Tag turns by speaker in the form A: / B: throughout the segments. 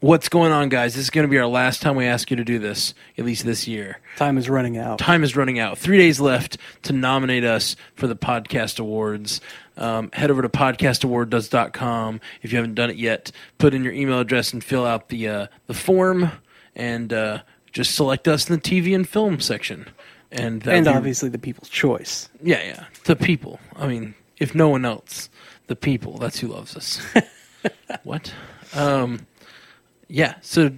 A: What's going on, guys? This is going to be our last time we ask you to do this, at least this year.
B: Time is running out.
A: Time is running out. Three days left to nominate us for the podcast awards. Um, head over to podcastawards.com if you haven't done it yet. Put in your email address and fill out the uh, the form, and uh, just select us in the TV and film section. And that'll
B: and
A: be-
B: obviously the people's choice.
A: yeah, yeah, the people. I mean, if no one else, the people. That's who loves us. what? Um, yeah. So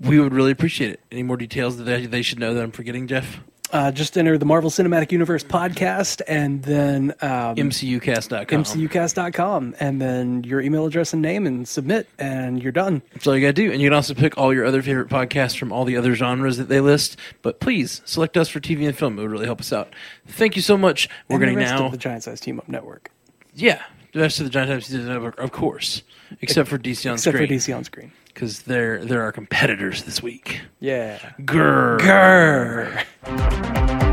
A: we would really appreciate it. Any more details that they- they should know that I'm forgetting, Jeff?
B: Uh, just enter the Marvel Cinematic Universe podcast and then um,
A: MCUcast.com.
B: mcucast.com and then your email address and name and submit and you're done.
A: That's all you got to do. And you can also pick all your other favorite podcasts from all the other genres that they list. But please select us for TV and film. It would really help us out. Thank you so much. We're
B: And the
A: going to
B: rest
A: now.
B: of the Giant Size Team Up Network,
A: yeah. The rest of the Giant Time Season Network, of course. Except for DC on
B: except
A: Screen.
B: for DC on screen.
A: Because they're, they're our competitors this week.
B: Yeah.
A: Grr.
B: Grr.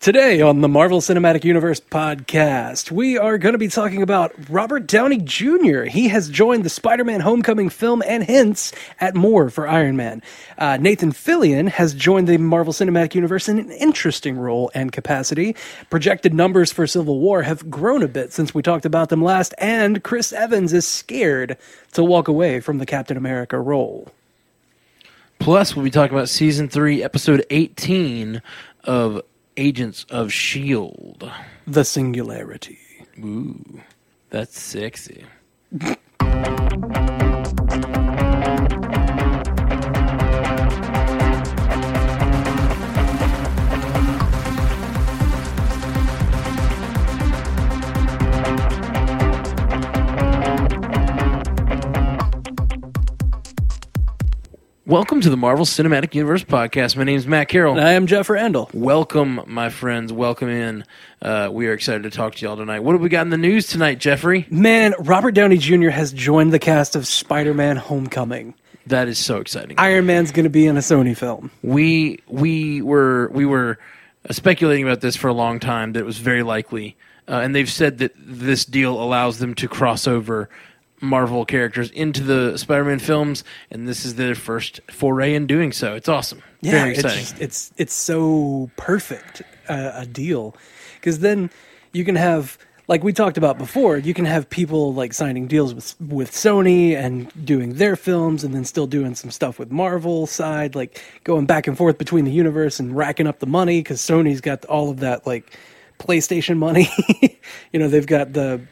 B: Today on the Marvel Cinematic Universe podcast, we are going to be talking about Robert Downey Jr. He has joined the Spider Man Homecoming film and hints at more for Iron Man. Uh, Nathan Fillion has joined the Marvel Cinematic Universe in an interesting role and capacity. Projected numbers for Civil War have grown a bit since we talked about them last, and Chris Evans is scared to walk away from the Captain America role.
A: Plus, we'll be talking about season three, episode 18 of Agents of S.H.I.E.L.D.
B: The singularity.
A: Ooh, that's sexy. Welcome to the Marvel Cinematic Universe podcast. My name is Matt Carroll.
B: And I am Jeff Randall.
A: Welcome, my friends. Welcome in. Uh, we are excited to talk to y'all tonight. What have we got in the news tonight, Jeffrey?
B: Man, Robert Downey Jr. has joined the cast of Spider Man Homecoming.
A: That is so exciting.
B: Iron Man's going to be in a Sony film.
A: we we were we were uh, speculating about this for a long time that it was very likely, uh, and they've said that this deal allows them to cross over Marvel characters into the Spider-Man films, and this is their first foray in doing so. It's awesome. very
B: it's,
A: exciting.
B: just- it's, it's so perfect uh, a deal. Because then you can have, like we talked about before, you can have people like signing deals with, with Sony and doing their films and then still doing some stuff with Marvel side, like going back and forth between the universe and racking up the money because Sony's got all of that like PlayStation money. you know, they've got the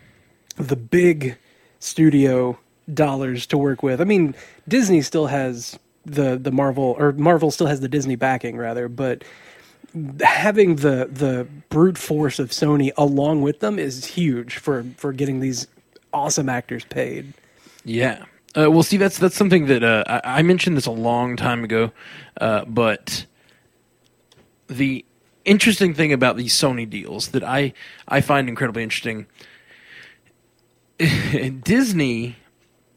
B: the big studio dollars to work with. I mean, Disney still has the the Marvel or Marvel still has the Disney backing rather, but having the the brute force of Sony along with them is huge for for getting these awesome actors paid.
A: Yeah. Uh, well, see, that's that's something that uh, I, I mentioned this a long time ago, uh, but the interesting thing about these Sony deals that I I find incredibly interesting, Disney.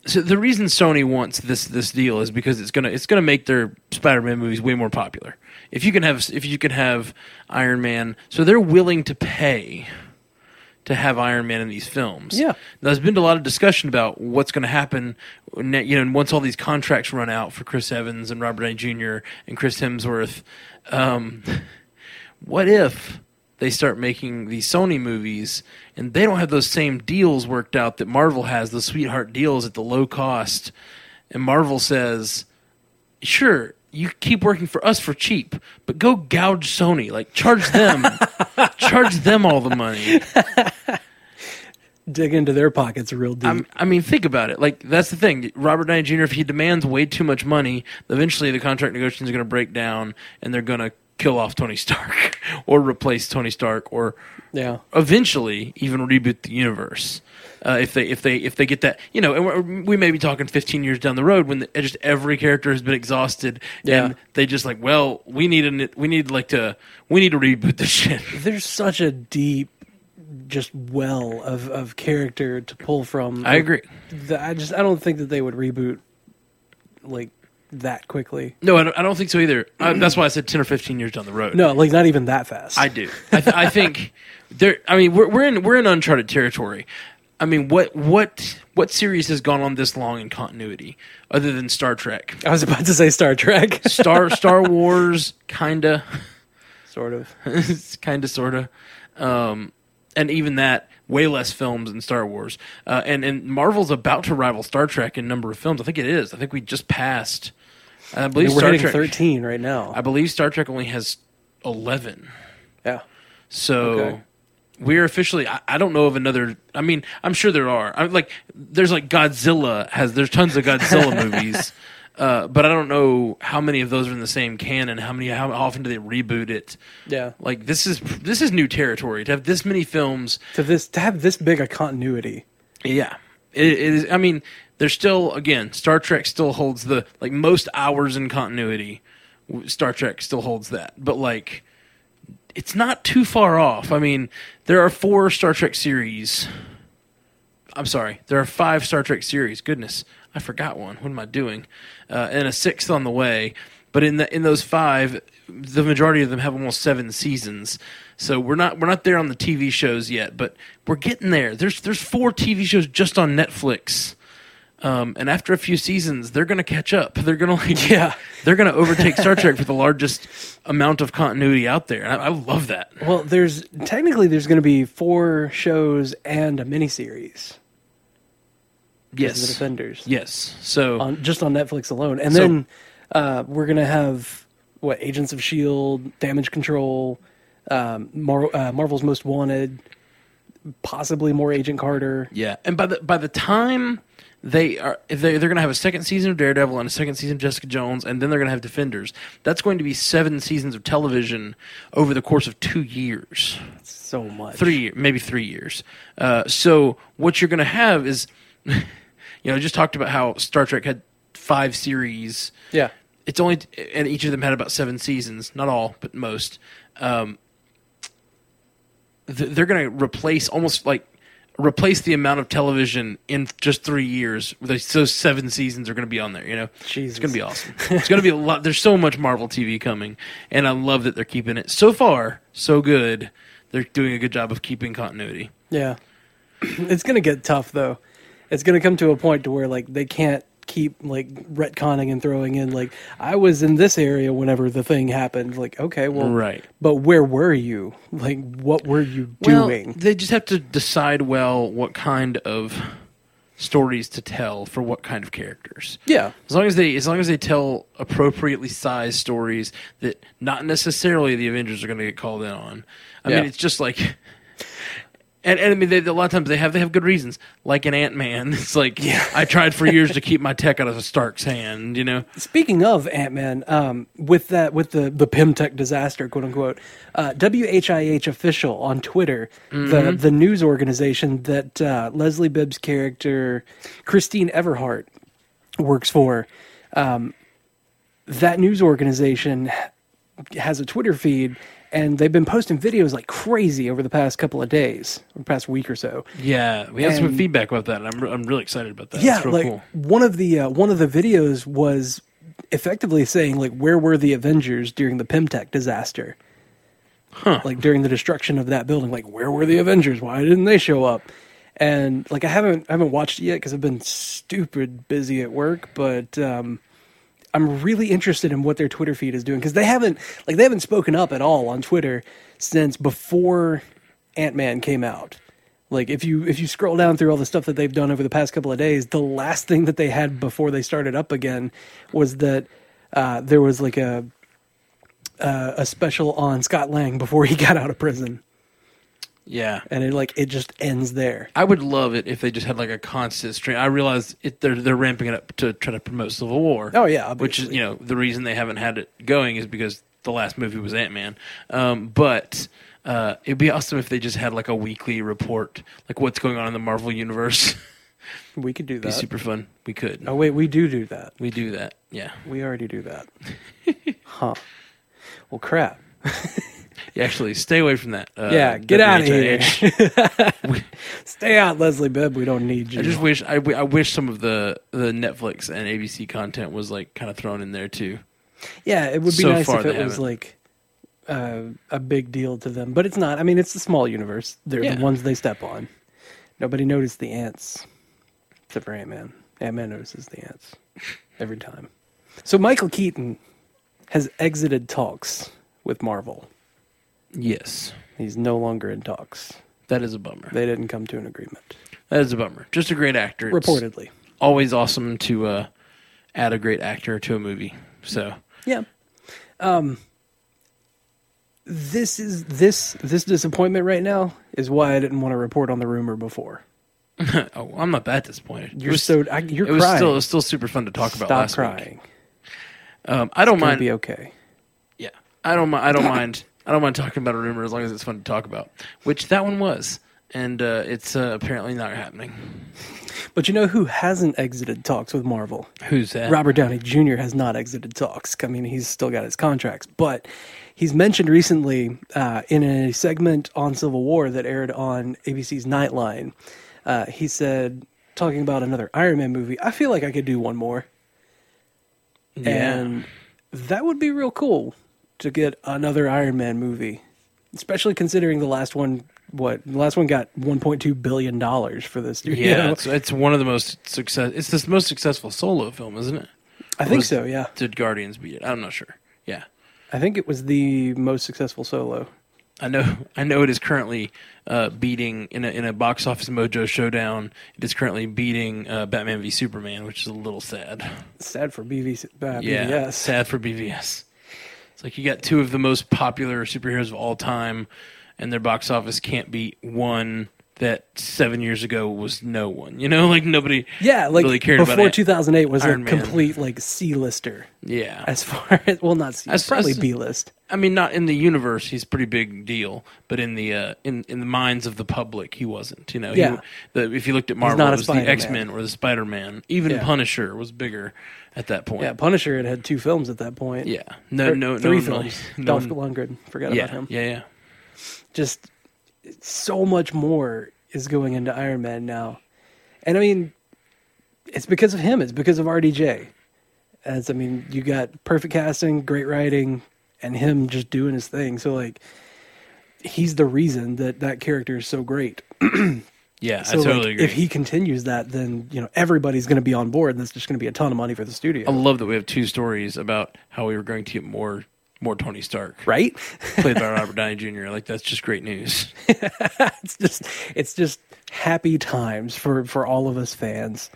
A: So the reason Sony wants this this deal is because it's gonna it's gonna make their Spider-Man movies way more popular. If you can have if you can have Iron Man, so they're willing to pay to have Iron Man in these films.
B: Yeah.
A: Now, there's been a lot of discussion about what's going to happen, ne- you know, and once all these contracts run out for Chris Evans and Robert Downey Jr. and Chris Hemsworth. Um, what if they start making these Sony movies and they don't have those same deals worked out that Marvel has, those sweetheart deals at the low cost, and Marvel says, sure. You keep working for us for cheap, but go gouge Sony. Like charge them, charge them all the money.
B: Dig into their pockets real deep.
A: I'm- I mean, think about it. Like that's the thing. Robert Downey Jr. If he demands way too much money, eventually the contract negotiations are going to break down, and they're going to kill off Tony Stark or replace Tony Stark, or
B: yeah.
A: eventually even reboot the universe. Uh, if they if they if they get that you know, and we're, we may be talking 15 years down the road when the, just every character has been exhausted,
B: Yeah.
A: and they just like, well, we need an, we need like to we need to reboot this shit.
B: There's such a deep just well of of character to pull from.
A: I agree.
B: the, I just I don't think that they would reboot like that quickly.
A: No, I don't, I don't think so either. I, that's why I said ten or fifteen years down the road.
B: No, like not even that fast.
A: I do. I, th- I think there. I mean, we're we're in we're in uncharted territory. I mean, what what what series has gone on this long in continuity other than Star Trek?
B: I was about to say Star Trek,
A: Star Star Wars, kinda,
B: sort of.
A: kinda, sorta, um, and even that way less films than Star Wars. Uh, and and Marvel's about to rival Star Trek in number of films. I think it is. I think we just passed. I believe
B: We're
A: Star
B: hitting
A: Trek.
B: thirteen right now.
A: I believe Star Trek only has eleven.
B: yeah,
A: So
B: Okay.
A: we're officially. I, I don't know of another. I mean, I'm sure there are. I'm like, there's like Godzilla has. There's tons of Godzilla movies. Uh, but I don't know how many of those are in the same canon. How many? How often do they reboot it?
B: yeah.
A: Like this is this is new territory to have this many films.
B: To this to have this big a continuity.
A: Yeah, it, it is. I mean, there's still again Star Trek still holds the like most hours in continuity. w- Star Trek still holds that, but like it's not too far off. I mean, there are four Star Trek series. I'm sorry, there are five Star Trek series. Goodness, I forgot one. What am I doing? Uh, and a sixth on the way. But in the, in those five, the majority of them have almost seven seasons. So we're not we're not there on the TV shows yet, but we're getting there. There's there's four TV shows just on Netflix. Um, and after a few seasons, they're gonna catch up. They're gonna like,
B: Yeah.
A: they're gonna overtake Star Trek for the largest amount of continuity out there. And I, I love that.
B: Well, there's technically there's going to be four shows and a miniseries.
A: Yes,
B: The Defenders.
A: yes. So
B: on just on Netflix alone. And
A: So-
B: then uh, we're gonna have what Agents of Shield, E Damage Control, um, Mar- uh, Marvel's Most Wanted, possibly more Agent Carter.
A: Yeah, and by the by the time they are they they're going to have a second season of Daredevil and a second season of Jessica Jones, and then they're going to have Defenders. That's going to be seven seasons of television over the course of two years
B: So much.
A: three year- maybe three years. Uh, so what you're going to have is, you know, I just talked about how Star Trek had five series.
B: Yeah.
A: It's only and each of them had about seven seasons, not all, but most. Um, th- they're going to replace almost like replace the amount of television in just three years. Those those seven seasons are going to be on there. You know,
B: Jesus.
A: it's going to be awesome. it's going to be a lot. There's so much Marvel TV coming, and I love that they're keeping it so far so good. They're doing a good job of keeping continuity.
B: Yeah. it's gonna get tough though. It's gonna come to a point to where like they can't keep like retconning and throwing in like I was in this area whenever the thing happened. Like okay, well,
A: Right.
B: But where were you? Like what were you doing?
A: Well, they just have to decide well what kind of stories to tell for what kind of characters.
B: yeah.
A: As long as they as long as they tell appropriately sized stories that not necessarily the Avengers are going to get called in on. I
B: Yeah.
A: mean, it's just like. And, and I mean, they, a lot of times they have they have good reasons. Like an Ant Man, it's like I tried for years to keep my tech out of Stark's hand. You know,
B: Speaking of Ant Man, um, with that with the the Pimtech disaster, quote unquote, uh, WHIH official on Twitter, the the news organization that uh, Leslie Bibb's character Christine Everhart works for, um, that news organization has a Twitter feed. And they've been posting videos like crazy over the past couple of days, or past week or so.
A: yeah, we had some
B: And-
A: feedback about that. And I'm re- I'm really excited about that.
B: yeah
A: It's real
B: like
A: cool.
B: one of the uh, one of the videos was effectively saying like where were the avengers during the pimtech disaster
A: Huh.
B: like during the destruction of that building like where were the avengers why didn't they show up and like i haven't I haven't watched it yet because i've been stupid busy at work but um i'm really interested in what their twitter feed is doing because they haven't like they haven't spoken up at all on twitter since before ant-man came out like if you if you scroll down through all the stuff that they've done over the past couple of days the last thing that they had before they started up again was that uh, there was like a uh, a special on Scott Lang before he got out of prison,
A: Yeah,
B: and it like it just ends there.
A: I would love it if they just had like a constant stream. I realize it, they're they're ramping it up to try to promote Civil War.
B: Oh, yeah,
A: which is you know the reason they haven't had it going is because the last movie was Ant Man. Um, but uh, it'd be awesome if they just had like a weekly report, like what's going on in the Marvel universe.
B: We could do
A: It'd be
B: that.
A: super fun. We could.
B: Oh wait, we do do that.
A: We do that. Yeah.
B: We already do that. huh. Well, crap.
A: Yeah, actually, stay away from that. Uh,
B: yeah, get out of here.
A: WHIH.
B: Stay out, Leslie Bibb. We don't need you.
A: I just wish I, w- I wish some of the the Netflix and ABC content was like kind of thrown in there too.
B: yeah, it would be
A: so
B: nice
A: far
B: if
A: they
B: it was
A: haven't.
B: like uh, a big deal to them, but it's not. I mean, it's a small universe. They're
A: Yeah.
B: the ones they step on. Nobody noticed the ants, except for Ant Man. Ant Man notices the ants every time. So Michael Keaton has exited talks with Marvel.
A: Yes,
B: He's no longer in talks.
A: that is a bummer.
B: They didn't come to an agreement,
A: That is a bummer. Just a great actor. It's
B: reportedly.
A: always awesome to uh, add a great actor to a movie. So
B: Yeah. Um this is this this disappointment right now is why I didn't want to report on the rumor before.
A: oh, I'm not that disappointed. It
B: You're
A: was-
B: so I, you're
A: it was
B: crying.
A: still it was still super fun to talk about.
B: Stop
A: last Week.
B: crying.
A: Um, I don't
B: It'll
A: mind.
B: be okay.
A: yeah, I don't. mi- I don't mind. I don't mind talking about a rumor as long as it's fun to talk about. Which that one was, and uh, it's uh, apparently not happening.
B: But you know who hasn't exited talks with Marvel?
A: Who's that?
B: Robert Downey Jr. has not exited talks. I mean, he's still got his contracts, but he's mentioned recently uh, in a segment on Civil War that aired on ABC's Nightline. Uh, he said, talking about another Iron Man movie, I feel like I could do one more.
A: Yeah.
B: And that would be real cool to get another Iron Man movie, especially considering the last one. What the last one got 1.2 billion dollars for this?
A: yeah, it's, it's one of the most success. It's the most successful solo film, isn't it?
B: I think
A: was-
B: so. Yeah,
A: Did Guardians beat it? I'm not sure. Yeah,
B: I think it was the most successful solo.
A: I know. I know it is currently uh, beating in a in a box office mojo showdown. It is currently beating uh, Batman v Superman, which is a little sad.
B: Sad for BVC, uh,
A: Yeah,
B: BVS.
A: sad for BVS. It's like you got two of the most popular superheroes of all time, and their box office can't beat one that seven years ago was no one. You know, like nobody.
B: Yeah, like
A: really cared
B: before
A: about it.
B: 2008 was
A: Iron
B: a
A: Man.
B: complete like C-lister
A: Yeah,
B: as far as well not C,
A: As-
B: probably
A: as-
B: B-list.
A: I mean, not in the universe, he's a pretty big deal, but in the uh, in in the minds of the public, he wasn't. You know, He-
B: Yeah.
A: the, if you looked at Marvel, it
B: not a
A: was the
B: Spider-Man.
A: X Men or the Spider Man. Even
B: Yeah.
A: Punisher was bigger at that point.
B: Yeah, Punisher had had two films at that point.
A: yeah. No,
B: Or
A: no,
B: three
A: no, one really-
B: films.
A: no
B: Dolph
A: one-
B: Lundgren, forgot
A: yeah,
B: about him.
A: yeah, yeah.
B: Just so much more is going into Iron Man now, and I mean, it's because of him. It's because of RDJ. As I mean, you got perfect casting, great writing, and him just doing his thing. So like, he's the reason that that character is so great.
A: Yeah,
B: So
A: I
B: like,
A: totally agree.
B: if he continues that, then you know everybody's going to be on board, and that's just going to be a ton of money for the studio,
A: I love that we have two stories about how we were going to get more more Tony Stark
B: right?
A: played by Robert Downey Jr. Like that's just great news.
B: it's just it's just happy times for for all of us fans.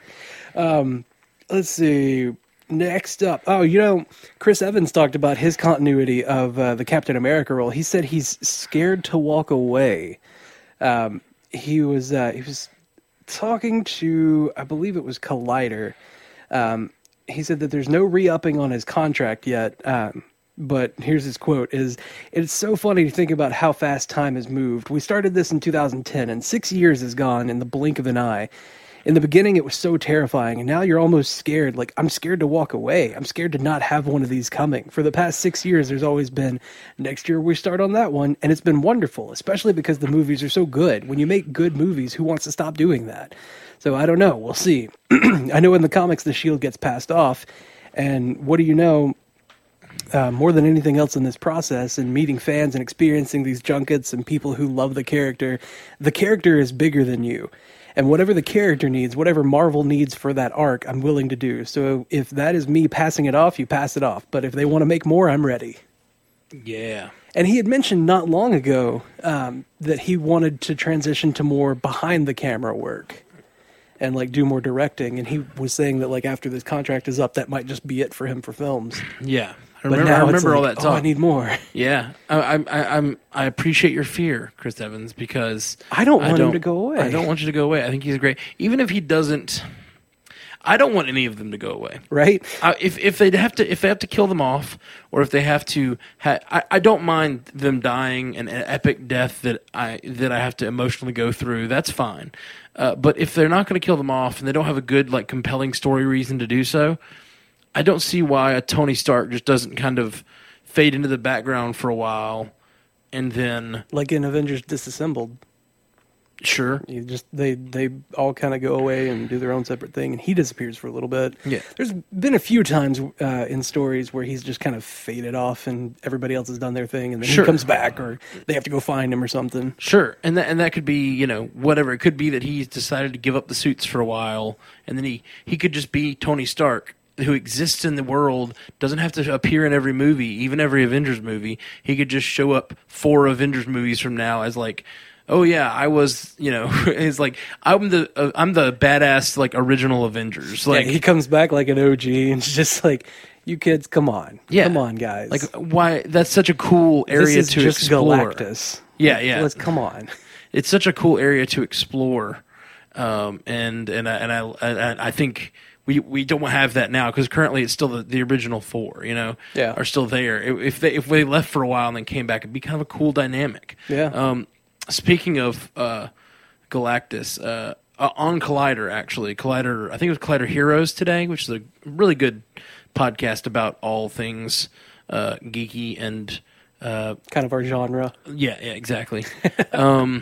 B: Um, let's see. Next up, oh, you know, Chris Evans talked about his continuity of uh, the Captain America role. He said he's scared to walk away. Um, he was uh, he was talking to I believe it was Collider. Um, he said that there's no re-upping on his contract yet. Um, but here's his quote is it's so funny to think about how fast time has moved. We started this in 2010 and 6 years is gone in the blink of an eye. In the beginning it was so terrifying and now you're almost scared like I'm scared to walk away. I'm scared to not have one of these coming. For the past 6 years there's always been next year we start on that one and it's been wonderful especially because the movies are so good. When you make good movies who wants to stop doing that? So I don't know. We'll see. I know in the comics the shield gets passed off and what do you know uh, more than anything else in this process and meeting fans and experiencing these junkets and people who love the character, the character is bigger than you. And whatever the character needs, whatever Marvel needs for that arc, I'm willing to do. So if that is me passing it off, you pass it off. But if they want to make more, I'm ready.
A: yeah.
B: And he had mentioned not long ago um, that he wanted to transition to more behind the camera work and like do more directing. And he was saying that like after this contract is up, that might just be it for him for films.
A: Yeah. I
B: But
A: remember,
B: now
A: I
B: it's
A: remember all
B: like,
A: that
B: Oh,
A: talk.
B: I need more.
A: yeah. I, I, I, I'm, I appreciate your fear, Chris Evans, because
B: I don't want him to go away.
A: I don't want you to go away. I think he's great. Even if he doesn't, I don't want any of them to go away.
B: Right?
A: I, Uh, if if they have to if they have to kill them off, or if they have to, ha- I, I don't mind them dying an epic death that I that I have to emotionally go through. That's fine. Uh, but if they're not going to kill them off and they don't have a good like compelling story reason to do so, I don't see why a Tony Stark just doesn't kind of fade into the background for a while and then
B: like in Avengers Disassembled.
A: sure,
B: You just they they all kind of go away and do their own separate thing, and he disappears for a little bit.
A: Yeah.
B: there's been a few times uh, in stories where he's just kind of faded off, and everybody else has done their thing, and then
A: Sure.
B: he comes back, or they have to go find him or something.
A: sure, and that and that could be you know whatever. It could be that he's decided to give up the suits for a while, and then he he could just be Tony Stark. Who exists in the world doesn't have to appear in every movie, even every Avengers movie. He could just show up four Avengers movies from now as like, oh yeah, I was, you know, it's like I'm the uh, I'm the badass like original Avengers. Like
B: Like he comes back like an OG, and it's just like, you kids, come on,
A: Yeah.
B: come on, guys,
A: Like why? That's such a cool area
B: this is
A: to
B: just
A: explore.
B: Galactus.
A: Yeah, yeah.
B: Let's come on.
A: It's such a cool area to explore, um, and and I, and I, I I think we we don't have that now because currently it's still the, the original four. You know,
B: Yeah.
A: are still there. If if they if they left for a while and then came back, it'd be kind of a cool dynamic.
B: Yeah.
A: Um, speaking of uh, Galactus. Uh, uh, on Collider, actually, Collider. I think it was Collider Heroes today, which is a really good podcast about all things uh, geeky and uh,
B: kind of our genre.
A: yeah, yeah, exactly. um,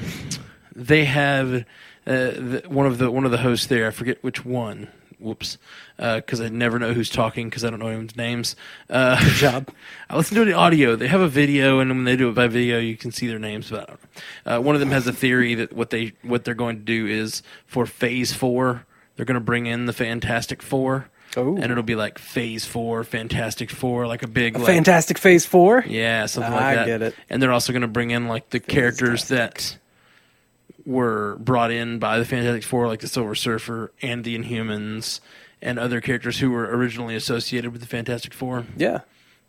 A: they have uh, the, one of the one of the hosts there. I forget which one. Whoops, because I never know who's talking because I don't know anyone's names. Uh, Good
B: job.
A: I listen to the audio. They have a video, and when they do it by video, you can see their names. But I don't know. Uh, one of them has a theory that what they what they're going to do is for Phase Four, they're going to bring in the Fantastic Four,
B: Oh.
A: and it'll be like Phase Four, Fantastic Four, like a big like,
B: Fantastic Phase Four.
A: yeah, something
B: I
A: like that.
B: get it.
A: And they're also going to bring in like the characters that were brought in by the Fantastic Four, like the Silver Surfer and the Inhumans, and other characters who were originally associated with the Fantastic Four.
B: Yeah.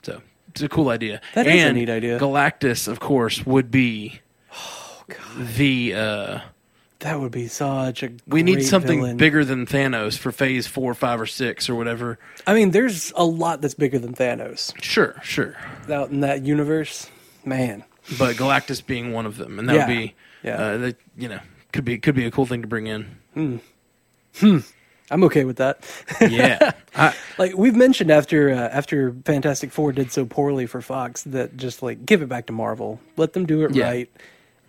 A: So it's a cool idea.
B: That
A: and
B: is a neat idea. Oh,
A: Galactus, of course, would be the. Uh,
B: That would be such a.
A: we need
B: great
A: something
B: villain.
A: bigger than Thanos for Phase Four, Five, or Six, or whatever.
B: I mean, there's a lot that's bigger than Thanos
A: Sure, sure.
B: out in that universe. Man,
A: But Galactus being one of them, and that would
B: Yeah,
A: be,
B: yeah.
A: uh, that, you know, could be could be a cool thing to bring in.
B: I'm okay with that.
A: yeah. I,
B: like we've mentioned after uh, after Fantastic Four did so poorly for Fox that just like give it back to Marvel, let them do it
A: Yeah.
B: right,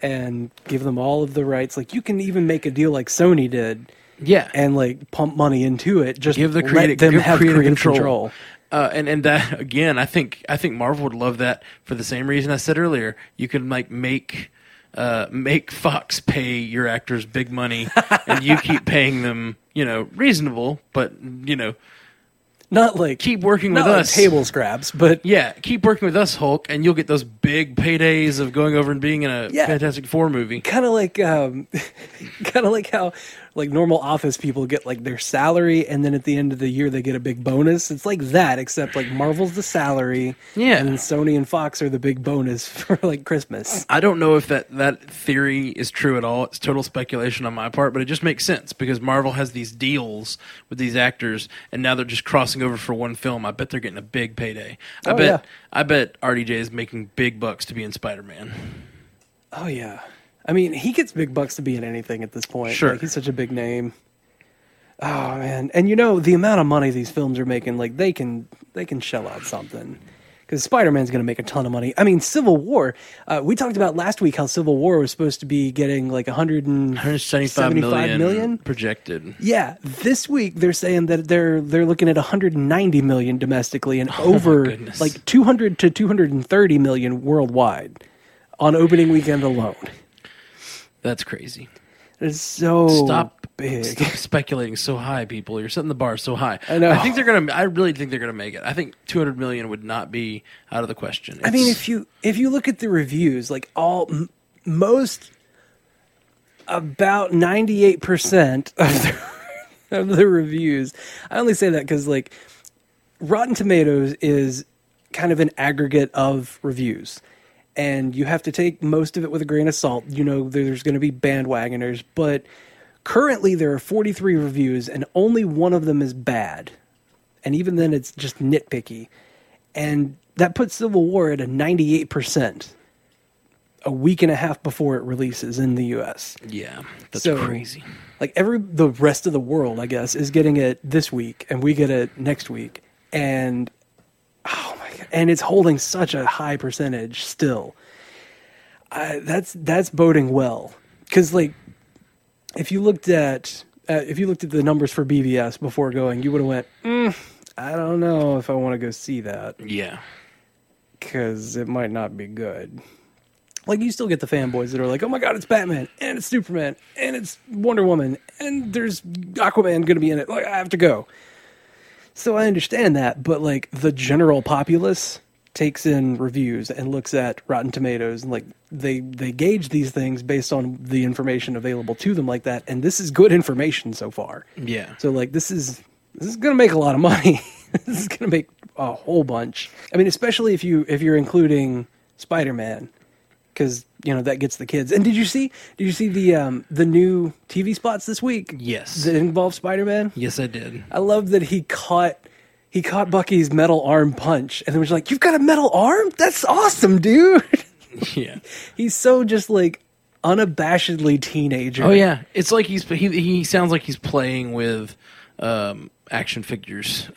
B: and give them all of the rights. Like you can even make a deal like Sony did.
A: yeah.
B: And like pump money into it, just
A: give the
B: let
A: creative,
B: them
A: give
B: have
A: creative,
B: creative
A: control.
B: control.
A: Uh, and and that again, I think I think Marvel would love that for the same reason I said earlier. You can like make uh, make Fox pay your actors big money, and you keep paying them, you know, reasonable, but you know,
B: Not like
A: keep working with
B: not like
A: us.
B: table scraps, but
A: Yeah, keep working with us, Hulk, and you'll get those big paydays of going over and being in a
B: Yeah.
A: Fantastic Four movie.
B: kind of like um, kind of like how like normal office people get like their salary and then at the end of the year they get a big bonus it's like that except like marvel's the salary
A: Yeah.
B: and then sony and fox are the big bonus for like christmas
A: I don't know if that, that theory is true at all. It's total speculation on my part, but it just makes sense because Marvel has these deals with these actors, and now they're just crossing over for one film. I bet they're getting a big payday. I
B: Oh,
A: bet
B: yeah.
A: I bet RDJ is making big bucks to be in Spider Man.
B: oh yeah i mean he gets big bucks to be in anything at this point
A: Sure.
B: like, he's such a big name oh man and you know the amount of money these films are making like they can they can shell out something because spider-man's going to make a ton of money i mean civil war uh, we talked about last week how civil war was supposed to be getting like 100 and
A: 175
B: 75
A: million,
B: million?
A: projected.
B: yeah this week they're saying that they're they're looking at 190 million domestically and over
A: Oh goodness.
B: like 200 to 230 million worldwide on opening weekend alone
A: That's crazy.
B: it's so
A: Stop
B: big
A: Stop speculating so high, people. You're setting the bar so high.
B: I know.
A: I think they're gonna. I really think they're gonna make it. I think 200 million would not be out of the question.
B: I mean,
A: It's-
B: if you if you look at the reviews, like all m- most about ninety eight percent of the of the reviews. I only say that because like Rotten Tomatoes is kind of an aggregate of reviews, and you have to take most of it with a grain of salt. You know, there's going to be bandwagoners, but currently there are forty three reviews, and only one of them is bad and even then it's just nitpicky and that puts civil war at a 98% a week and a half before it releases in the us
A: yeah, that's
B: So,
A: crazy.
B: like every the rest of the world i guess is getting it this week and we get it next week and oh my god and it's holding such a high percentage still I, that's that's boding well because like if you looked at uh, if you looked at the numbers for BVS before going, you would have went, mm, I don't know if I want to go see that
A: Yeah.
B: because it might not be good. Like you still get the fanboys that are like, "Oh my god, it's Batman and it's Superman and it's Wonder Woman and there's Aquaman going to be in it. Like I have to go." So I understand that, but like the general populace takes in reviews and looks at Rotten Tomatoes and like they they gauge these things based on the information available to them like that and this is good information so far.
A: Yeah.
B: So like this is this is gonna make a lot of money. this is gonna make a whole bunch. I mean, especially if you if you're including Spider Man, because you know that gets the kids. And did you see did you see the um the new TV spots this week?
A: Yes.
B: that involve Spider Man.
A: yes, I did.
B: I love that he caught he caught Bucky's metal arm punch, and then was like, "You've got a metal arm? That's awesome, dude!"
A: Yeah.
B: He's so just like unabashedly teenager.
A: Oh yeah, it's like he's he he sounds like he's playing with um, action figures.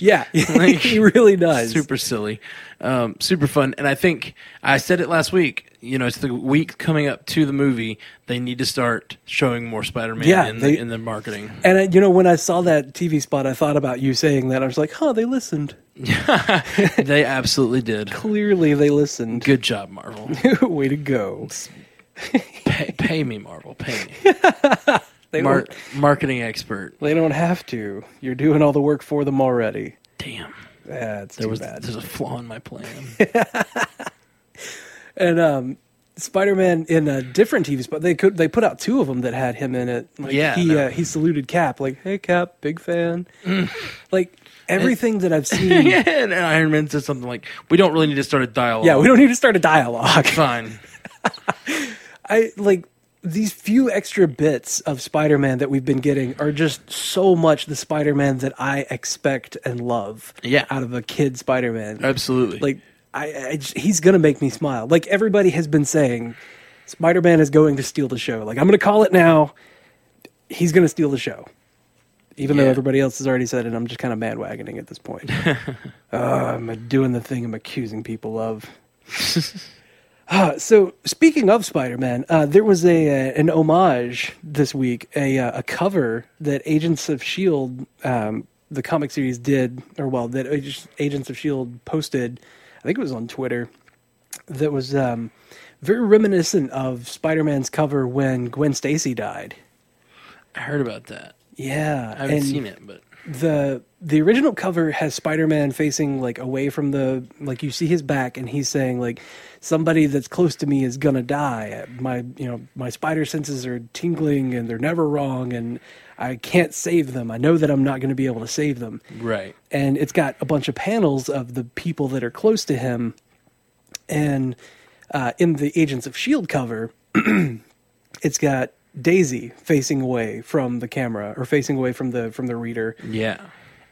B: yeah,
A: Like,
B: he really does.
A: super silly, um, super fun, and I think I said it last week. You know, it's the week coming up to the movie. They need to start showing more Spider-Man
B: Yeah,
A: in,
B: they-
A: the, in the marketing.
B: And I, you know, when I saw that TV spot, I thought about you saying that. I was like, "Huh, they listened.
A: they absolutely did.
B: Clearly, they listened.
A: Good job, Marvel.
B: Way to go."
A: pay, pay me, Marvel. Pay me.
B: They
A: Mar-
B: don't.
A: marketing expert.
B: They don't have to. You're doing all the work for them already.
A: Damn,
B: That's
A: there
B: too
A: was
B: bad.
A: there's a flaw in my plan.
B: and um, Spider-Man in a different TV spot. They could they put out two of them that had him in it. Like,
A: Yeah,
B: he
A: no. Mm.
B: uh, he saluted Cap like, "Hey Cap, big fan." like everything that I've seen. yeah.
A: and Iron Man said something like, "We don't really need to start a dialogue."
B: we don't need to start a dialogue.
A: fine.
B: I like these few extra bits of Spider-Man that we've been getting are just so much the Spider-Man that I expect and love.
A: Yeah.
B: out of a kid Spider-Man.
A: Absolutely.
B: like I, I j- he's gonna make me smile. Like everybody has been saying, Spider Man is going to steal the show. Like I'm gonna call it now. He's gonna steal the show, even though
A: Yeah.
B: everybody else has already said it. I'm just kind of mad wagoning at this point. Uh, I'm doing the thing I'm accusing people of. Uh, so speaking of Spider-Man, uh, there was a, uh an homage this week, a uh, a cover that Agents of Shield, E um, the comic series did, or well, that Ag- Agents of Shield E posted. I think it was on Twitter. That was um, very reminiscent of Spider-Man's cover when Gwen Stacy died.
A: I heard about that.
B: Yeah,
A: I haven't
B: and-
A: seen it, but
B: the the original cover has Spider-Man facing like away from the like you see his back and he's saying like somebody that's close to me is gonna die. My you know my spider senses are tingling and they're never wrong and I can't save them. I know that I'm not gonna be able to save them.
A: right.
B: And it's got a bunch of panels of the people that are close to him. And uh, in the Agents of Shield cover, it's got Daisy facing away from the camera or facing away from the from the reader
A: Yeah.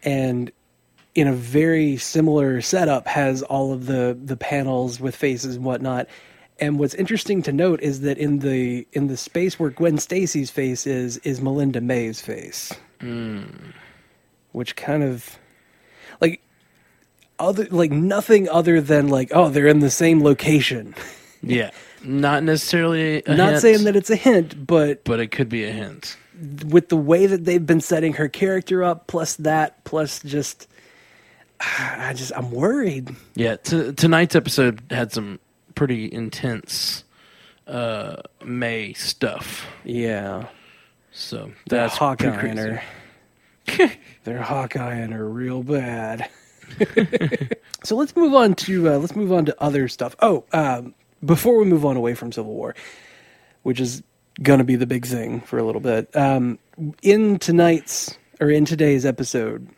B: and in a very similar setup has all of the the panels with faces and whatnot. And what's interesting to note is that in the in the space where Gwen Stacy's face is is Melinda May's face,
A: Hmm.
B: which kind of like other like nothing other than like oh they're in the same location.
A: Yeah. Not necessarily a
B: Not
A: hint,
B: saying that it's a hint, but
A: but it could be a hint.
B: with the way that they've been setting her character up, plus that, plus just I just I'm worried.
A: Yeah, t- tonight's episode had some pretty intense uh May stuff.
B: Yeah.
A: So
B: They're
A: that's pretty
B: Hawkeye in
A: crazy.
B: her. They're Hawkeye in her real bad. so let's move on to uh, let's move on to other stuff. Oh, um, before we move on away from Civil War, which is going to be the big thing for a little bit. Um, in tonight's or in today's episode,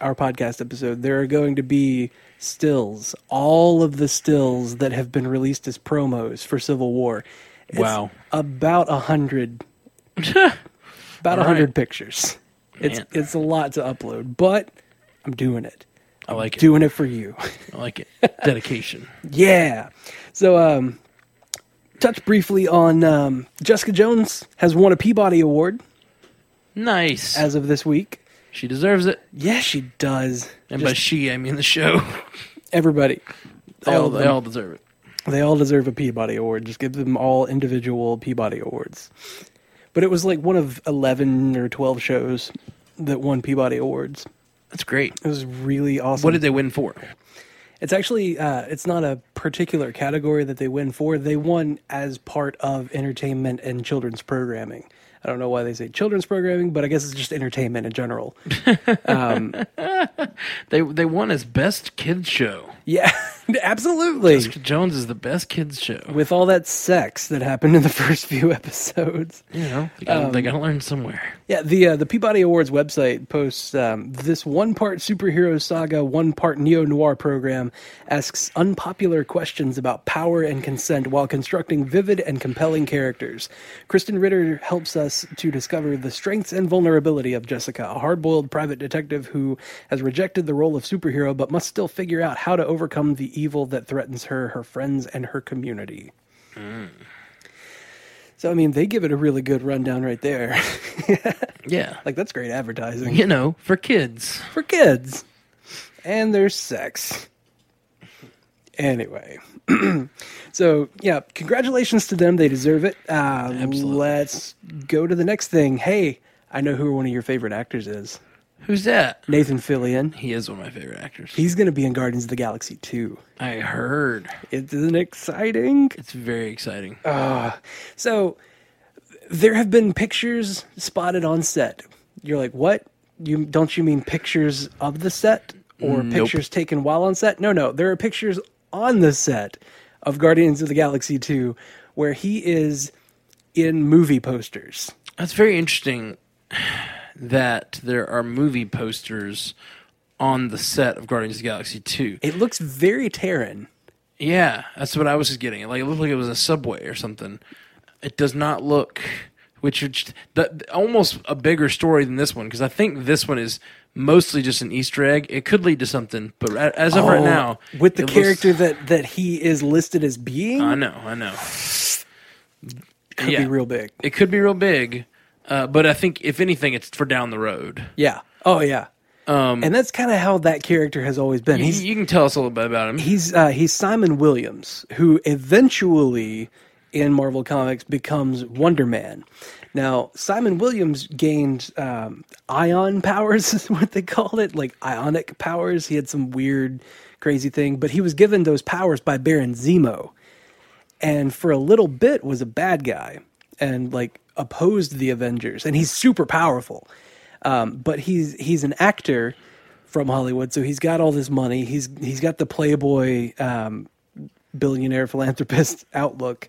B: our podcast episode, there are going to be stills, all of the stills that have been released as promos for Civil War. It's
A: Wow.
B: about a hundred, about a
A: All right.
B: hundred pictures. It's
A: Man.
B: it's a lot to upload, but I'm doing it.
A: I like it.
B: Doing it for you.
A: I like it. Dedication.
B: Yeah. So, um, touch briefly on um, Jessica Jones has won a Peabody Award
A: Nice.
B: as of this week.
A: she deserves it.
B: Yeah, she does.
A: And by
B: Just
A: she, I mean the show.
B: everybody,
A: They
B: all
A: all,
B: of
A: they
B: them.
A: all deserve it.
B: They all deserve a Peabody Award. Just give them all individual Peabody Awards. But it was like one of 11 or 12 shows that won Peabody Awards.
A: That's great.
B: It was really awesome.
A: What did they win for?
B: It's actually uh, it's not a particular category that they win for. They won as part of entertainment and children's programming. I don't know why they say children's programming, but I guess it's just entertainment in general.
A: They they won as best kids show.
B: Yeah, absolutely.
A: Jessica Jones is the best kids show.
B: With all that sex that happened in the first few episodes.
A: You know, they gotta, they gotta learn somewhere.
B: Yeah, the uh, the Peabody Awards website posts um, this one part superhero saga, one part neo noir program asks unpopular questions about power and consent while constructing vivid and compelling characters. Kristen Ritter helps us to discover the strengths and vulnerability of Jessica, a hard boiled private detective who has rejected the role of superhero but must still figure out how to overcome the evil that threatens her, her friends, and her community. So, I mean, they give it a really good rundown right there.
A: Yeah,
B: Like that's great advertising
A: you know, for kids.
B: for kids. And there's sex. Anyway. so, yeah, congratulations to them. They deserve it. Uh,
A: Absolutely.
B: Let's go to the next thing. Hey, I know who one of your favorite actors is
A: Who's that?
B: Nathan Fillion.
A: He is one of my favorite actors.
B: He's going to be in Guardians of the Galaxy 2.
A: I heard
B: Isn't it exciting?
A: it's very exciting.
B: So there have been pictures spotted on set. You're like, what? You don't you mean pictures of the set or
A: Nope.
B: pictures taken while on set? No, no, there are pictures on the set of Guardians of the Galaxy 2 where he is in movie posters.
A: That's very interesting that there are movie posters on the set of Guardians of the Galaxy 2.
B: It looks very Terran.
A: Yeah, that's what I was just getting. Like it looked like it was a subway or something. It does not look which is the, almost a bigger story than this one because I think this one is mostly just an Easter egg. It could lead to something, but a- as of right
B: Oh,
A: now,
B: with the
A: it looks-
B: character that that he is listed as being
A: I know, I know.
B: could
A: yeah.
B: be real big.
A: It could be real big, uh, but I think if anything, it's for down the road.
B: Yeah. Oh yeah. Um, and that's kind of how that character has always been.
A: You,
B: He's
A: you can tell us a little bit about him.
B: he's uh, he's Simon Williams, who eventually in Marvel Comics becomes Wonder Man. Now, Simon Williams gained um, ion powers, is what they called it, like ionic powers. He had some weird, crazy thing, but he was given those powers by Baron Zemo, and for a little bit was a bad guy and like opposed the Avengers. And he's super powerful, um, but he's he's an actor from Hollywood, so he's got all this money. He's he's got the Playboy um, billionaire philanthropist outlook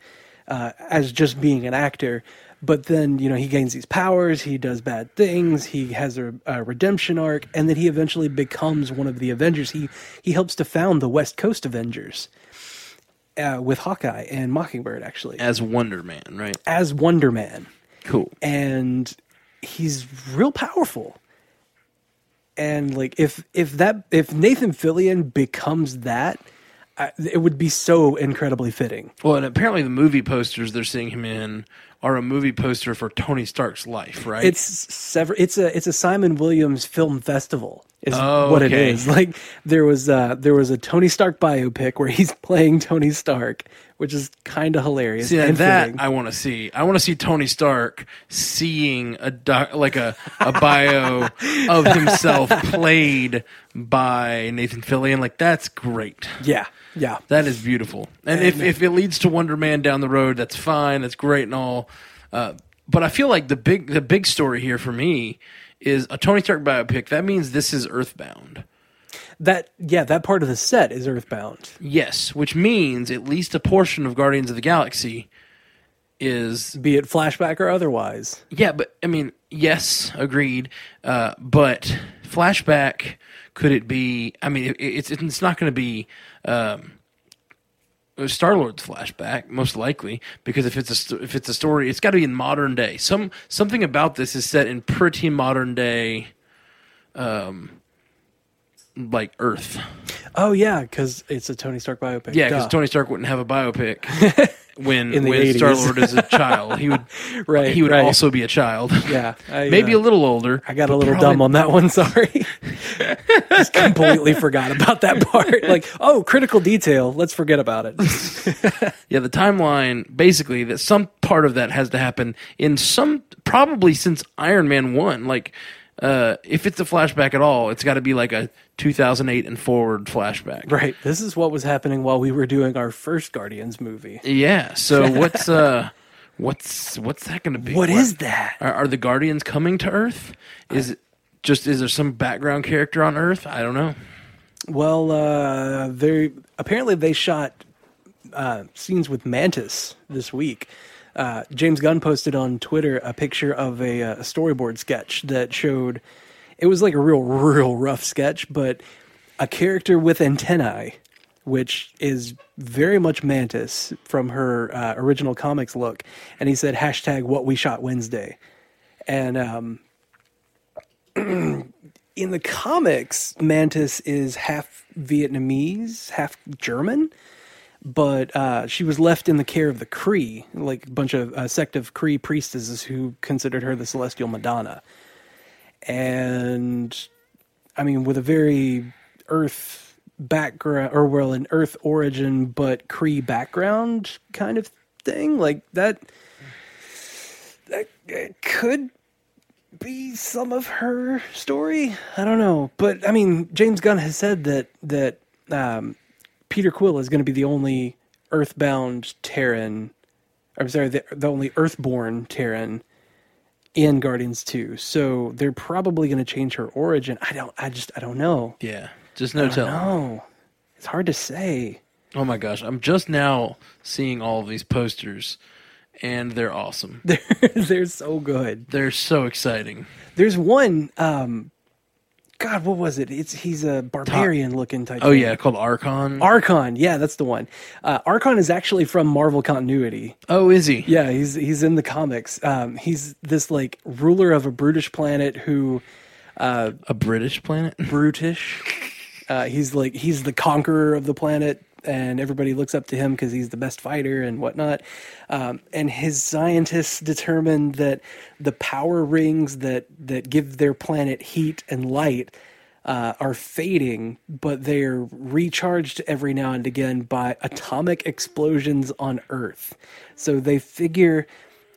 B: uh, as just being an actor. But then you know he gains these powers. He does bad things. He has a, a redemption arc, and then he eventually becomes one of the Avengers. He he helps to found the West Coast Avengers uh, with Hawkeye and Mockingbird, actually,
A: as Wonder Man, right?
B: as Wonder Man
A: Cool.
B: and he's real powerful. And like if if that if Nathan Fillion becomes that, I, it would be so incredibly fitting.
A: Well, and apparently the movie posters they're seeing him in are a movie poster for Tony Stark's life, right?
B: It's sever it's a it's a Simon Williams film festival is
A: Oh,
B: what
A: okay.
B: it is. Like there was uh there was a Tony Stark biopic where he's playing Tony Stark, which is kind of hilarious.
A: See, now
B: and
A: that
B: fitting.
A: I want to see. I want to see Tony Stark seeing a doc, like a, a bio of himself played by Nathan Fillion. Like that's great.
B: yeah. Yeah.
A: That is beautiful. And if, if it leads to Wonder Man down the road, that's fine. That's great and all. Uh, but I feel like the big the big story here for me is a Tony Stark biopic. That means this is Earthbound.
B: That yeah, that part of the set is Earthbound.
A: Yes, which means at least a portion of Guardians of the Galaxy is
B: Be it flashback or otherwise.
A: yeah. But I mean, yes, agreed. Uh, but flashback could it be? I mean, it, it's it's not going to be. Um, Star Lord's flashback, most likely, because if it's a st- if it's a story, it's got to be in modern day. Some something about this is set in pretty modern day, um, like Earth.
B: Oh yeah, because it's a Tony Stark biopic.
A: Yeah, because
B: Duh.
A: Tony Stark wouldn't have a biopic when
B: In the
A: when
B: 80s.
A: Star Lord is a child. He would
B: Right,
A: He would
B: right.
A: also be a child.
B: Yeah, I,
A: maybe
B: uh,
A: a little older.
B: I got a
A: but
B: little
A: probably-
B: dumb on that one. Sorry. Just completely forgot about that part. Like, oh, critical detail. Let's forget about it.
A: Yeah, the timeline basically that some part of that has to happen in some probably since Iron Man one. Like, uh, if it's a flashback at all, it's got to be like a 2008 and forward flashback.
B: Right. This is what was happening while we were doing our first Guardians movie.
A: Yeah. So what's uh, what's what's that going to be?
B: What is that?
A: Are, are the Guardians coming to Earth? Is it just is there some background character on Earth? I don't know.
B: Well, uh, they apparently they shot uh, scenes with Mantis this week. Uh, James Gunn posted on Twitter a picture of a, uh, a storyboard sketch that showed it was like a real, real rough sketch, but a character with antennae, which is very much Mantis from her uh, original comics look. And he said hashtag What We Shot Wednesday, and um, in the comics, Mantis is half Vietnamese, half German, but uh, she was left in the care of the Cree, like a bunch of a sect of Cree priestesses who considered her the celestial Madonna. And I mean, with a very Earth background, or well, an Earth origin, but Cree background kind of thing, like that. That it could be some of her story. I don't know, but I mean, James Gunn has said that that um, Peter Quill is going to be the only Earthbound Terran. I'm sorry, the, the only Earthborn Terran in Guardians Two. So they're probably going to change her origin. I don't. I just. I don't know.
A: Yeah, just no
B: No,
A: telling.
B: it's hard to say.
A: Oh my gosh, I'm just now seeing all of these posters, and they're awesome.
B: They're they're so good.
A: They're so exciting.
B: There's one. um God, what was it? It's he's a barbarian looking type.
A: Oh
B: thing.
A: yeah, called Archon.
B: Archon, yeah, that's the one. Uh, Archon is actually from Marvel continuity.
A: oh, is he?
B: Yeah, he's he's in the comics. Um, he's this like ruler of a brutish planet who
A: A British planet?
B: brutish. Uh, he's like he's the conqueror of the planet, and everybody looks up to him because he's the best fighter and whatnot. Um, and his scientists determined that the power rings that that give their planet heat and light uh, are fading, but they're recharged every now and again by atomic explosions on Earth. So they figure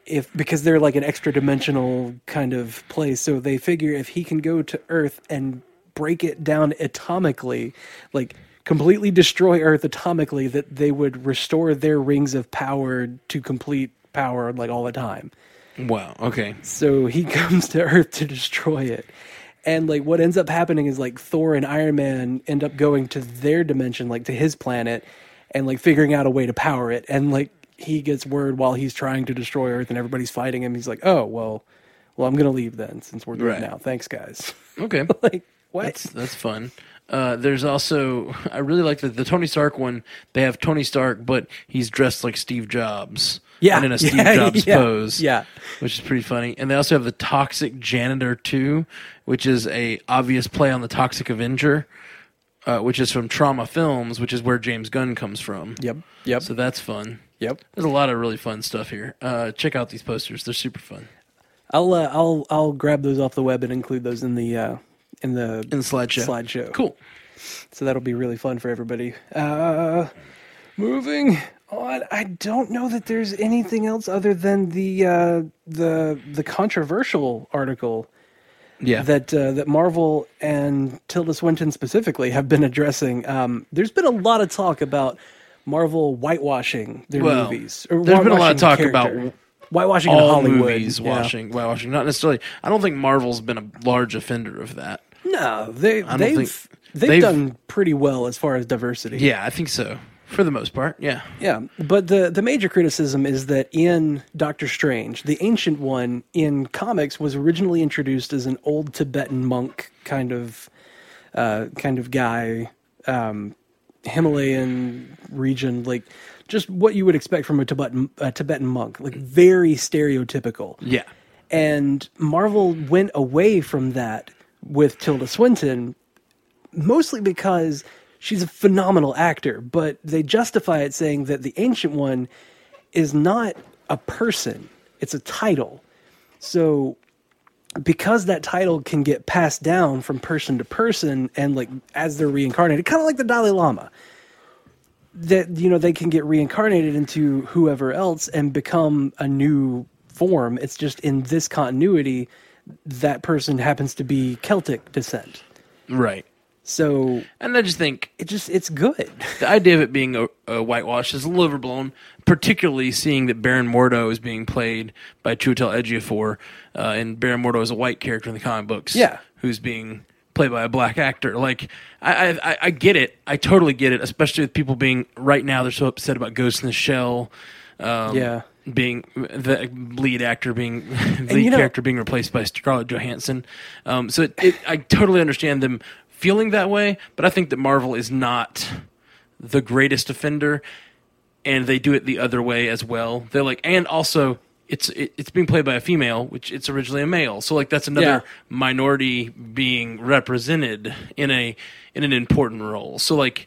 B: if because they're like an extra dimensional kind of place, so they figure if he can go to Earth and break it down atomically, like completely destroy Earth atomically, that they would restore their rings of power to complete power like all the time.
A: Wow. Okay.
B: So he comes to Earth to destroy it. And like what ends up happening is like Thor and Iron Man end up going to their dimension, like to his planet, and like figuring out a way to power it. And like he gets word while he's trying to destroy Earth and everybody's fighting him. He's like, Oh, well, well, I'm gonna leave then since we're doing
A: Right.
B: it now. Thanks guys.
A: Okay.
B: like what?
A: That's that's fun. Uh, there's also I really like the, the Tony Stark one. They have Tony Stark, but he's dressed like Steve Jobs.
B: yeah.
A: and in a Steve
B: yeah,
A: Jobs
B: yeah,
A: pose.
B: Yeah.
A: which is pretty funny. And they also have the Toxic Janitor Two, which is a obvious play on the Toxic Avenger, uh, which is from Trauma Films, which is where James Gunn comes from.
B: Yep. Yep.
A: So that's fun.
B: yep.
A: There's a lot of really fun stuff here. Uh, check out these posters; they're super fun.
B: I'll uh, I'll I'll grab those off the web and include those in the uh in the
A: In the slideshow.
B: slideshow.
A: Cool.
B: So that'll be really fun for everybody. Uh, moving on, I don't know that there's anything else other than the uh, the the controversial article
A: Yeah.
B: that uh, that Marvel and Tilda Swinton specifically have been addressing. Um, there's been a lot of talk about Marvel whitewashing their
A: Well,
B: movies. Or
A: there's been a lot of
B: whitewashing
A: talk
B: character.
A: about
B: whitewashing in
A: all
B: Hollywood.
A: movies
B: yeah.
A: washing whitewashing. Not necessarily. I don't think Marvel's been a large offender of that.
B: No, they
A: don't
B: they've,
A: think-
B: they've
A: they've-
B: done pretty well as far as diversity.
A: Yeah, I think so for the most part. Yeah.
B: Yeah, but the the major criticism is that in Doctor Strange, the ancient one in comics was originally introduced as an old Tibetan monk kind of uh, kind of guy, um, Himalayan region, like just what you would expect from a Tibetan a Tibetan monk, like very stereotypical.
A: Yeah.
B: And Marvel went away from that with Tilda Swinton, mostly because she's a phenomenal actor, but they justify it saying that the Ancient One is not a person, it's a title. So because that title can get passed down from person to person and like as they're reincarnated, kind of like the Dalai Lama. That you know they can get reincarnated into whoever else and become a new form. It's just in this continuity that person happens to be Celtic descent.
A: Right.
B: So
A: And I just think
B: it just it's good.
A: the idea of it being a, a whitewash is a little overblown, particularly seeing that Baron Mordo is being played by Chiwetel Ejiofor, uh, and Baron Mordo is a white character in the comic books.
B: Yeah.
A: who's being played by a black actor. Like, I, I- I, I get it. I totally get it, especially with people being right now. They're so upset about Ghost in the Shell. Um,
B: Yeah.
A: Being the lead actor, being the
B: you
A: lead
B: know-
A: character being replaced by Scarlett Johansson, um, so it, it, I totally understand them feeling that way. But I think that Marvel is not the greatest offender and they do it the other way as well they're like and also it's it, it's being played by a female which it's originally a male so like that's another
B: Yeah.
A: minority being represented in a in an important role so like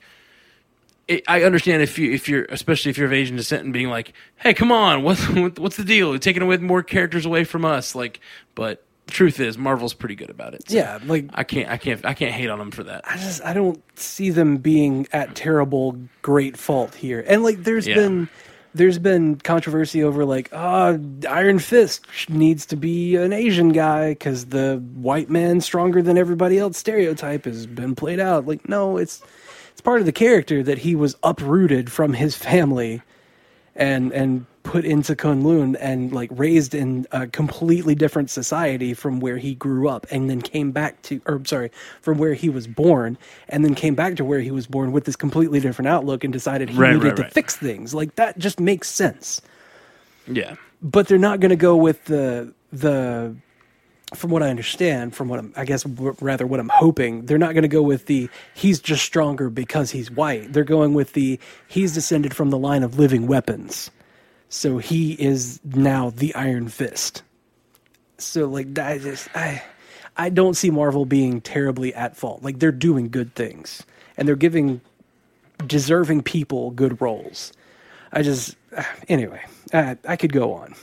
A: it, I understand if you if you're especially if you're of Asian descent and being like, hey, come on, what's what's the deal? You're taking away more characters away from us, like. But truth is, Marvel's pretty good about it. so
B: Yeah, like
A: I can't I can't I can't hate on them for that.
B: I just I don't see them being at terrible great fault here. And like there's
A: Yeah.
B: been there's been controversy over like uh Iron Fist needs to be an Asian guy cuz the white man stronger than everybody else stereotype has been played out. Like no, it's it's part of the character that he was uprooted from his family and and put into Kunlun and like raised in a completely different society from where he grew up and then came back to or sorry from where he was born and then came back to where he was born with this completely different outlook and decided he
A: Right,
B: needed
A: right,
B: to
A: right.
B: fix things like that just makes sense
A: Yeah,
B: but they're not going to go with the the from what I understand, from what I'm, I guess w- rather what I'm hoping, they're not going to go with the he's just stronger because he's white. They're going with the he's descended from the line of living weapons, so he is now the Iron Fist. So like I just I I don't see Marvel being terribly at fault. Like they're doing good things and they're giving deserving people good roles. I just anyway, I, I could go on.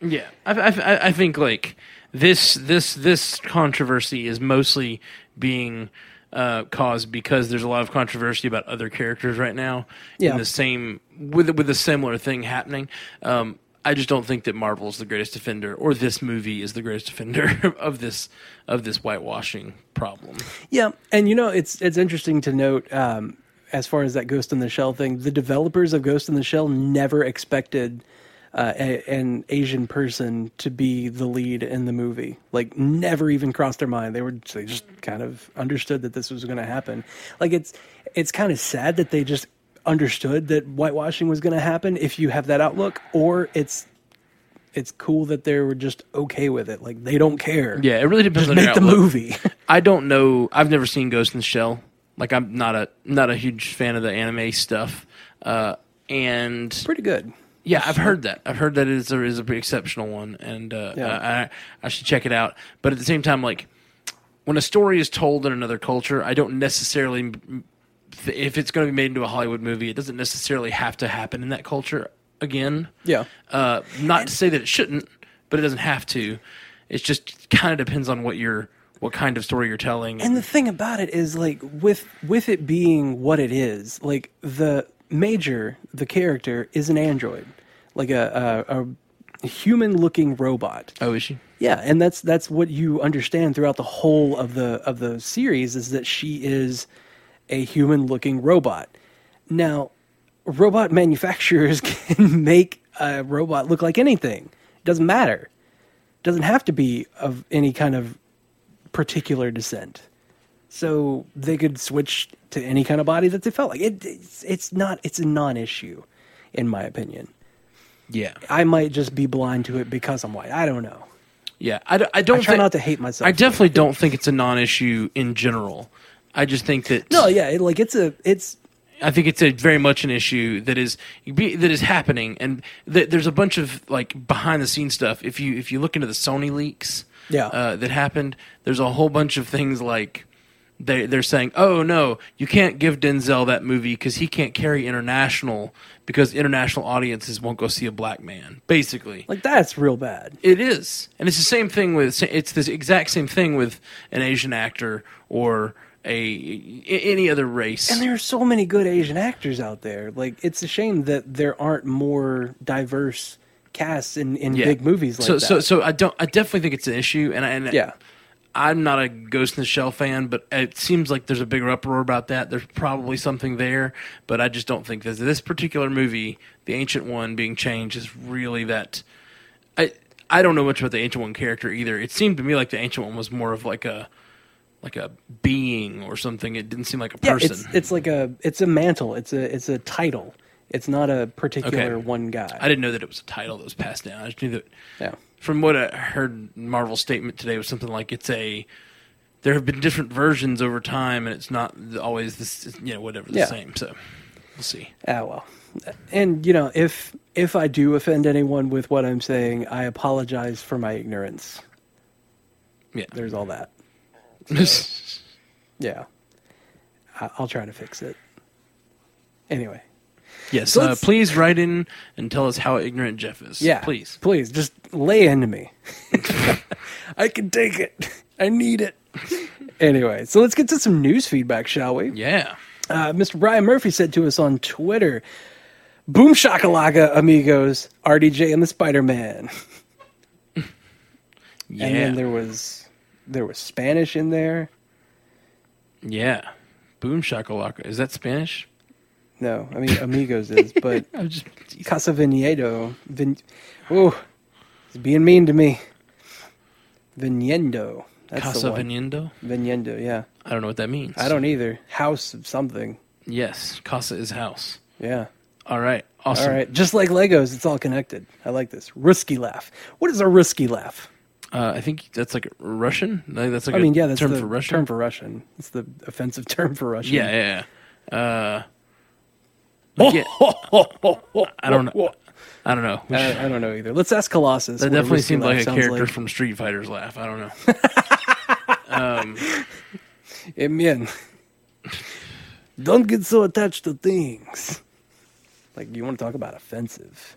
A: Yeah, I, I, I- I think like this this this controversy is mostly being uh, caused because there's a lot of controversy about other characters right now
B: Yeah.
A: in the same with with a similar thing happening. Um, I just don't think that Marvel's the greatest offender, or this movie is the greatest offender of this of this whitewashing problem.
B: Yeah, and you know it's it's interesting to note um, as far as that Ghost in the Shell thing. The developers of Ghost in the Shell never expected uh, a, an Asian person to be the lead in the movie. Like, never even crossed their mind. They were they just kind of understood that this was going to happen. Like, it's it's kind of sad that they just understood that whitewashing was going to happen if you have that outlook, or it's it's cool that they were just okay with it. Like, they don't care.
A: Yeah, it really depends on your
B: Make the
A: outlook.
B: movie.
A: I don't know. I've never seen Ghost in the Shell. Like I'm not a not a huge fan of the anime stuff. Uh, and
B: Pretty good.
A: Yeah, I've heard that. I've heard that is a is a pretty exceptional one, and uh,
B: Yeah.
A: I I should check it out. But at the same time, like when a story is told in another culture, I don't necessarily if it's going to be made into a Hollywood movie, it doesn't necessarily have to happen in that culture again.
B: Yeah.
A: Uh, not to say that it shouldn't, but it doesn't have to. It just kind of depends on what you're what kind of story you're telling.
B: And the thing about it is like with with it being what it is, like the major, the character is an android, like a a, a human looking robot.
A: oh, is she?
B: Yeah, and that's that's what you understand throughout the whole of the of the series is that she is a human looking robot. Now, robot manufacturers can make a robot look like anything. It doesn't matter. It doesn't have to be of any kind of particular descent. So they could switch to any kind of body that they felt like. It, it's, it's not it's a non-issue in my opinion.
A: Yeah.
B: I might just be blind to it because I'm white. I don't know.
A: Yeah, I, d- I don't
B: I try
A: thi-
B: not to hate myself
A: I
B: for
A: definitely don't think it's a non-issue in general. I just think that
B: No, yeah, it, like it's a it's
A: I think it's a very much an issue that is be- that is happening, and th- there's a bunch of like behind the scenes stuff. If you if you look into the Sony leaks,
B: Yeah.
A: uh, that happened. There's a whole bunch of things like they they're saying, "Oh no, you can't give Denzel that movie because he can't carry international because international audiences won't go see a black man." Basically,
B: Like that's real bad.
A: it is, and it's the same thing with it's the exact same thing with an Asian actor or a a- any other race.
B: And there are so many good Asian actors out there. Like it's a shame that there aren't more diverse casts in, in
A: Yeah.
B: big movies like
A: so,
B: that.
A: So, so I don't. I definitely think it's an issue, and I, and
B: Yeah.
A: I'm not a Ghost in the Shell fan, but it seems like there's a bigger uproar about that. There's probably something there, but I just don't think this this particular movie, the Ancient One, being changed is really that. I I don't know much about the Ancient One character either. It seemed to me like the Ancient One was more of like a like a being or something. It didn't seem like a
B: yeah,
A: person.
B: it's it's like a it's a mantle. It's a it's a title. It's not a particular
A: Okay.
B: one guy.
A: I didn't know that it was a title that was passed down. I just knew that.
B: yeah.
A: from what I heard, Marvel's statement today was something like it's a. There have been different versions over time, and it's not always this, you know, whatever the
B: Yeah.
A: same. So we'll see.
B: Ah well. And you know, if if I do offend anyone with what I'm saying, I apologize for my ignorance.
A: Yeah,
B: There's all that. Yeah. I- I'll try to fix it. Anyway.
A: yes.
B: So
A: uh,
B: let's-
A: please write in and tell us how ignorant Jeff is.
B: Yeah.
A: please.
B: Please just lay into me. I can take it. I need it. anyway, so let's get to some news feedback, shall we?
A: Yeah.
B: Uh, Mr. Brian Murphy said to us on Twitter, Boom shakalaka, amigos, RDJ and the Spider Man.
A: Yeah.
B: And then there was there was Spanish in there.
A: yeah. Boom shakalaka. Is that Spanish?
B: No, I mean amigos is, but
A: I was just.
B: Casa Vinedo. Vin- oh, he's being mean to me. Viniendo. That's
A: Casa
B: the one.
A: Veniendo?
B: Viniendo, yeah.
A: I don't know what that means.
B: I don't either. House of something.
A: Yes. Casa is house.
B: Yeah.
A: All right. Awesome.
B: All right. Just like Legos, it's all connected. I like this. Risky laugh. What is a risky laugh?
A: Uh, I think that's like Russian. Like, That's like
B: I
A: a
B: mean, yeah, that's
A: term
B: the
A: for Russian.
B: term for Russian. It's the offensive term for Russian.
A: Yeah, yeah. yeah. Uh, like, yeah. I don't know. I don't
B: Uh,
A: know.
B: I, I don't know either. Let's ask Colossus.
A: that
B: what a
A: definitely
B: risky
A: seemed
B: laugh
A: like a
B: sounds
A: character
B: like.
A: from Street Fighter's laugh. I don't know.
B: Hey, man, don't get so attached to things. Like, you want to talk about offensive.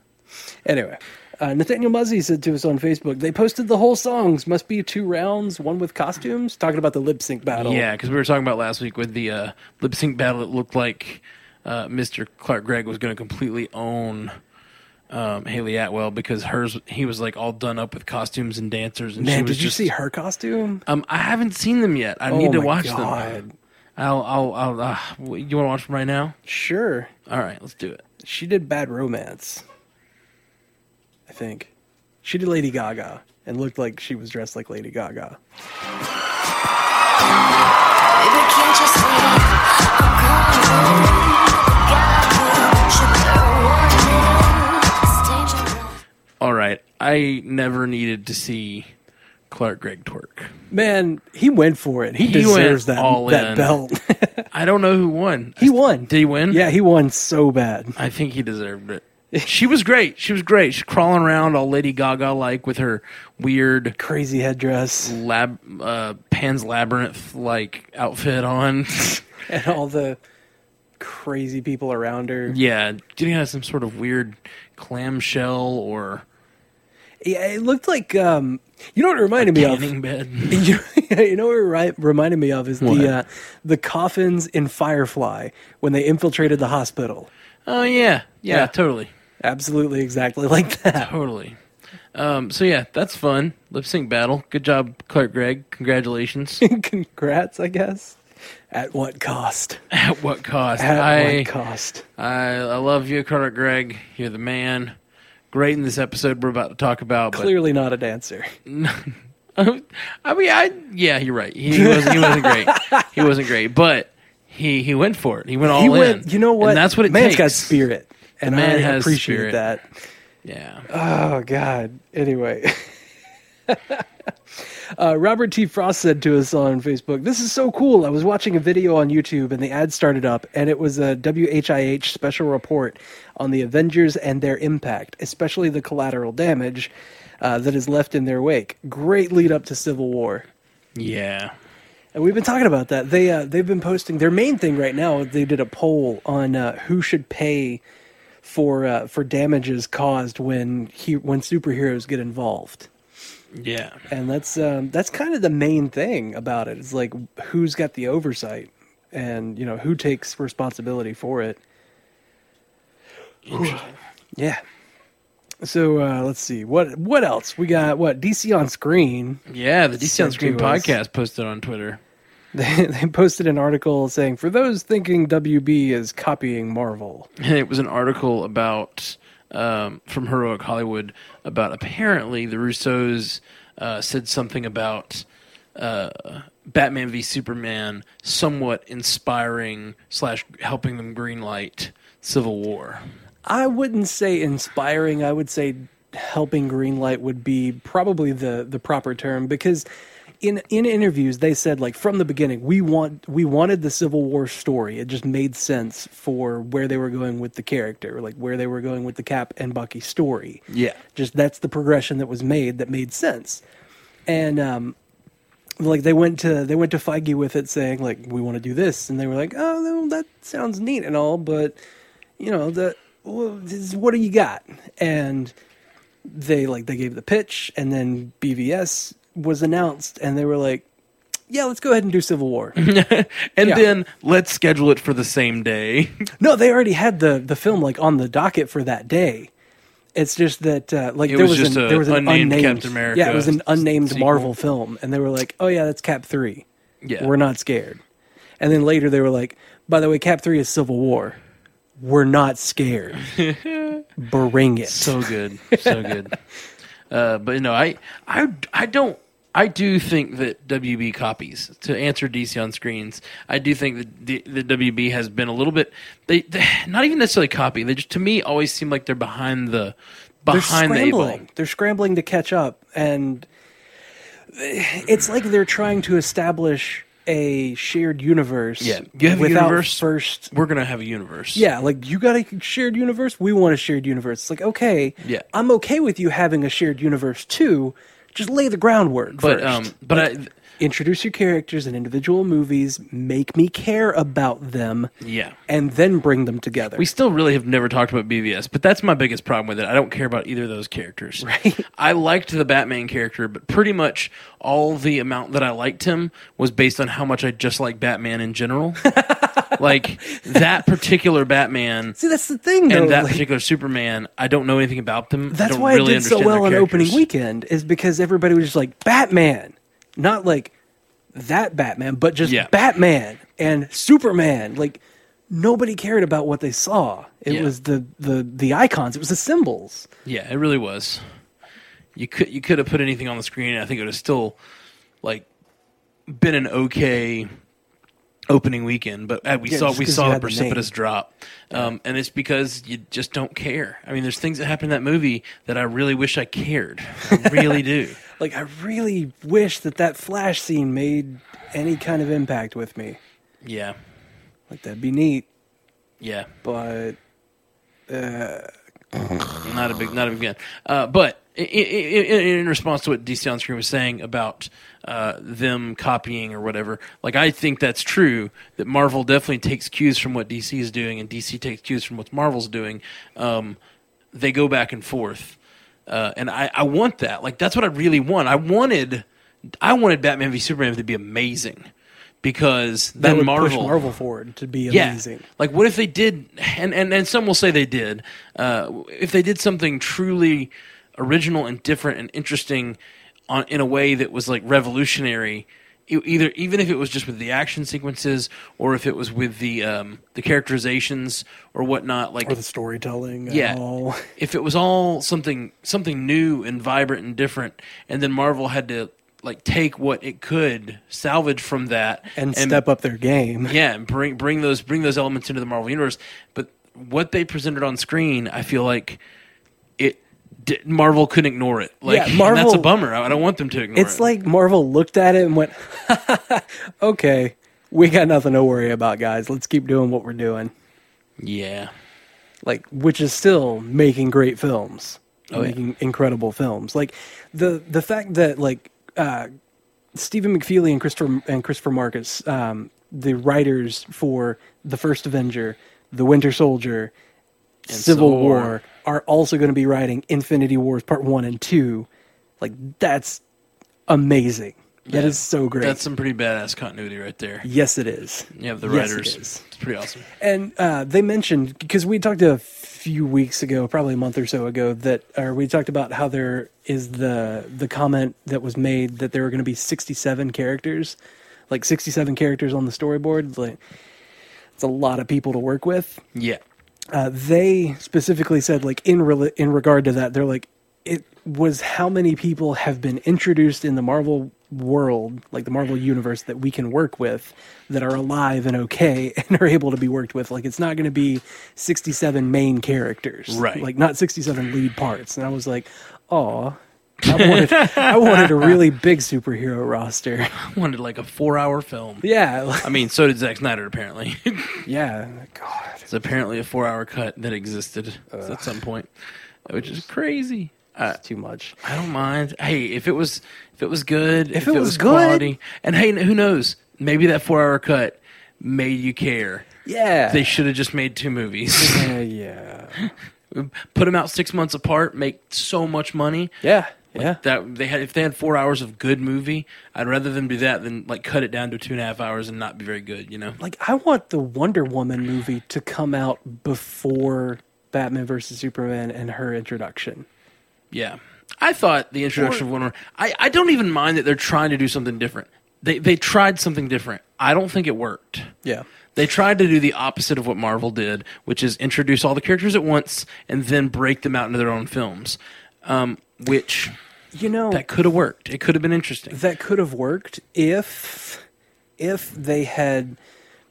B: Anyway, uh, Nathaniel Muzzy said to us on Facebook, they posted the whole songs. Must be two rounds, one with costumes. Talking about the lip sync battle.
A: yeah, because we were talking about last week with the uh, lip sync battle. It looked like uh, Mr. Clark Gregg was going to completely own um, Haley Atwell because hers he was like all done up with costumes and dancers. And she
B: Man,
A: was
B: did you
A: just,
B: see her costume?
A: Um, I haven't seen them yet. I need to
B: my
A: watch
B: God.
A: them. I'll, I'll, I'll. Uh, you want to watch them right now?
B: Sure.
A: All right, let's do it.
B: She did Bad Romance. I think. She did Lady Gaga and looked like she was dressed like Lady Gaga.
C: Baby, can't you see I'm calling? Got you, should there warning? It's dangerous.
A: All right. I never needed to see Clark Gregg twerk.
B: Man, he went for it. He,
A: He went
B: deserves that,
A: all
B: that
A: in.
B: belt.
A: I don't know who won.
B: he won.
A: Did he win?
B: Yeah, he won so bad.
A: I think he deserved it. She was great. She was great. She's crawling around all Lady Gaga like with her weird
B: Crazy headdress
A: lab uh Pan's Labyrinth like outfit on.
B: and all the crazy people around her.
A: yeah. Did he have some sort of weird clamshell or
B: Yeah, it looked like um you know what it reminded me of?
A: tanning bed?
B: You, you know what it ri- reminded me of is
A: What?
B: the uh, the coffins in Firefly when they infiltrated the hospital.
A: Oh yeah. Yeah,
B: Yeah.
A: totally.
B: Absolutely, exactly like that.
A: Totally. Um, so yeah, that's fun. Lip sync battle. Good job, Clark Gregg. Congratulations.
B: Congrats, I guess. At what cost?
A: At what cost?
B: At
A: I,
B: what cost?
A: I I love you, Carter Gregg. You're the man. Great in this episode we're about to talk about. But
B: Clearly not a dancer.
A: I mean, I yeah, you're right. He, wasn't, he wasn't great. He wasn't great, but he he went for it. He went all
B: he
A: in.
B: went. You know what?
A: And that's what it
B: Man's
A: takes.
B: got spirit, and
A: man
B: I
A: has
B: appreciate
A: spirit.
B: that.
A: Yeah.
B: Oh God. Anyway. Uh, Robert T. Frost said to us on Facebook, "This is so cool. I was watching a video on YouTube, and the ad started up, and it was a WHIH special report on the Avengers and their impact, especially the collateral damage uh, that is left in their wake. Great lead up to Civil War.
A: yeah.
B: And we've been talking about that. They uh, they've been posting their main thing right now. They did a poll on uh, who should pay for uh, for damages caused when he when superheroes get involved.
A: Yeah.
B: And that's um, that's kind of the main thing about it. It's like who's got the oversight, and you know who takes responsibility for it. Yeah. So uh, let's see what what else we got. What DC on screen?
A: Yeah, the DC on
B: Sent
A: Screen
B: to us.
A: podcast posted on Twitter.
B: They, they posted an article saying for those thinking WB is copying Marvel.
A: and it was an article about um, from Heroic Hollywood about apparently the Russos uh, said something about uh, Batman v Superman somewhat inspiring slash helping them greenlight Civil War.
B: I wouldn't say inspiring. I would say helping Greenlight would be probably the the proper term because in in interviews they said like from the beginning we want we wanted the Civil War story. It just made sense for where they were going with the character, like where they were going with the Cap and Bucky story.
A: Yeah,
B: Just that's the progression that was made that made sense. And um like they went to they went to Feige with it saying like we want to do this and they were like oh no, that sounds neat and all but you know the well, this, what do you got and they like they gave the pitch and then BVS was announced and they were like yeah let's go ahead and do Civil War
A: and
B: Yeah.
A: then let's schedule it for the same day.
B: no they already had the the film like on the docket for that day it's just that uh, like
A: It
B: there
A: was
B: was,
A: just
B: an,
A: a
B: there was an
A: unnamed
B: unnamed,
A: Captain America
B: yeah it was an unnamed
A: sequel.
B: Marvel film and they were like oh yeah that's Cap three
A: Yeah,
B: We're not scared. And then later they were like, by the way, Cap 3 is Civil War. We're not scared. Bring it.
A: so good, so good. Uh, but you know, I, I, I don't. I do think that WB copies to answer DC on screens. I do think that D, the WB has been a little bit. They, they not even necessarily copy. They just to me always seem like they're behind the
B: they're
A: behind the eight ball.
B: scrambling. They're scrambling to catch up. And it's like they're trying to establish a shared universe
A: Yeah, you have a
B: without
A: universe.
B: first
A: We're gonna have a universe.
B: Yeah, like you got a shared universe. We want a shared universe. It's like okay,
A: Yeah.
B: I'm okay with you having a shared universe too. Just lay the groundwork.
A: but
B: first.
A: um, but I,
B: introduce your characters in individual movies, make me care about them,
A: yeah.
B: and then bring them together.
A: We still really have never talked about BVS, but that's my biggest problem with it. I don't care about either of those characters.
B: Right.
A: I liked the Batman character, but pretty much all the amount that I liked him was based on how much I just like Batman in general. like that particular Batman
B: See, that's the thing, though.
A: and that
B: like,
A: particular Superman, I don't know anything about them. I
B: that's
A: don't
B: why
A: really
B: it did so
A: understand their
B: well on opening
A: characters.
B: weekend, is because everybody was just like Batman, not like that Batman, but just
A: Yeah.
B: Batman and Superman. Like nobody cared about what they saw. It
A: Yeah.
B: was the the the icons. It was the symbols.
A: Yeah, it really was. You could you could have put anything on the screen. and I think it would have still like been an okay opening weekend. But uh, we
B: Yeah,
A: saw
B: just
A: we
B: 'cause
A: saw
B: you
A: the
B: had the name.
A: precipitous drop, um, and it's because you just don't care. I mean, there's things that happen in that movie that I really wish I cared. I really do.
B: Like I really wish that that flash scene made any kind of impact with me.
A: Yeah,
B: Like that'd be neat.
A: yeah.
B: but
A: not a big not a big fan. Uh, but in, in, in response to what DC on screen was saying about uh, them copying or whatever, like I think that's true. That Marvel definitely takes cues from what DC is doing, and DC takes cues from what Marvel's doing. Um, they go back and forth, uh, and I, I want that. Like that's what I really want. I wanted I wanted Batman v Superman to be amazing because
B: that
A: then
B: would
A: Marvel
B: push Marvel forward to be
A: yeah.
B: amazing.
A: Like, what if they did? And and and some will say they did. Uh, if they did something truly original and different and interesting, on in a way that was like revolutionary. e- Either even if it was just with the action sequences, or if it was with the um, the characterizations or whatnot, like
B: Or the storytelling.
A: yeah,
B: And all.
A: if it was all something something new and vibrant and different, and then Marvel had to like take what it could salvage from that
B: And, step up their game.
A: yeah, and bring bring those bring those elements into the Marvel universe. But what they presented on screen, I feel like it di- Marvel couldn't ignore it. Like
B: Yeah,
A: and that's a
B: Marvel-
A: bummer. I I don't want them to ignore it.
B: It's like Marvel looked at it and went, okay, we got nothing to worry about, guys. Let's keep doing what we're doing.
A: yeah,
B: Like, which is still making great films,
A: Oh, yeah.
B: making incredible films. Like the the fact that like uh, Stephen McFeely and Christopher and Christopher Marcus, um, the writers for the first Avenger, the Winter Soldier, Civil
A: Civil
B: War,
A: War.
B: are also going to be writing Infinity Wars Part One and Two. Like that's amazing. That
A: Yeah.
B: is so great.
A: That's some pretty badass continuity right there.
B: yes, it is.
A: You have the
B: Yes, it
A: writers.
B: is.
A: It's pretty awesome.
B: And uh, they mentioned because we talked a few weeks ago, probably a month or so ago, that or we talked about how there is the the comment that was made that there were going to be sixty seven characters, like sixty seven characters on the storyboard. Like it's a lot of people to work with.
A: Yeah.
B: Uh, they specifically said like in rela in regard to that, they're like it was how many people have been introduced in the Marvel world, like the Marvel universe that we can work with that are alive and okay and are able to be worked with. Like it's not going to be 67 main characters.
A: Right.
B: Like not 67 lead parts. And I was like, "Oh, I wanted, I wanted a really big superhero roster."
A: I wanted like a four hour film.
B: Yeah. like-
A: I mean, so did Zack Snyder apparently.
B: yeah. God.
A: It's apparently a four hour cut that existed at some point, which is crazy. I,
B: It's too much.
A: I don't mind. Hey, if it was if it was good, if,
B: it was good.
A: and hey, who knows? Maybe that four hour cut made you care.
B: Yeah.
A: They should have just made two movies.
B: yeah, yeah.
A: Put them out six months apart, make so much money.
B: Yeah. Yeah.
A: That they had if they had four hours of good movie, I'd rather them do that than like cut it down to two and a half hours and not be very good. You know?
B: like I want the Wonder Woman movie to come out before Batman versus Superman and her introduction.
A: Yeah. I thought the introduction of Wonder. I I don't even mind that they're trying to do something different. They they tried something different. I don't think it worked.
B: Yeah.
A: They tried to do the opposite of what Marvel did, which is introduce all the characters at once and then break them out into their own films, um, which
B: You know
A: that could have worked. It could have been interesting.
B: that could have worked if if they had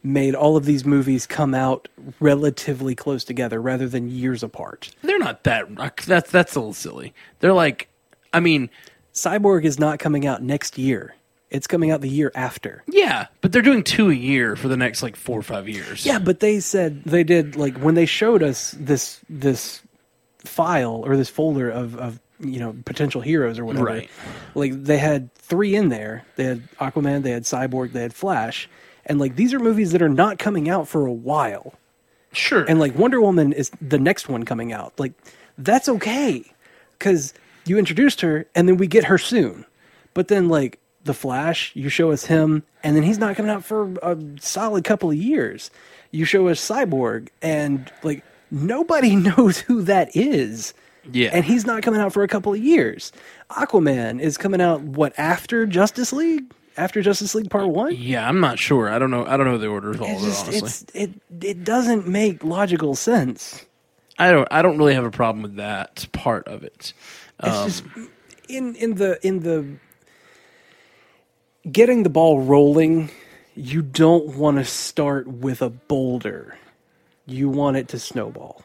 B: made all of these movies come out relatively close together rather than years apart.
A: They're not that. That's that's a little silly. They're like, I mean,
B: Cyborg is not coming out next year. It's coming out the year after.
A: yeah, but they're doing two a year for the next like four or five years.
B: Yeah, but they said they did like when they showed us this this file or this folder of of you know potential heroes or whatever.
A: Right.
B: Like they had three in there. They had Aquaman, they had Cyborg, they had Flash, and like these are movies that are not coming out for a while.
A: sure.
B: And like Wonder Woman is the next one coming out. Like that's okay because you introduced her and then we get her soon. But then like the Flash, you show us him, and then he's not coming out for a solid couple of years. You show us Cyborg, and like nobody knows who that is.
A: Yeah.
B: and he's not coming out for a couple of years. Aquaman is coming out what after Justice League? After Justice League Part One?
A: yeah, I'm not sure. I don't know. I don't know the order of all of
B: It's
A: it.
B: just
A: Honestly,
B: it's it it doesn't make logical sense.
A: I don't. I don't really have a problem with that part of it.
B: It's just in in the in the getting the ball rolling. You don't want to start with a boulder. You want it to snowball.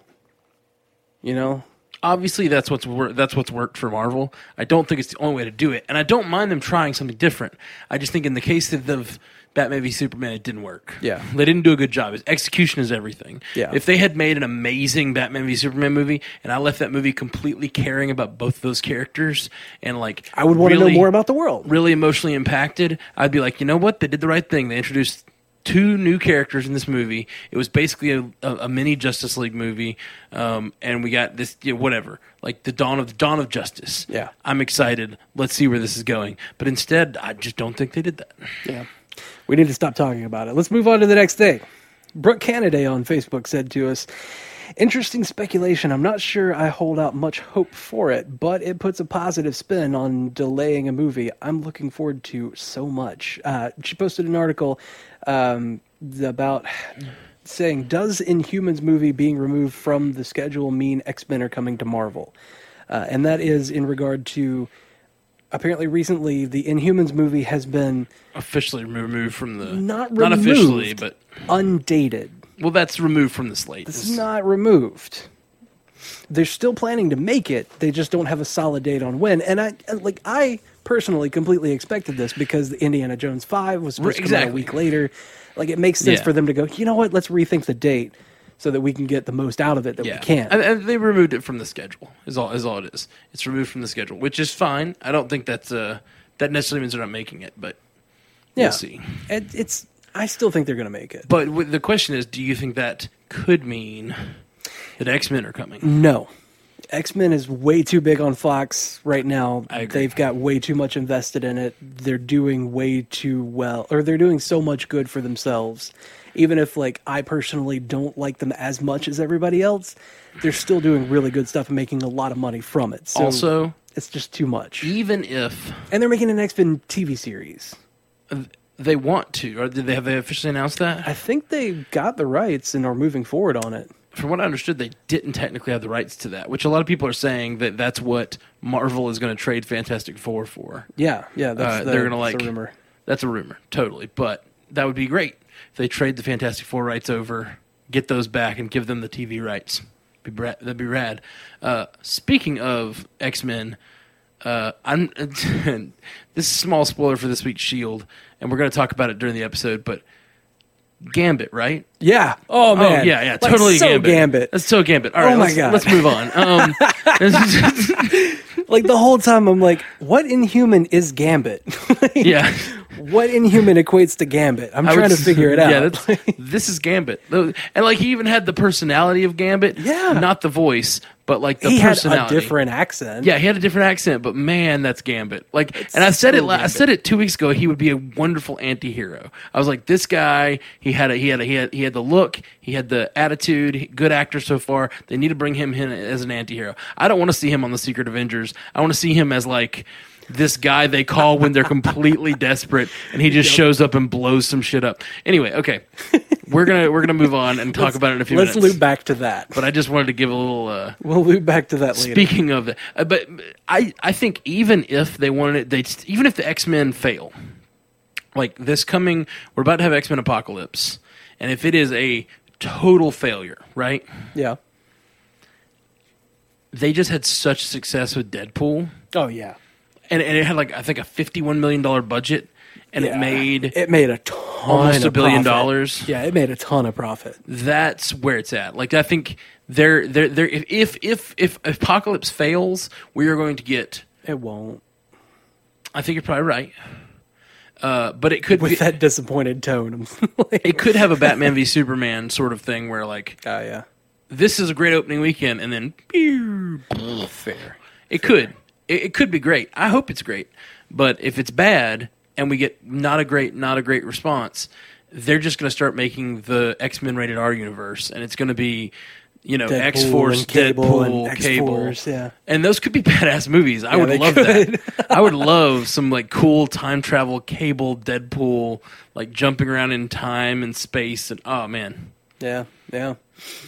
B: You know,
A: obviously that's what's wor- that's what's worked for Marvel. I don't think it's the only way to do it, and I don't mind them trying something different. I just think in the case of the Batman v Superman, it didn't work.
B: Yeah.
A: they didn't do a good job. It's- Execution is everything.
B: Yeah.
A: if they had made an amazing Batman v Superman movie, and I left that movie completely caring about both those characters, and like
B: I would want to
A: really-
B: know more about the world.
A: really emotionally impacted, I'd be like, you know what? They did the right thing. They introduced two new characters in this movie. It was basically a, a, a mini Justice League movie, um, and we got this you know, whatever, like the dawn of the dawn of justice.
B: Yeah.
A: I'm excited. Let's see where this is going. But instead, I just don't think they did that.
B: Yeah. We need to stop talking about it. Let's move on to the next thing. Brooke Canaday on Facebook said to us, Interesting speculation. I'm not sure I hold out much hope for it, but it puts a positive spin on delaying a movie I'm looking forward to so much. Uh, she posted an article um, about saying, Does Inhumans movie being removed from the schedule mean X Men are coming to Marvel? Uh, and that is in regard to apparently recently the Inhumans movie has been
A: Officially removed from the
B: not
A: not
B: removed,
A: officially, but
B: undated.
A: well, that's removed from the slate.
B: It's not removed. They're still planning to make it. They just don't have a solid date on when. And I and, like I personally completely expected this because the Indiana Jones Five was supposed to come out a
A: Exactly.
B: week later. Like it makes sense
A: Yeah.
B: for them to go. You know what? Let's rethink the date so that we can get the most out of it that
A: Yeah,
B: we can.
A: And, and they removed it from the schedule. Is all is all it is. It's removed from the schedule, which is fine. I don't think that's a That necessarily means they're not making it, but
B: Yeah.
A: we'll see.
B: It, it's. I still think they're going to make it.
A: But w- the question is, do you think that could mean that X Men are coming?
B: No. X Men is way too big on Fox right now.
A: I agree.
B: They've got way too much invested in it. They're doing way too well, or they're doing so much good for themselves. Even if, like, I personally don't like them as much as everybody else, they're still doing really good stuff and making a lot of money from it. So
A: also,
B: it's just too much.
A: even if
B: And they're making an X Men TV series.
A: they want to, or did they have they officially announced that?
B: I think they got the rights and are moving forward on it.
A: from what I understood, they didn't technically have the rights to that, which a lot of people are saying that that's what Marvel is going to trade Fantastic Four for.
B: Yeah, yeah, that's
A: Uh,
B: the,
A: they're going to
B: that's
A: like
B: the rumor.
A: That's a rumor, totally. But that would be great if they trade the Fantastic Four rights over, get those back, and give them the TV rights. Be bra- that'd be rad. Uh, speaking of X Men, uh, I'm this is a small spoiler for this week's Shield, E and we're going to talk about it during the episode. But Gambit, right?
B: Yeah. Oh man.
A: Oh yeah, yeah,
B: Like,
A: totally
B: so
A: Gambit.
B: Gambit.
A: That's so Gambit. All
B: Oh,
A: right,
B: my
A: let's,
B: God.
A: let's move on. Um,
B: like the whole time I'm like, what inhuman is Gambit? Like,
A: yeah,
B: What inhuman equates to Gambit? I'm
A: I
B: trying
A: would-
B: to figure it out.
A: Yeah, that's, this is Gambit, and like he even had the personality of Gambit.
B: Yeah.
A: not the voice, but like the
B: he had a
A: personality.
B: different accent.
A: yeah, he had a different accent, but man, that's Gambit. Like, and I said it.
B: so
A: la- I
B: Gambit.
A: said it two weeks ago. He would be a wonderful anti-hero. I was like, this guy. He had a. He had a. He had. He had the look. He had the attitude. he- Good actor so far. They need to bring him in as an anti-hero. I don't want to see him on the Secret Avengers. I want to see him as like this guy they call when they're completely desperate, and he just shows up and blows some shit up. Anyway, okay, we're gonna we're gonna move on and talk about it in a few
B: Let's
A: minutes.
B: loop back to that.
A: But I just wanted to give a little. Uh,
B: we'll loop back to that later.
A: Speaking of that, uh, but I I think even if they wanted it, they even if the X Men fail, like this coming, we're about to have X Men Apocalypse, and if it is a total failure, right?
B: Yeah.
A: They just had such success with Deadpool,
B: Oh yeah.
A: and and it had like I think a fifty one million dollar budget, and it
B: Yeah.
A: made.
B: it made a ton
A: almost a
B: of
A: billion
B: profit.
A: dollars.
B: Yeah, it made a ton of profit.
A: that's where it's at. Like I think they're they're, they're if, if if if Apocalypse fails, we are going to get.
B: It won't.
A: I think you're probably right. Uh, but it could
B: With
A: be,
B: that disappointed tone. like,
A: it could have a Batman v Superman sort of thing where like
B: oh yeah.
A: this is a great opening weekend and then pew.
B: Fair.
A: it could it, it could be great. I hope it's great, but if it's bad and we get not a great not a great response, they're just going to start making the X Men rated R universe and it's going to be you know
B: Deadpool
A: X Force,
B: and Cable
A: Deadpool,
B: and
A: Cable,
B: X-Force, yeah.
A: and those could be badass movies. I
B: they
A: would love
B: could.
A: that. I would love some like cool time travel, Cable, Deadpool, like jumping around in time and space, and oh man.
B: Yeah. Yeah.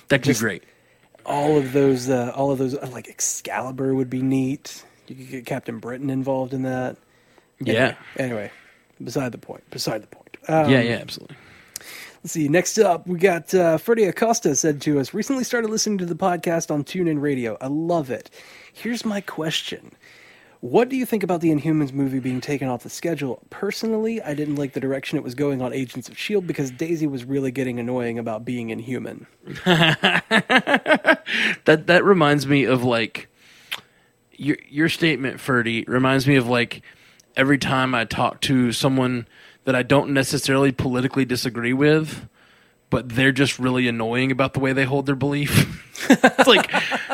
A: That'd be great.
B: all of those uh, all of those uh, like Excalibur would be neat. You could get Captain Britain involved in that.
A: Yeah.
B: Anyway, beside the point. Beside the point. Um,
A: yeah, yeah, absolutely.
B: Let's see. Next up, we got uh, Freddie Acosta said to us recently started listening to the podcast on TuneIn Radio. I love it. Here's my question. What do you think about the Inhumans movie being taken off the schedule? Personally, I didn't like the direction it was going on Agents of S.H.I.E.L.D. E because Daisy was really getting annoying about being inhuman.
A: That that reminds me of like your your statement, Ferdy, reminds me of like every time I talk to someone that I don't necessarily politically disagree with, but they're just really annoying about the way they hold their belief. it's like,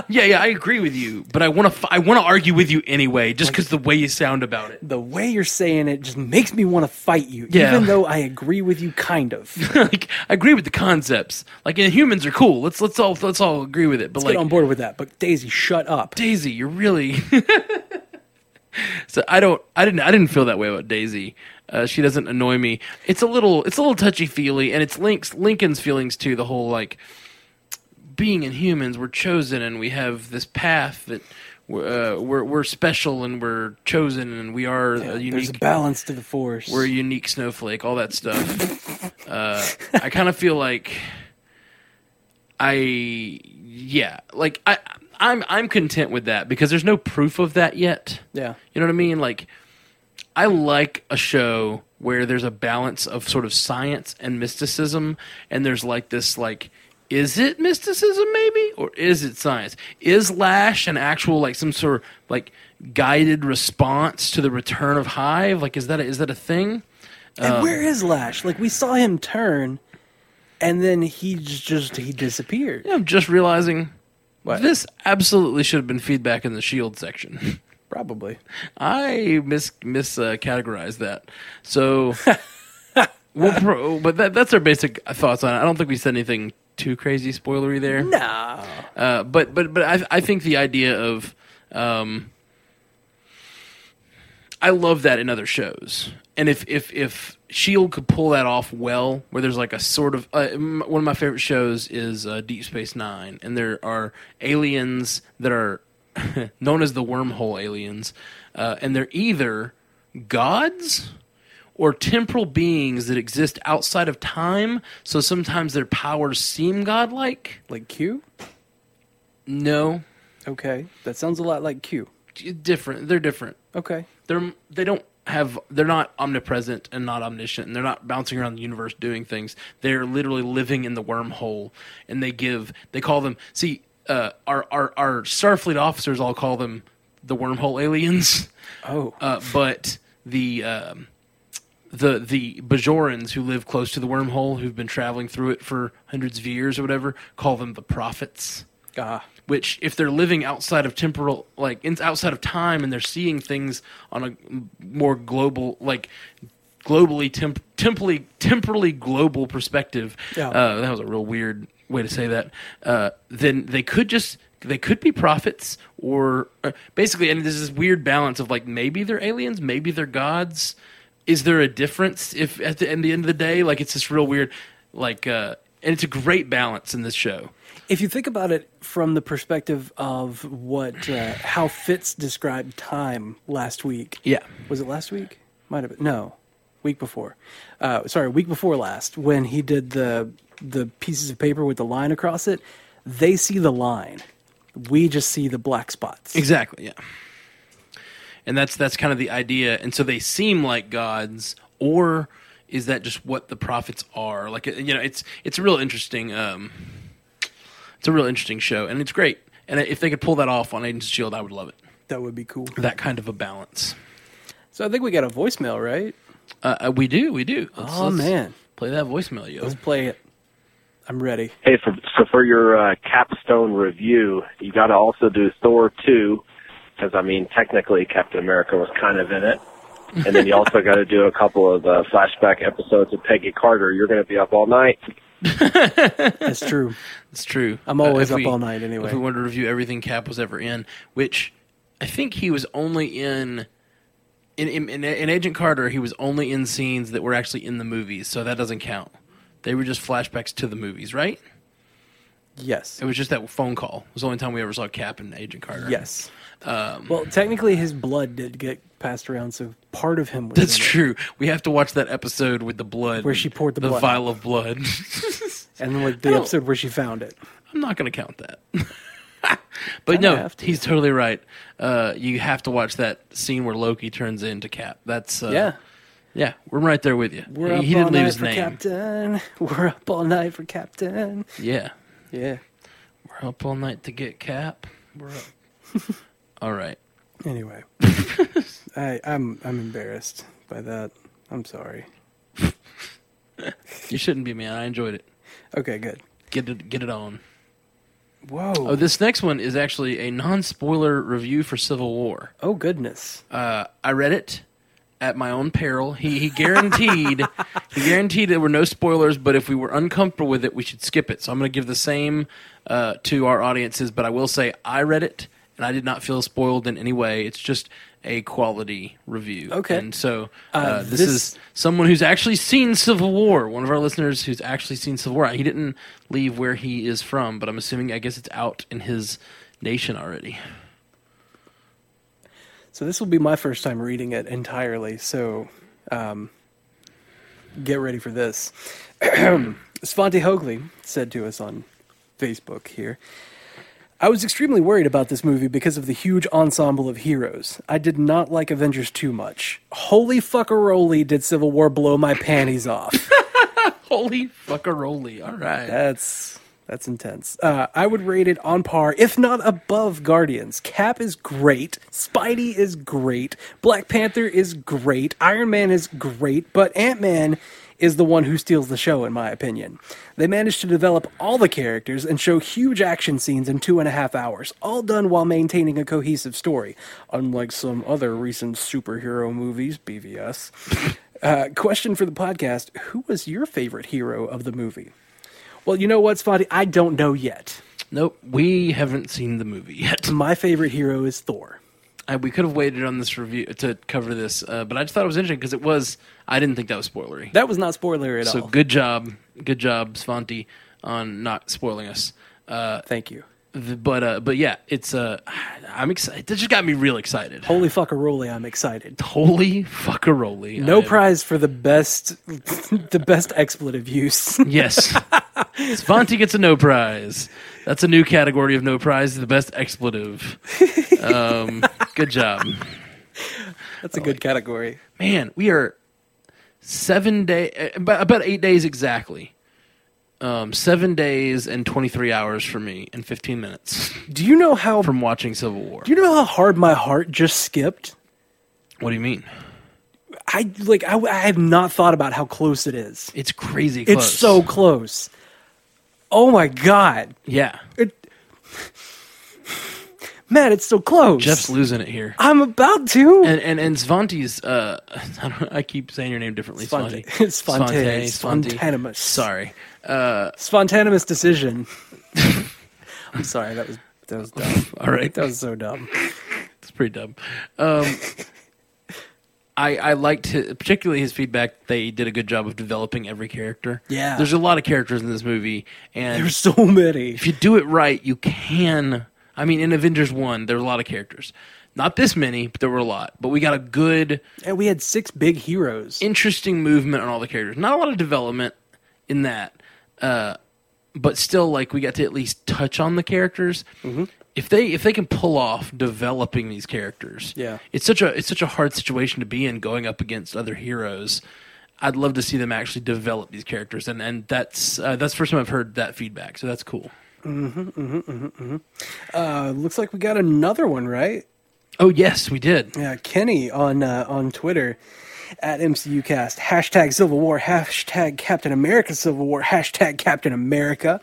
A: yeah, yeah, I agree with you, but I want to I want to argue with you anyway, just because the way you sound about it.
B: the way you're saying it just makes me want to fight you,
A: Yeah.
B: even though I agree with you, kind of. Let's
A: like, I agree with the concepts. Like, and humans are cool. Let's let's all let's all agree with it. But like,
B: Get on board with that, but Daisy, shut up.
A: Daisy, you're really. so I don't, I didn't, I didn't feel that way about Daisy. Uh, she doesn't annoy me. It's a little, it's a little touchy feely, and it's links Lincoln's feelings too. The whole like being in humans, we're chosen, and we have this path that we're uh, we're, we're special, and we're chosen, and we are a
B: There's a
A: unique.
B: balance to the force.
A: uh, we're a unique snowflake, all that stuff. uh, I kind of feel like I yeah, like I I'm I'm content with that because there's no proof of that yet.
B: yeah,
A: You know what I mean? Like I like a show where there's a balance of sort of science and mysticism and there's like this like is it mysticism maybe or is it science is lash an actual like some sort of like guided response to the return of hive like is that a, is that a thing
B: and where is Lash? Like we saw him turn, and then he j- just he disappeared.
A: i'm just realizing
B: What?
A: this absolutely should have been feedback in the shield E section
B: Probably.
A: I mis mis uh, categorized that. So, we'll pro- but that, that's our basic thoughts on it. I don't think we said anything too crazy spoilery there.
B: No.
A: Uh, but but but I I think the idea of um, I love that in other shows, and if if if Shield E could pull that off well, where there's like a sort of uh, m- one of my favorite shows is uh, Deep Space Nine, and there are aliens that are known as the wormhole aliens, uh, and they're either gods or temporal beings that exist outside of time. So sometimes their powers seem godlike.
B: Like Q.
A: No,
B: Okay, that sounds a lot like Q.
A: different. They're different.
B: Okay.
A: They're they don't have. They're not omnipresent and not omniscient, and they're not bouncing around the universe doing things. They're literally living in the wormhole, and they give. They call them. See, uh, our our our Starfleet officers all call them the wormhole aliens.
B: Oh.
A: uh, but the um, the the Bajorans who live close to the wormhole, who've been traveling through it for hundreds of years or whatever, call them the prophets.
B: Ah.
A: Which, if they're living outside of temporal, like in, outside of time, and they're seeing things on a more global, like globally temp, temporally temporally global perspective,
B: Yeah.
A: uh, that was a real weird way to say that. Uh, then they could just they could be prophets or uh, basically, and there's this weird balance of like maybe they're aliens, maybe they're gods. Is there a difference if at the, at the end of the day, like it's this real weird, like, uh, and it's a great balance in this show.
B: If you think about it from the perspective of what uh, how Fitz described time last week.
A: Yeah.
B: Was it last week? Might have been. No, week before. Uh, sorry, week before last when he did the the pieces of paper with the line across it. They see the line. We just see the black spots.
A: Exactly. Yeah. And that's that's kind of the idea. And so they seem like gods, or is that just what the prophets are? Like uh, you know, it's it's a real interesting um, it's a real interesting show, and it's great. And if they could pull that off on Agents of Shield, I would love it.
B: That would be cool.
A: That kind of a balance.
B: So I think we got a voicemail, right?
A: Uh, uh, we do, we do. Let's-
B: Oh,
A: let's
B: man.
A: play that voicemail, yo.
B: Let's play it. I'm ready.
D: Hey, for, so for your uh, capstone review, you got to also do Thor 2, because I mean, technically Captain America was kind of in it. And then you also got to do a couple of uh, flashback episodes of Peggy Carter. You're going to be up all night.
B: That's true.
A: It's true. Uh,
B: I'm always
A: if
B: up all night anyway.
A: If we wanted to review everything Cap was ever in, which I think he was only in. In, in, in, in Agent Carter, he was only in scenes that were actually in the movies, so that doesn't count. They were just flashbacks to the movies, right?
B: Yes.
A: It was just that phone call. It was the only time we ever saw Cap in Agent Carter.
B: Yes.
A: Um,
B: well, technically, his blood did get passed around, so part of him was.
A: That's
B: in it.
A: true. We have to watch that episode with the blood.
B: Where she poured the
A: the
B: blood
A: vial of blood.
B: And then, like
A: I
B: the
A: don't-
B: episode where she found it.
A: I'm not going to count that. but no,
B: have to.
A: he's totally right. Uh, you have to watch that scene where Loki turns into Cap. That's uh,
B: yeah.
A: yeah. We're right there with you.
B: We're
A: he
B: up
A: he
B: all
A: didn't leave
B: night
A: his
B: for
A: name.
B: Captain. We're up all night for Captain.
A: Yeah,
B: Yeah.
A: we're up all night to get Cap. We're up. all right.
B: Anyway, I, I'm I'm embarrassed by that. I'm sorry.
A: You shouldn't be, man. I enjoyed it.
B: Okay, good.
A: Get it, get it on.
B: Whoa.
A: Oh, this next one is actually a non-spoiler review for Civil War.
B: oh goodness.
A: Uh, I read it at my own peril. He he guaranteed he guaranteed there were no spoilers, but if we were uncomfortable with it, we should skip it. So I'm going to give the same uh, to our audiences, but I will say I read it and I did not feel spoiled in any way. It's just a quality review.
B: Okay.
A: And so uh,
B: Uh,
A: this,
B: this-
A: is someone who's actually seen Civil War. One of our listeners who's actually seen Civil War. He didn't leave where he is from, but I'm assuming I guess it's out in his nation already.
B: So this will be my first time reading it entirely. So, um, get ready for this. Svante Hoagley said to us on Facebook here. I was extremely worried about this movie because of the huge ensemble of heroes. I did not like Avengers too much. Holy fuckeroli did Civil War blow my panties off.
A: Holy fuckaroli. All right.
B: That's That's intense. Uh, I would rate it on par, if not above Guardians. Cap is great. Spidey is great. Black Panther is great. Iron Man is great. But Ant Man is the one who steals the show, in my opinion. They managed to develop all the characters and show huge action scenes in two and a half hours, all done while maintaining a cohesive story, unlike some other recent superhero movies, BVS. Uh, question for the podcast Who was your favorite hero of the movie? Well, you know what, Spotty? I don't know yet.
A: Nope, we haven't seen the movie yet.
B: My favorite hero is Thor.
A: I, we could have waited on this review to cover this, uh, but I just thought it was interesting because it was. I didn't think that was spoilery.
B: That was not spoiler at
A: so
B: all.
A: good job, good job, Svanti, on not spoiling us. Uh,
B: Thank you.
A: th- but uh, but yeah, it's. Uh, I'm excited. This just got me real excited.
B: Holy fuckaroli, I'm excited.
A: Holy fuckaroli! I
B: No
A: am-
B: prize for the best, the best expletive use.
A: Yes. Svanti gets a no prize. That's a new category of no prize, the best expletive. Um, good job.
B: That's a good category.
A: Man, we are seven day about, about eight days exactly. Um, seven days and twenty three hours for me and fifteen minutes
B: Do you know how?
A: from watching Civil War.
B: do you know how hard my heart just skipped?
A: What do you mean?
B: I like. I, I have not thought about how close it is.
A: It's crazy close.
B: It's so close. Oh my god,
A: yeah.
B: it, man, it's so close.
A: Jeff's losing it here.
B: I'm about to.
A: and and and Svanti's. Uh, I, don't, I keep saying your name differently.
B: Svante.
A: Svanti. Svante.
B: Svante. Spontanimus.
A: Sorry.
B: Spontaneous decision. I'm sorry, that was that was dumb.
A: All right.
B: That was so dumb.
A: It's pretty dumb. Um, I I liked his, particularly his feedback. They did a good job of developing every character.
B: Yeah.
A: there's a lot of characters in this movie, and
B: There's so many.
A: if you do it right, you can. I mean, in Avengers One, there were a lot of characters. Not this many, but there were a lot. But we got a good,
B: And we had six big heroes.
A: interesting movement on all the characters. Not a lot of development in that, uh, but still, like we got to at least touch on the characters.
B: Mm-hmm.
A: If they if they can pull off developing these characters,
B: Yeah.
A: it's such a it's such a hard situation to be in going up against other heroes. I'd love to see them actually develop these characters, and and that's uh, that's the first time I've heard that feedback, so that's cool.
B: Uh, looks like we got another one, right?
A: Oh yes, we did.
B: Yeah, Kenny on uh, on Twitter at MCUcast hashtag Civil War hashtag Captain America Civil War hashtag Captain America.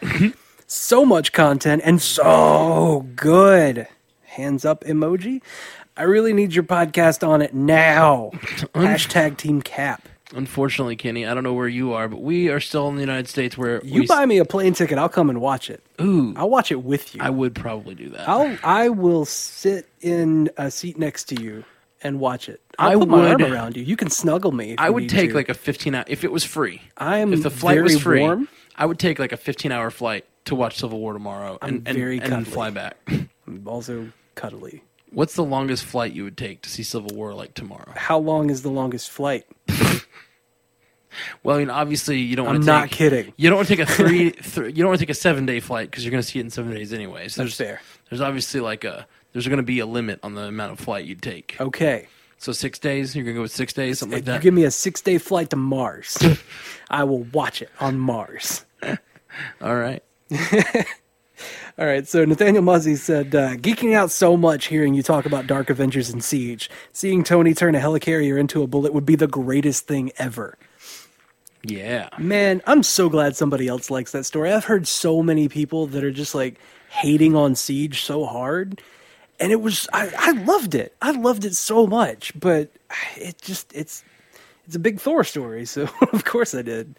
B: so much content and so good. Hands up emoji. I really need your podcast on it now. hashtag Team Cap.
A: Unfortunately, Kenny, I don't know where you are, but we are still in the United States. Where
B: You
A: we,
B: buy me a plane ticket, I'll come and watch it.
A: Ooh,
B: I'll watch it with you.
A: I would probably do that.
B: I'll I will sit in a seat next to you and watch it. I'll
A: I
B: put my arm
A: would-
B: around you. You can snuggle me. If
A: I
B: you
A: would
B: need
A: take
B: to.
A: like a 15 hour if it was free.
B: I am
A: if the flight was
B: very
A: free.
B: warm.
A: I would take like a 15 hour flight to watch Civil War tomorrow and and,
B: very
A: and
B: cuddly.
A: fly back.
B: also cuddly.
A: What's the longest flight you would take to see Civil War like tomorrow?
B: How long is the longest flight?
A: Well, I mean, obviously you don't.
B: I'm
A: want to
B: not
A: take,
B: kidding.
A: You don't want to take a three. three you don't want to take a seven day flight because you're going to see it in seven days anyway. So
B: That's
A: there's
B: fair.
A: there's obviously like a there's going to be a limit on the amount of flight you'd take.
B: Okay.
A: So six days. You're going to go with six days, something like
B: if you
A: that.
B: give me a six day flight to Mars, I will watch it on Mars.
A: All right.
B: All right, so Nathaniel Muzzy said, uh, geeking out so much hearing you talk about Dark Avengers and Siege. Seeing Tony turn a helicarrier into a bullet would be the greatest thing ever.
A: Yeah.
B: Man, I'm so glad somebody else likes that story. I've heard so many people that are just like hating on Siege so hard. And it was I, I loved it. I loved it so much, but it just it's it's a big Thor story, so of course I did.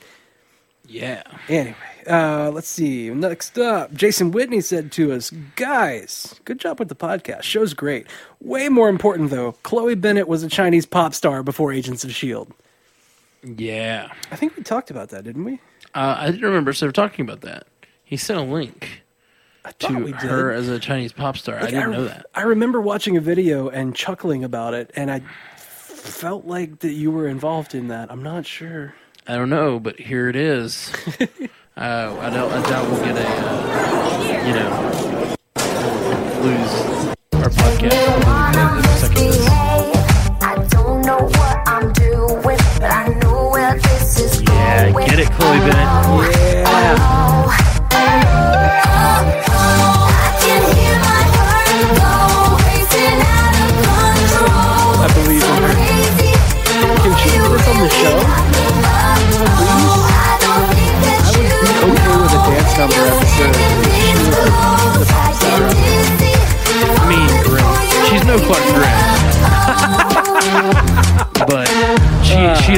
A: Yeah.
B: Anyway, uh, let's see. Next up, Jason Whitney said to us, "Guys, good job with the podcast. Show's great. Way more important though, Chloe Bennett was a Chinese pop star before Agents of Shield.
A: Yeah.
B: I think we talked about that, didn't we?
A: Uh, I didn't remember. So we're talking about that. He sent a link
B: I thought
A: to
B: we did.
A: her as a Chinese pop star. I
B: Like,
A: didn't
B: re-
A: know that.
B: I remember watching a video and chuckling about it, and I felt like that you were involved in that. I'm not sure.
A: I don't know, but here it is. uh, I don't. I doubt we'll get a. Uh, you know, lose our podcast.
C: Wanna misbehave. I don't know what I'm doing, but I know where this is
A: Yeah,
C: going.
A: get it, Chloe Bennett.
C: Oh, oh, oh.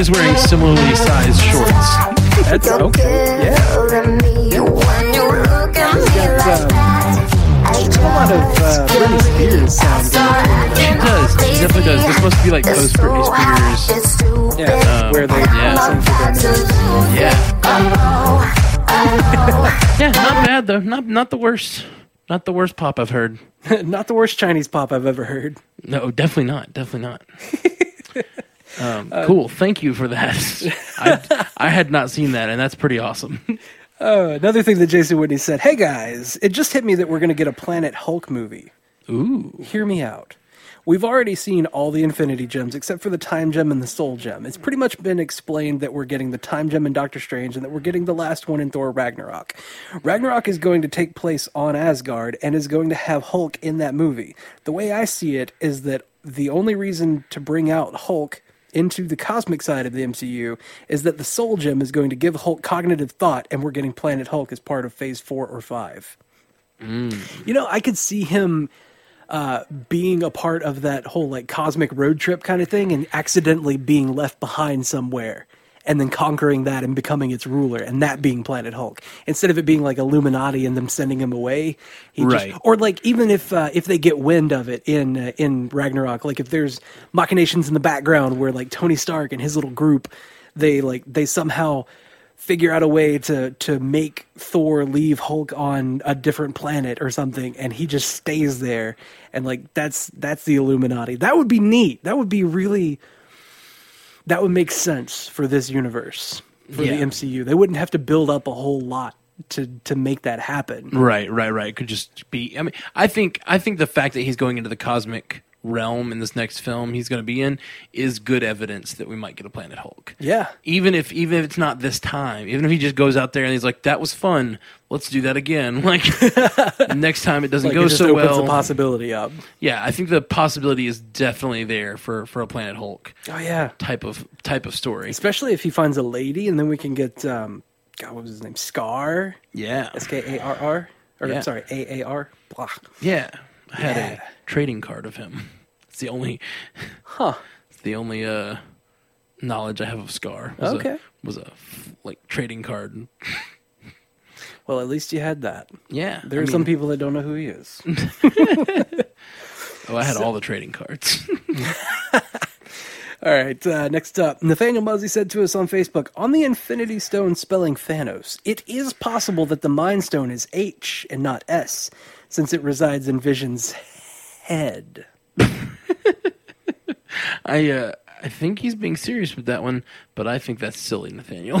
A: is wearing similarly sized shorts.
B: That's okay. Yeah. A lot of uh, Britney Spears sound.
A: It does. It definitely does. This must be like post Britney Spears.
B: Yeah.
A: Um,
B: where they
A: yeah.
B: sing for their neighbors.
A: Yeah. yeah, not bad though. Not not the worst. Not the worst pop I've heard.
B: Not the worst Chinese pop I've ever heard.
A: No, definitely not. Definitely not. Um,
B: Uh,
A: cool. Thank you for that. I, I had not seen that, and that's pretty awesome.
B: Uh, another thing that Jason Whitney said, hey guys, it just hit me that we're going to get a Planet Hulk movie.
A: Ooh.
B: Hear me out. We've already seen all the Infinity Gems except for the Time Gem and the Soul Gem. It's pretty much been explained that we're getting the Time Gem in Doctor Strange and that we're getting the last one in Thor Ragnarok. Ragnarok is going to take place on Asgard and is going to have Hulk in that movie. The way I see it is that the only reason to bring out Hulk into the cosmic side of the MCU is that the Soul Gem is going to give Hulk cognitive thought and we're getting Planet Hulk as part of Phase 4 or 5. You know, I could see him uh, being a part of that whole like cosmic road trip kind of thing and accidentally being left behind somewhere and then conquering that and becoming its ruler and that being planet hulk instead of it being like illuminati and them sending him away he
A: Right.
B: just or like even if uh, if they get wind of it in uh, in ragnarok like if there's machinations in the background where like tony stark and his little group they like they somehow figure out a way to to make Thor leave Hulk on a different planet or something and he just stays there and like that's that's the Illuminati. That would be neat. That would be really that would make sense for this universe for
A: Yeah.
B: the MCU. They wouldn't have to build up a whole lot to to make that happen.
A: Right, right, right. Could just be. I mean, I think I think the fact that he's going into the cosmic realm in this next film he's going to be in is good evidence that we might get a Planet Hulk.
B: Yeah.
A: Even if even if it's not this time, even if he just goes out there and he's like, "That was fun. Let's do that again." Like next time it doesn't
B: Like
A: go
B: it just
A: so
B: opens the
A: well.
B: possibility up.
A: yeah, I think the possibility is definitely there for for a Planet Hulk
B: Oh yeah.
A: type of type of story.
B: Especially if he finds a lady and then we can get um God, what was his name? Scar?
A: Yeah,
B: S K A R R? Or
A: Yeah.
B: I'm sorry, A A R. Blah.
A: yeah. I had
B: Yeah.
A: a trading card of him. It's the only
B: Huh.
A: It's the only uh, knowledge I have of Scar. Was
B: Okay.
A: A, was a like trading card.
B: Well, at least you had that.
A: Yeah.
B: There
A: I
B: are some
A: mean,
B: people that don't know who he is.
A: Oh, I had all the trading cards.
B: All right, uh, next up. Nathaniel Muzzy said to us on Facebook on the Infinity Stone spelling Thanos, it is possible that the Mind Stone is H and not S, since it resides in Vision's head.
A: I uh, I think he's being serious with that one, but I think that's silly, Nathaniel.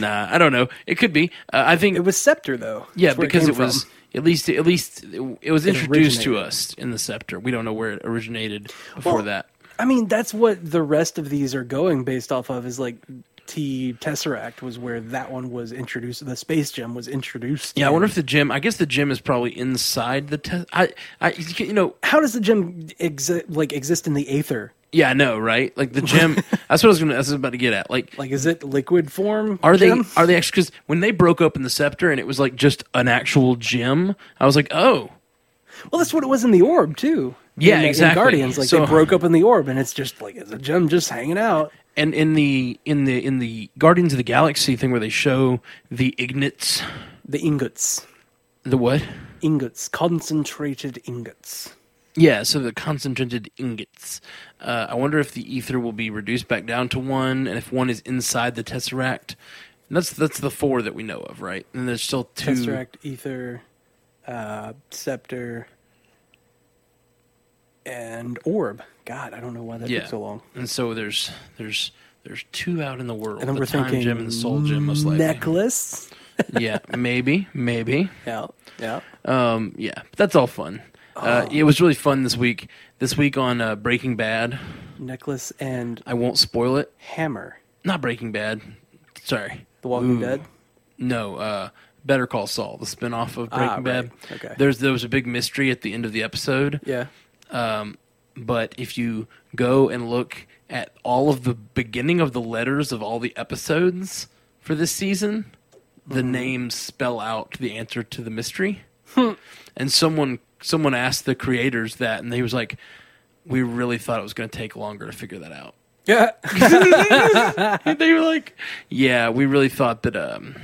A: nah, I don't know. It could be. Uh, I think
B: It was Scepter, though.
A: yeah,
B: That's where
A: because
B: came
A: it, was
B: from.
A: at least at least it, it was introduced to
B: originated.
A: us in the scepter. We don't know where it originated before
B: Well,
A: that.
B: I mean, that's what the rest of these are going based off of is like T Tesseract was where that one was introduced. The Space Gem was introduced.
A: Yeah, I wonder
B: in.
A: if the gym. I guess the gym is probably inside the test. I, I, you know,
B: how does the gem exi- like exist in the aether?
A: Yeah, I know, right? Like the gym. that's what I was gonna. That's what I was about to get at. Like,
B: Like, is it liquid form?
A: are they
B: gem?
A: are they actually? Because when they broke up in the scepter and it was like just an actual gym, I was like, oh,
B: Well, that's what it was in the orb too.
A: Yeah,
B: In- in,
A: exactly.
B: Guardians, like
A: So-
B: they broke up in the orb, and it's just like it's a gem just hanging out.
A: and in the in the in the Guardians of the Galaxy thing where they show the ignits,
B: The ingots,
A: the what?
B: ingots, concentrated ingots.
A: Yeah, so the concentrated ingots. Uh, I wonder if the ether will be reduced back down to one, and if one is inside the tesseract. And that's that's the four that we know of, right? And there's still two.
B: Tesseract, ether, uh, scepter, and orb. God, I don't know why that
A: yeah.
B: took so long.
A: And so there's there's there's two out in the world.
B: And then
A: the
B: we're
A: time
B: thinking
A: gem and the soul gem, most likely.
B: necklace.
A: yeah, maybe, maybe.
B: Yeah, yeah.
A: Um, yeah, but that's all fun. Uh,
B: Oh.
A: it was really fun this week. This week on uh, Breaking Bad,
B: Necklace and
A: I won't spoil it.
B: hammer.
A: Not Breaking Bad. Sorry.
B: The Walking
A: Ooh.
B: Dead.
A: No, uh, Better Call Saul, the spinoff of Breaking
B: Ah,
A: Bad.
B: right. Okay.
A: There's there was a big mystery at the end of the episode.
B: Yeah.
A: but if you go and look at all of the beginning of the letters of all the episodes for this season, the
B: Mm-hmm.
A: names spell out the answer to the mystery.
B: Hmm.
A: and someone someone asked the creators that, and they was like, "We really thought it was going to take longer to figure that out."
B: Yeah.
A: they were like, "Yeah, we really thought that um,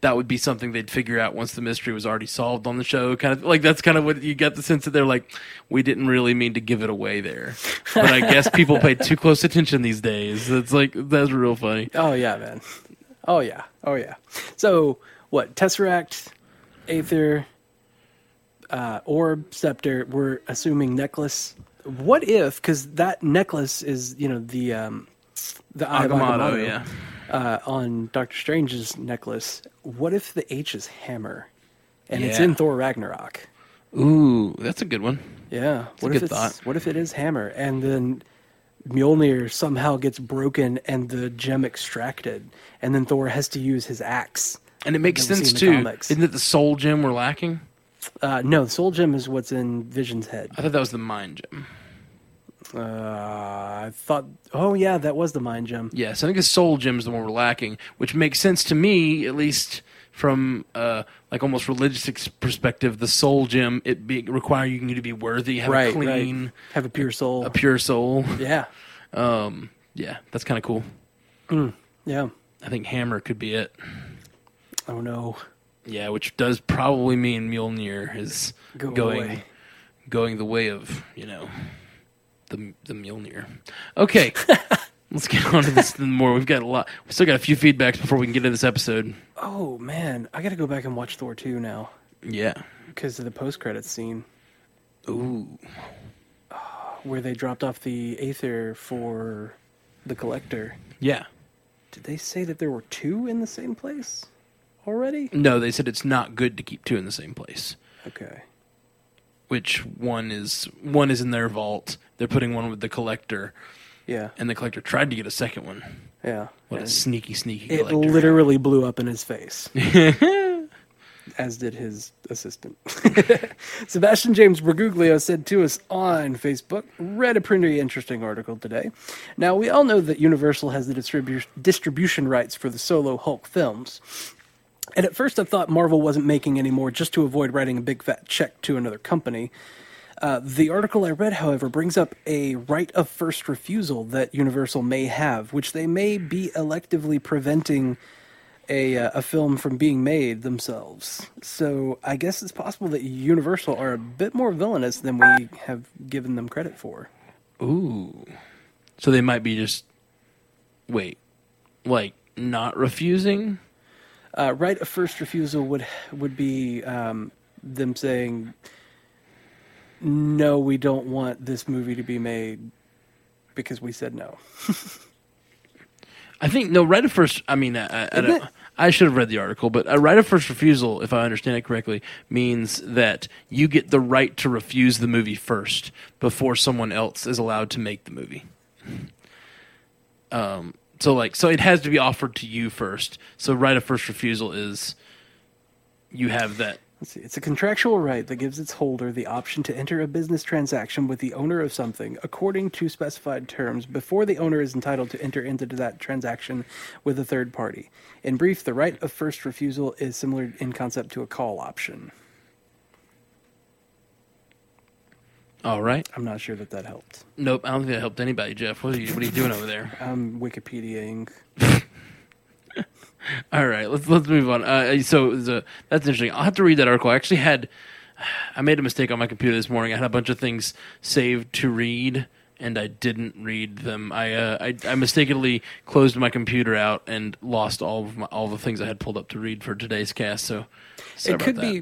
A: that would be something they'd figure out once the mystery was already solved on the show." Kind of like that's kind of what you get the sense that they're like, "We didn't really mean to give it away there," but I guess people pay too close attention these days. It's like that's real funny.
B: Oh yeah, man. Oh yeah. Oh yeah. So what? Tesseract, Aether, uh, Orb, Scepter. We're assuming necklace. What if? Because that necklace is you know the um, the eye of
A: Agamotto,
B: Agamotto,
A: yeah.
B: uh, on Doctor Strange's necklace. What if the H is hammer, and it's
A: Yeah.
B: in Thor Ragnarok?
A: Ooh, that's a good one.
B: Yeah. What
A: a
B: if
A: good
B: it's, What if it is hammer and then Mjolnir somehow gets broken and the gem extracted, and then Thor has to use his axe.
A: And it makes
B: Never
A: sense
B: seen the
A: too.
B: comics.
A: Isn't it the soul gem we're lacking?
B: Uh, no, the soul gem is what's in Vision's head.
A: I thought that was the mind gem.
B: Uh, I thought, oh yeah, that was the mind gem.
A: Yes, I think a soul gem is the one we're lacking, which makes sense to me, at least from uh, like almost religious ex- perspective. The soul gem it be, require you to be worthy, have a
B: Right,
A: clean,
B: right. Have a pure soul.
A: a pure soul.
B: yeah,
A: Um, yeah, that's kind of cool.
B: yeah.
A: I think hammer could be it.
B: Oh no.
A: Yeah, which does probably mean Mjolnir is
B: Go
A: going
B: away.
A: going the way of you know the the Mjolnir. Okay, let's get on to this more. We've got a lot. We still got a few feedbacks before we can get to this episode.
B: Oh man, I gotta go back and watch Thor two now
A: Yeah.
B: because of the post credits scene
A: Ooh.
B: where they dropped off the Aether for the Collector.
A: Yeah.
B: Did they say that there were two in the same place already?
A: No, they said it's not good to keep two in the same place.
B: Okay.
A: Which one is one is in their vault. They're putting one with the collector,
B: Yeah.
A: and the collector tried to get a second one.
B: Yeah.
A: What a
B: And
A: sneaky, sneaky
B: it
A: collector!
B: literally blew up in his face. As did his assistant. Sebastian James Berguglio said to us on Facebook, read a pretty interesting article today. Now, we all know that Universal has the distribu- distribution rights for the solo Hulk films. And at first, I thought Marvel wasn't making any more just to avoid writing a big fat check to another company. Uh, the article I read, however, brings up a right of first refusal that Universal may have, which they may be electively preventing a uh, a film from being made themselves. So I guess it's possible that Universal are a bit more villainous than we have given them credit for.
A: Ooh. So they might be just wait, like not refusing.
B: Uh, right of first refusal would would be um, them saying, "No, we don't want this movie to be made because we said no."
A: I think no right of first. I mean, uh, I, I- I, don't, I should have read the article, but a right of first refusal, if I understand it correctly, means that you get the right to refuse the movie first before someone else is allowed to make the movie. Um. So like, so it has to be offered to you first. So right of first refusal is you have that.
B: Let's see. It's a contractual right that gives its holder the option to enter a business transaction with the owner of something according to specified terms before the owner is entitled to enter into that transaction with a third party. In brief, the right of first refusal is similar in concept to a call option.
A: All right.
B: I'm not sure that that helped.
A: Nope. I don't think that helped anybody, Jeff. What are you What are you doing over there?
B: I'm Wikipediaing.
A: All right, let's let's move on. Uh, so it was a- that's interesting. I'll have to read that article. I actually had I made a mistake on my computer this morning. I had a bunch of things saved to read, and I didn't read them. I uh, I, I mistakenly closed my computer out and lost all of my, all the things I had pulled up to read for today's cast. So sorry
B: it
A: about
B: could
A: that.
B: be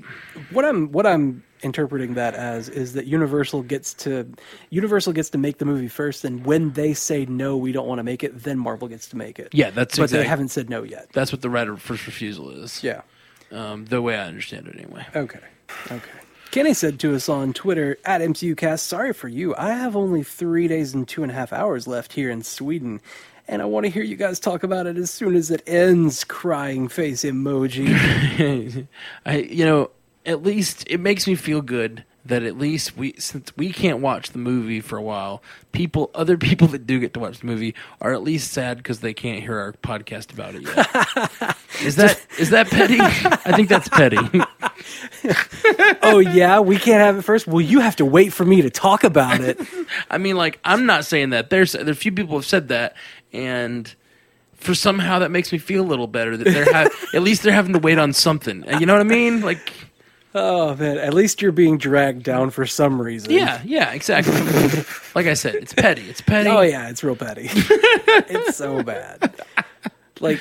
B: what I'm what I'm interpreting that as is that Universal gets to Universal gets to make the movie first, and when they say no, we don't want to make it, then Marvel gets to make it.
A: Yeah, that's
B: but they
A: exact-
B: haven't said no yet.
A: that's what the right of first refusal is.
B: Yeah.
A: um, the way I understand it anyway.
B: Okay. Okay. Kenny said to us on Twitter at MCUcast, "Sorry for you. I have only three days and two and a half hours left here in Sweden, and I want to hear you guys talk about it as soon as it ends." Crying face emoji.
A: I you know at least it makes me feel good that at least we since we can't watch the movie for a while people other people that do get to watch the movie are at least sad because they can't hear our podcast about it yet Is that is that petty? I think that's petty.
B: oh yeah, we can't have it first. Well, you have to wait for me to talk about it.
A: I mean, like I'm not saying that. There's there are few people have said that, and for somehow that makes me feel a little better that they're ha- at least they're having to wait on something. And you know what I mean? Like
B: Oh man, at least you're being dragged down for some reason.
A: yeah, yeah, exactly. like I said, it's petty. It's petty.
B: Oh yeah, it's real petty. it's so bad. Like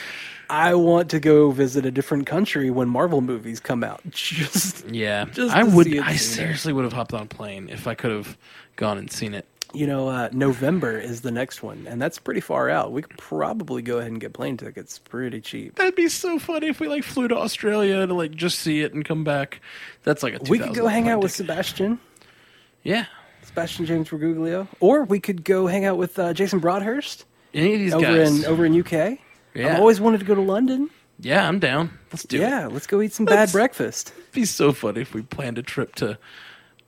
B: I want to go visit a different country when Marvel movies come out. Just
A: Yeah,
B: Just
A: I
B: to
A: would.
B: see it
A: I
B: sooner.
A: seriously would have hopped on a plane if I could have gone and seen it.
B: you know, uh, November is the next one, and that's pretty far out. We could probably go ahead and get plane tickets pretty cheap.
A: That'd be so funny if we like flew to Australia to like just see it and come back. That's like a
B: We could go hang out with
A: $2,000
B: Sebastian,
A: yeah.
B: Sebastian James Reguglio, or we could go hang out with uh, Jason Broadhurst
A: Any of these
B: over
A: guys?
B: in over in UK.
A: Yeah.
B: I've always wanted to go to London.
A: yeah, I'm down. Let's do it.
B: yeah, let's go eat some
A: Let's-
B: bad breakfast.
A: It'd be so funny if we planned a trip to.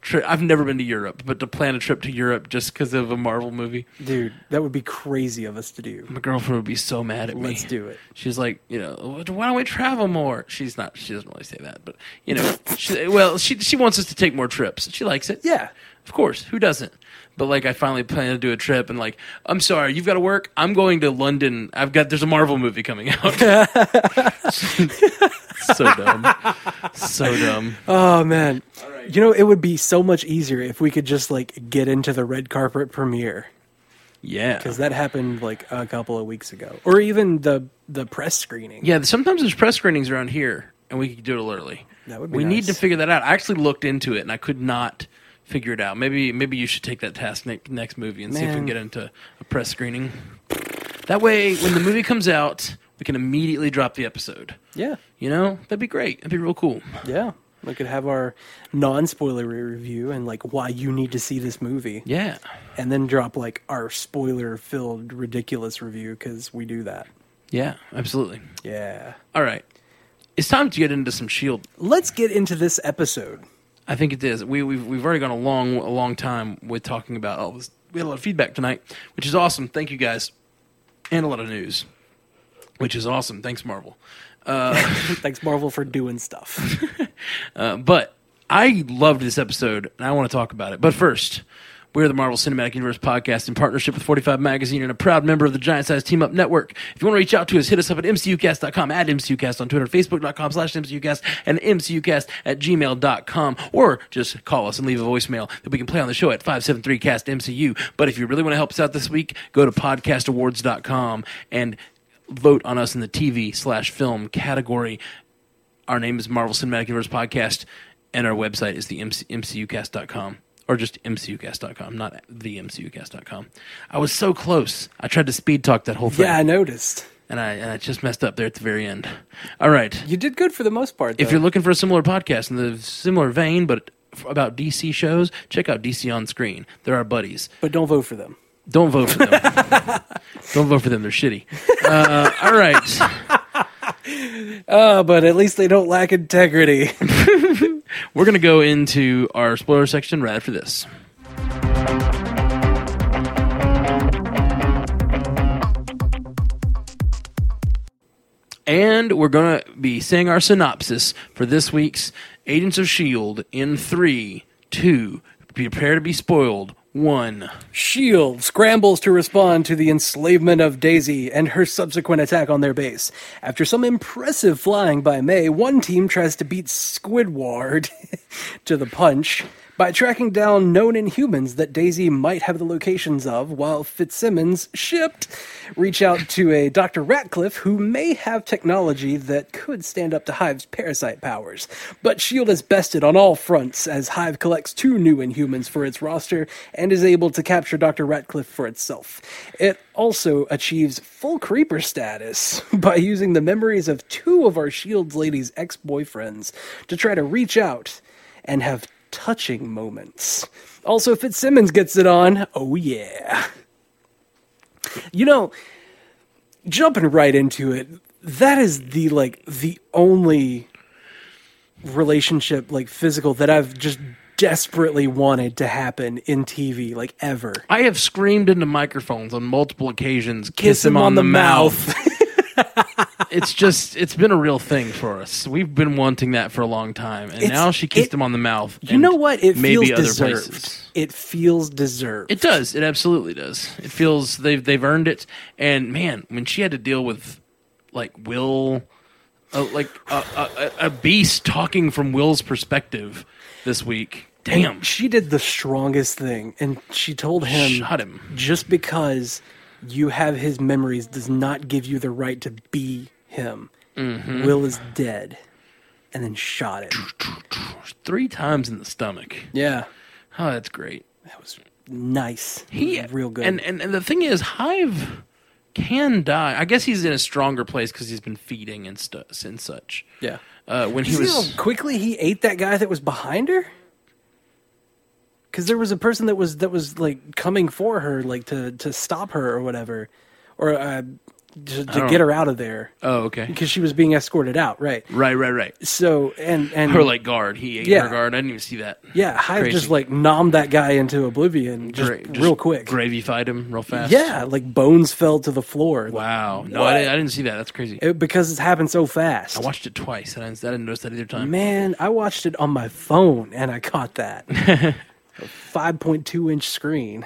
A: Tri- I've never been to Europe, but to plan a trip to Europe just because of a Marvel movie,
B: Dude, that would be crazy of us to do.
A: my girlfriend would be so mad at me.
B: Let's do it.
A: She's like, you know, why don't we travel more? She's not. She doesn't really say that, but you know, she, well, she she wants us to take more trips. She likes it.
B: Yeah.
A: of course. Who doesn't? But like, I finally plan to do a trip, and like, I'm sorry, you've got to work. I'm going to London. I've got there's a Marvel movie coming out. so dumb. So dumb.
B: Oh man. You know, it would be so much easier if we could just like get into the red carpet premiere
A: Yeah.
B: cuz that happened like a couple of weeks ago or even the the press screening.
A: Yeah, sometimes there's press screenings around here, and we could do it a little early.
B: That would be
A: we need
B: nice.
A: to figure that out. I actually looked into it, and I could not figure it out. Maybe maybe you should take that task ne- next movie and see if we can
B: Man.
A: get into a press screening. That way, when the movie comes out, we can immediately drop the episode.
B: Yeah.
A: You know, that'd be great. That'd be real cool.
B: Yeah. We could have our non-spoilery review and like why you need to see this movie
A: Yeah,
B: and then drop like our spoiler-filled ridiculous review cuz we do that.
A: yeah, absolutely.
B: Yeah.
A: All right, it's time to get into some Shield.
B: Let's get into this episode.
A: E I think it is. We we've we've already gone a long a long time with talking about all this. We had a lot of feedback tonight, which is awesome. Thank you guys, and a lot of news, which is awesome. Thanks, Marvel.
B: Thanks Marvel for doing stuff.
A: Uh, but I loved this episode, and I want to talk about it. But first, we're the Marvel Cinematic Universe podcast in partnership with 45 Magazine and a proud member of the Giant Size Team Up Network. If you want to reach out to us, hit us up at mcucast.com, at mcucast on Twitter, facebook.com slash mcucast, and mcucast at gmail.com, or just call us and leave a voicemail that we can play on the show at 573-CAST-MCU. But if you really want to help us out this week, go to podcastawards.com and vote on us in the TV slash film category. Our name is Marvel Cinematic Universe Podcast, and our website is the MC- mcucast.com or just mcucast.com, not the mcucast.com. I was so close. I tried to speed talk that whole thing,
B: yeah, I noticed.
A: and, I, and I just messed up there at the very end. All right.
B: You did good for the most part.
A: If
B: though.
A: you're looking for a similar podcast in the similar vein, but f- about DC shows, check out DC on Screen. They're our buddies.
B: but don't vote for them.
A: Don't vote for them. Don't vote for them. They're shitty. Uh, all right.
B: Uh, but at least they don't lack integrity.
A: We're going to go into our spoiler section right after this. And we're going to be saying our synopsis for this week's Agents of S.H.I.E.L.D. E in three, two, prepare to be spoiled, one.
B: Shield scrambles to respond to the enslavement of Daisy and her subsequent attack on their base. After some impressive flying by May, one team tries to beat Squidward to the punch by tracking down known inhumans that Daisy might have the locations of, while Fitzsimmons, shipped, reach out to a Dr. Ratcliffe who may have technology that could stand up to Hive's parasite powers. But S.H.I.E.L.D. E is bested on all fronts as Hive collects two new Inhumans for its roster and is able to capture Dr. Ratcliffe for itself. It also achieves full creeper status by using the memories of two of our S.H.I.E.L.D.'s ladies' ex boyfriends to try to reach out and have touching moments. Also, Fitzsimmons gets it on. Oh, yeah. You know, jumping right into it, that is the like the only relationship like physical that I've just desperately wanted to happen in TV like ever.
A: I have screamed into microphones on multiple occasions, kiss, him, on, the, mouth. it's just it's been a real thing for us. We've been wanting that for a long time, and
B: It's-
A: now she kissed
B: it-
A: him on the mouth.
B: You know what? It feels deserved. It feels deserved.
A: It does. It absolutely does. It feels they've they've earned it. And man, when she had to deal with like Will, uh, like a, a, a- a beast talking from Will's perspective this week. Damn, she
B: She did the strongest thing, and she told him
A: shot him.
B: just because you have his memories does not give you the right to be him.
A: Mm-hmm.
B: Will is dead, and then shot him.
A: three times in the stomach.
B: Yeah,
A: Oh, that's great.
B: that was nice.
A: He
B: real good.
A: And, and and the thing is, Hive can die. I guess he's in a stronger place because he's been feeding and stuff and such.
B: yeah,
A: Uh, when he
B: you see
A: was
B: how quickly he ate that guy that was behind her. Because there was a person that was that was like coming for her, like to to stop her or whatever, or uh, to, to
A: don't-
B: get her out of there
A: oh okay,
B: because she was being escorted out, right?
A: right, right, right.
B: So and and
A: Her like guard. He ate
B: Yeah.
A: her guard. I didn't even see that.
B: Yeah, Hive
A: Crazy.
B: just like nommed that guy into oblivion just,
A: Gra- just
B: real quick.
A: Gravified him real fast.
B: Yeah, like bones fell to the floor. Like,
A: Wow. No,
B: What?
A: I, didn't- I didn't see that. That's crazy.
B: it- because it's happened so fast.
A: I watched it twice, and I didn't, I didn't notice that either time.
B: Man, I watched it on my phone and I caught that. a 5.2 inch screen.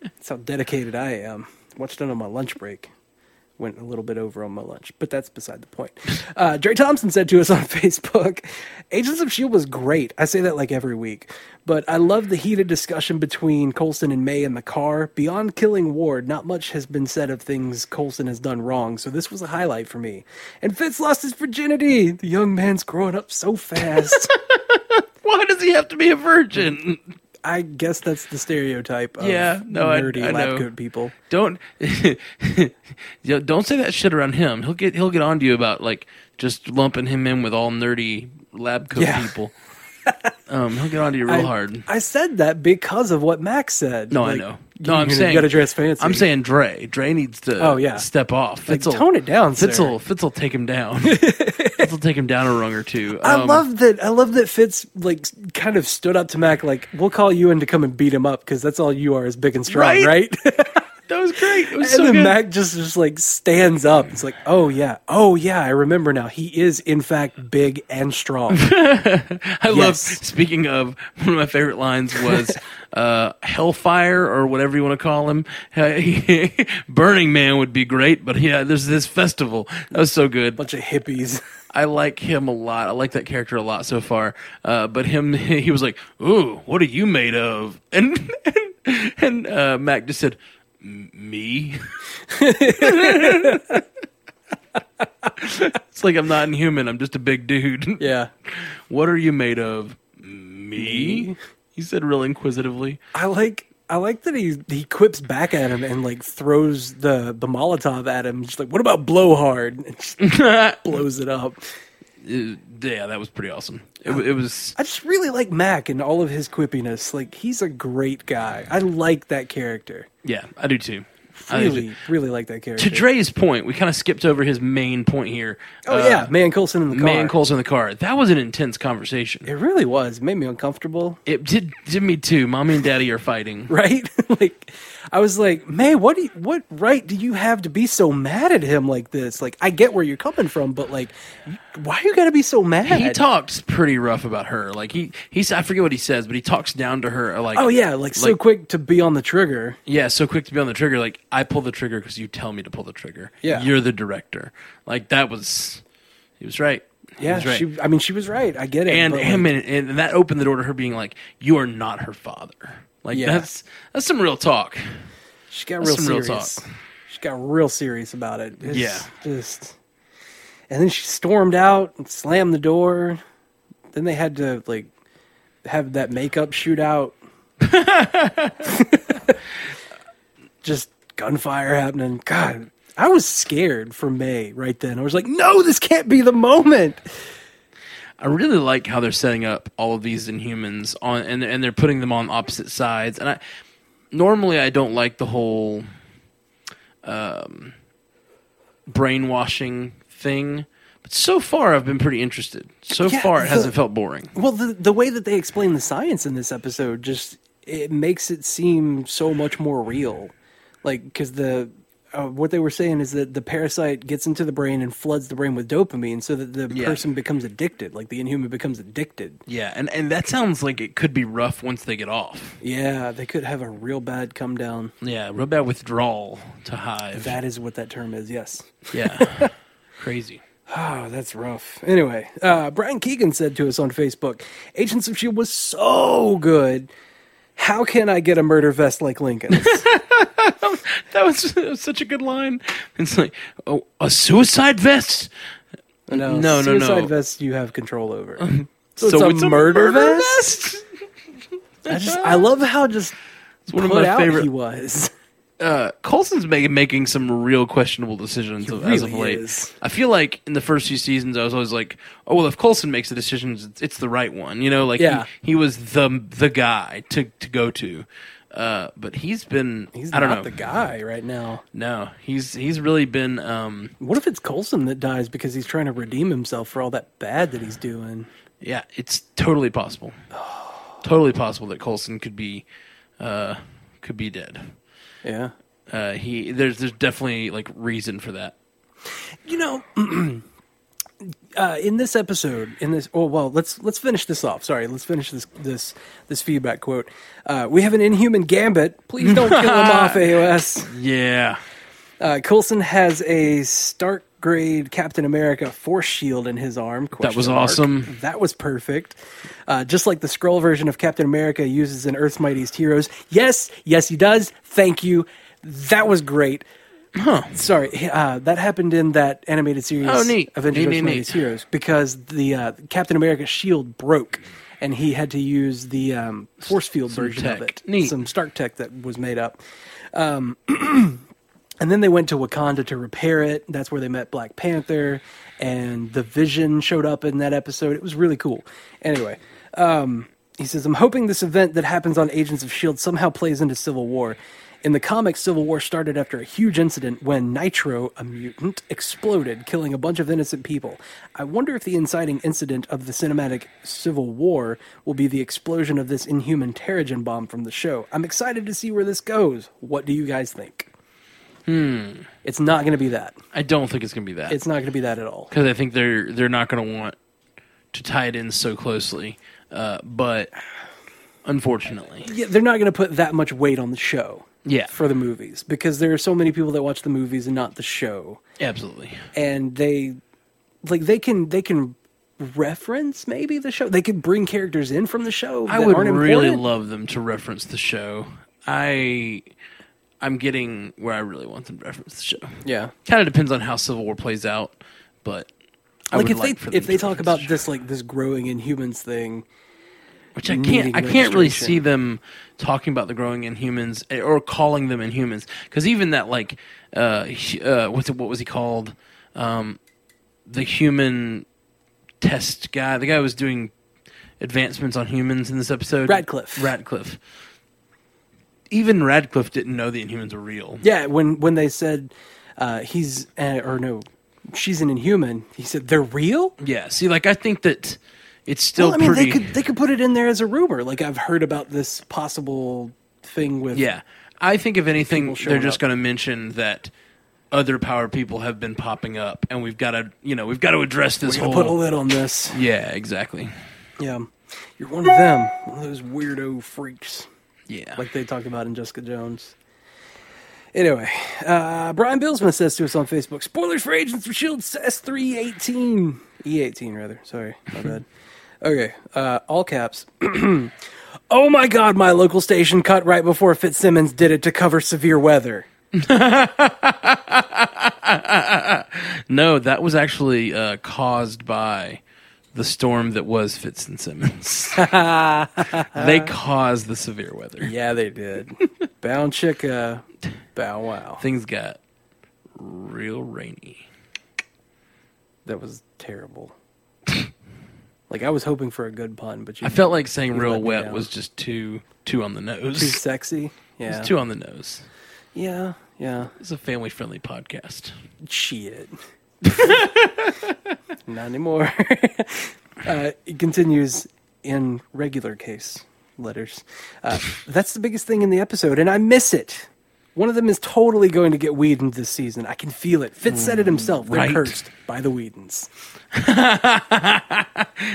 B: that's how dedicated I am. Watched it on my lunch break. Went a little bit over on my lunch, but that's beside the point. Uh, Dre Thompson said to us on Facebook Agents of S.H.I.E.L.D. was great. I say that like every week, but I love the heated discussion between Colson and May in the car. Beyond killing Ward, not much has been said of things Colson has done wrong, so this was a highlight for me. And Fitz lost his virginity. The young man's growing up so fast.
A: Why does he have to be a virgin?
B: I guess that's the stereotype of
A: Yeah, no, I-
B: nerdy
A: I know.
B: lab coat people.
A: Don't Yo, don't say that shit around him. He'll get he'll get on to you about like just lumping him in with all nerdy lab coat
B: Yeah.
A: people. um, he'll get on to you real
B: I,
A: hard.
B: I said that because of what Max said.
A: No, I
B: Like,
A: know.
B: you-
A: No, I'm
B: you know,
A: saying
B: you got to dress fancy.
A: I'm saying Dre. Dre needs to.
B: Oh, yeah.
A: step off.
B: Like,
A: Fitz will-
B: tone it down,
A: Fitz
B: sir.
A: will, Fitz will take him down. Fitz will take him down a rung or two.
B: I
A: Um,
B: love that. I love that Fitz like s- kind of stood up to Mac. Like, we'll call you in to come and beat him up because that's all you are is big and strong,
A: Right?
B: right?
A: that was great. It was
B: and
A: so
B: then
A: good.
B: Mac just just like stands up. It's like, oh yeah, oh yeah, I remember now. He is in fact big and strong.
A: I love.
B: Yes.
A: Speaking of, one of my favorite lines was uh, "Hellfire" or whatever you want to call him. Burning Man would be great, but yeah, there's this festival. That was so good.
B: Bunch of hippies.
A: I like him a lot. I like that character a lot so far. Uh, but him, he was like, "Ooh, what are you made of?" And and, and uh, Mac just said, "M- "Me." it's like I'm not inhuman. I'm just a big dude.
B: Yeah,
A: What are you made of? Me? He said real inquisitively.
B: I like. I like that he he quips back at him and like throws the the Molotov at him. Just like, what about blowhard? And just blows it up.
A: Uh, yeah, that was pretty awesome. It, wa- it was.
B: I just really like Mac and all of his quippiness. Like he's a great guy. I like that character.
A: Yeah, I do too. I do
B: Really,
A: too.
B: really like that character.
A: To Dre's point, we kind of skipped over his main point here.
B: oh
A: Uh,
B: yeah, man Colson in the car.
A: Man Cole's in the car. That was an intense conversation.
B: It really was. It made me uncomfortable.
A: It did, did me too. Mommy and Daddy are fighting.
B: Right? like I was like, man, what do you, what right do you have to be so mad at him like this? Like I get where you're coming from, but like why you gotta be so mad?
A: He talks pretty rough about her. Like he, he's I forget what he says, but he talks down to her. Like
B: oh yeah, like so quick to be on the trigger.
A: Yeah, so quick to be on the trigger. Like I pull the trigger because you tell me to pull the trigger.
B: Yeah.
A: you're the director. Like that was, he was right. He
B: Yeah,
A: was right.
B: she I mean she was right. I get it.
A: and
B: but,
A: him
B: like,
A: and, and that opened the door to her being like, "You are not her father." Like
B: Yeah.
A: that's that's some real talk.
B: She got
A: That's
B: real
A: some real
B: serious.
A: talk.
B: She got real serious about it. It's
A: Yeah.
B: Just and then she stormed out and slammed the door. Then they had to like have that makeup shootout. just gunfire happening. God, I was scared for May right then. I was like, no, this can't be the moment.
A: I really like how they're setting up all of these Inhumans on, and and they're putting them on opposite sides. And I normally I don't like the whole um, brainwashing thing, but so far I've been pretty interested. So
B: Yeah,
A: far it
B: the-
A: hasn't felt boring.
B: Well, the the way that they explain the science in this episode just it makes it seem so much more real, like because the uh, what they were saying is that the parasite gets into the brain and floods the brain with dopamine, so that the
A: Yeah.
B: person becomes addicted, like the inhuman becomes addicted.
A: Yeah, and, and that sounds like it could be rough once they get off.
B: Yeah, they could have a real bad come down.
A: Yeah, real bad withdrawal to hive.
B: That is what that term is. Yes.
A: yeah, crazy.
B: Oh, that's rough. Anyway, uh, Brian Keegan said to us on Facebook, Agents of S.H.I.E.L.D. E was so good. How can I get a murder vest like Lincoln's?
A: That was, that was such a good line. It's like oh, a suicide vest. No, no, no.
B: Suicide vests you have control over. So,
A: vest?
B: I, just, I love how just
A: It's one of
B: put
A: my
B: out
A: favorite
B: he was.
A: uh, Colson's making making some real questionable decisions of- as of
B: really
A: late.
B: is.
A: I feel like in the first few seasons, I was always like, "Oh well, if Colson makes the decisions, it's, it's the right one." You know, like
B: Yeah.
A: he, he was the the guy to to go to. Uh, but he's been
B: He's
A: I don't
B: not
A: know
B: the guy right now.
A: no he's he's really been um
B: What if it's Colson that dies because he's trying to redeem himself for all that bad that he's doing?
A: yeah it's totally possible totally possible that Colson could be uh could be dead
B: Yeah.
A: uh he there's there's definitely like reason for that
B: You know, uh, in this episode, in this, oh well, let's let's finish this off. Sorry, let's finish this this this feedback quote. Uh, we have an inhuman gambit. Please don't kill him off, AOS.
A: yeah
B: Uh, Coulson has a Stark grade Captain America force shield in his arm. question
A: was
B: mark.
A: awesome.
B: That was perfect. Uh, just like the scroll version of Captain America uses in Earth's Mightiest Heroes. Yes, yes, he does. Thank you. That was great. Sorry, uh, that happened in that animated series
A: Oh, neat.
B: Avengers
A: Neat, neat,
B: Earth's Mightiest
A: neat.
B: Heroes because the uh, Captain America's shield broke and he had to use the um, force field version of
A: tech.
B: it.
A: Neat.
B: Some Stark tech that was made up. Um, and then they went to Wakanda to repair it. That's where they met Black Panther and the Vision showed up in that episode. It was really cool. Anyway, he says, I'm hoping this event that happens on Agents of S.H.I.E.L.D. E somehow plays into Civil War. In the comics, Civil War started after a huge incident when Nitro, a mutant, exploded, killing a bunch of innocent people. I wonder if the inciting incident of the cinematic Civil War will be the explosion of this inhuman Terrigen bomb from the show. I'm excited to see where this goes. What do you guys think? Hmm. It's not going to be that.
A: I don't think it's gonna be that
B: It's not going to be that at all.
A: because I think they're they're not going to want to tie it in so closely. Uh, but unfortunately,
B: yeah, they're not going to put that much weight on the show.
A: Yeah.
B: For the movies because there are so many people that watch the movies and not the show.
A: absolutely,
B: And they like they can they can reference maybe the show. They could bring characters in from the show.
A: I
B: that
A: would
B: aren't
A: really
B: important.
A: love them to reference the show. I I'm getting where I really want them to reference the show.
B: Yeah.
A: Kind of depends on how Civil War plays out, but I
B: Like
A: would
B: if
A: like for them
B: they if
A: to
B: they talk
A: reference
B: about
A: the show.
B: this like this growing in humans thing.
A: which I
B: needing
A: can't I can't really
B: registration.
A: see them talking about the growing inhumans eh, or calling them inhumans because even that like uh, hu- uh what's it, what was he called um the human test guy the guy who was doing advancements on humans in this episode
B: Radcliffe.
A: Radcliffe even Radcliffe didn't know the inhumans were real
B: Yeah, when when they said uh, he's uh, or no, she's an inhuman. He said they're real.
A: yeah see like I think that it's still
B: well, I mean,
A: pretty
B: they could they could put it in there as a rumor. Like I've heard about this possible thing with
A: Yeah. I think if anything,
B: People
A: they're
B: showing
A: just
B: up.
A: going to mention that other power people have been popping up, and we've got to, you know, we've got to address this
B: We're
A: whole.
B: gonna put a lid on this.
A: yeah, exactly.
B: Yeah, you're one of them, one of those weirdo freaks,
A: Yeah,
B: like they talk about in Jessica Jones. Anyway, uh, Brian Billsman says to us on Facebook, "Spoilers for Agents of Shield S three eighteen E eighteen rather. Sorry, my bad. Okay, uh, all caps. oh my God, my local station cut right before Fitzsimmons did it to cover severe weather.
A: no, that was actually uh, caused by the storm that was Fitz and Simmons. they caused the severe weather.
B: Yeah, they did. Bound chicka, bow wow.
A: Things got real rainy.
B: That was terrible. like I was hoping for a good pun, but you
A: I felt like saying
B: You
A: "real
B: let me
A: wet"
B: down.
A: was just too too on the nose.
B: too sexy. Yeah.
A: It's too on the nose.
B: yeah. Yeah.
A: It's a family friendly podcast.
B: Shit. Not anymore. uh, it continues in regular case letters. Uh, that's the biggest thing in the episode, and I miss it. One of them is totally going to get Whedoned this season. I can feel it. Fitz said it himself. They're
A: Mm, right.
B: cursed by the Whedons.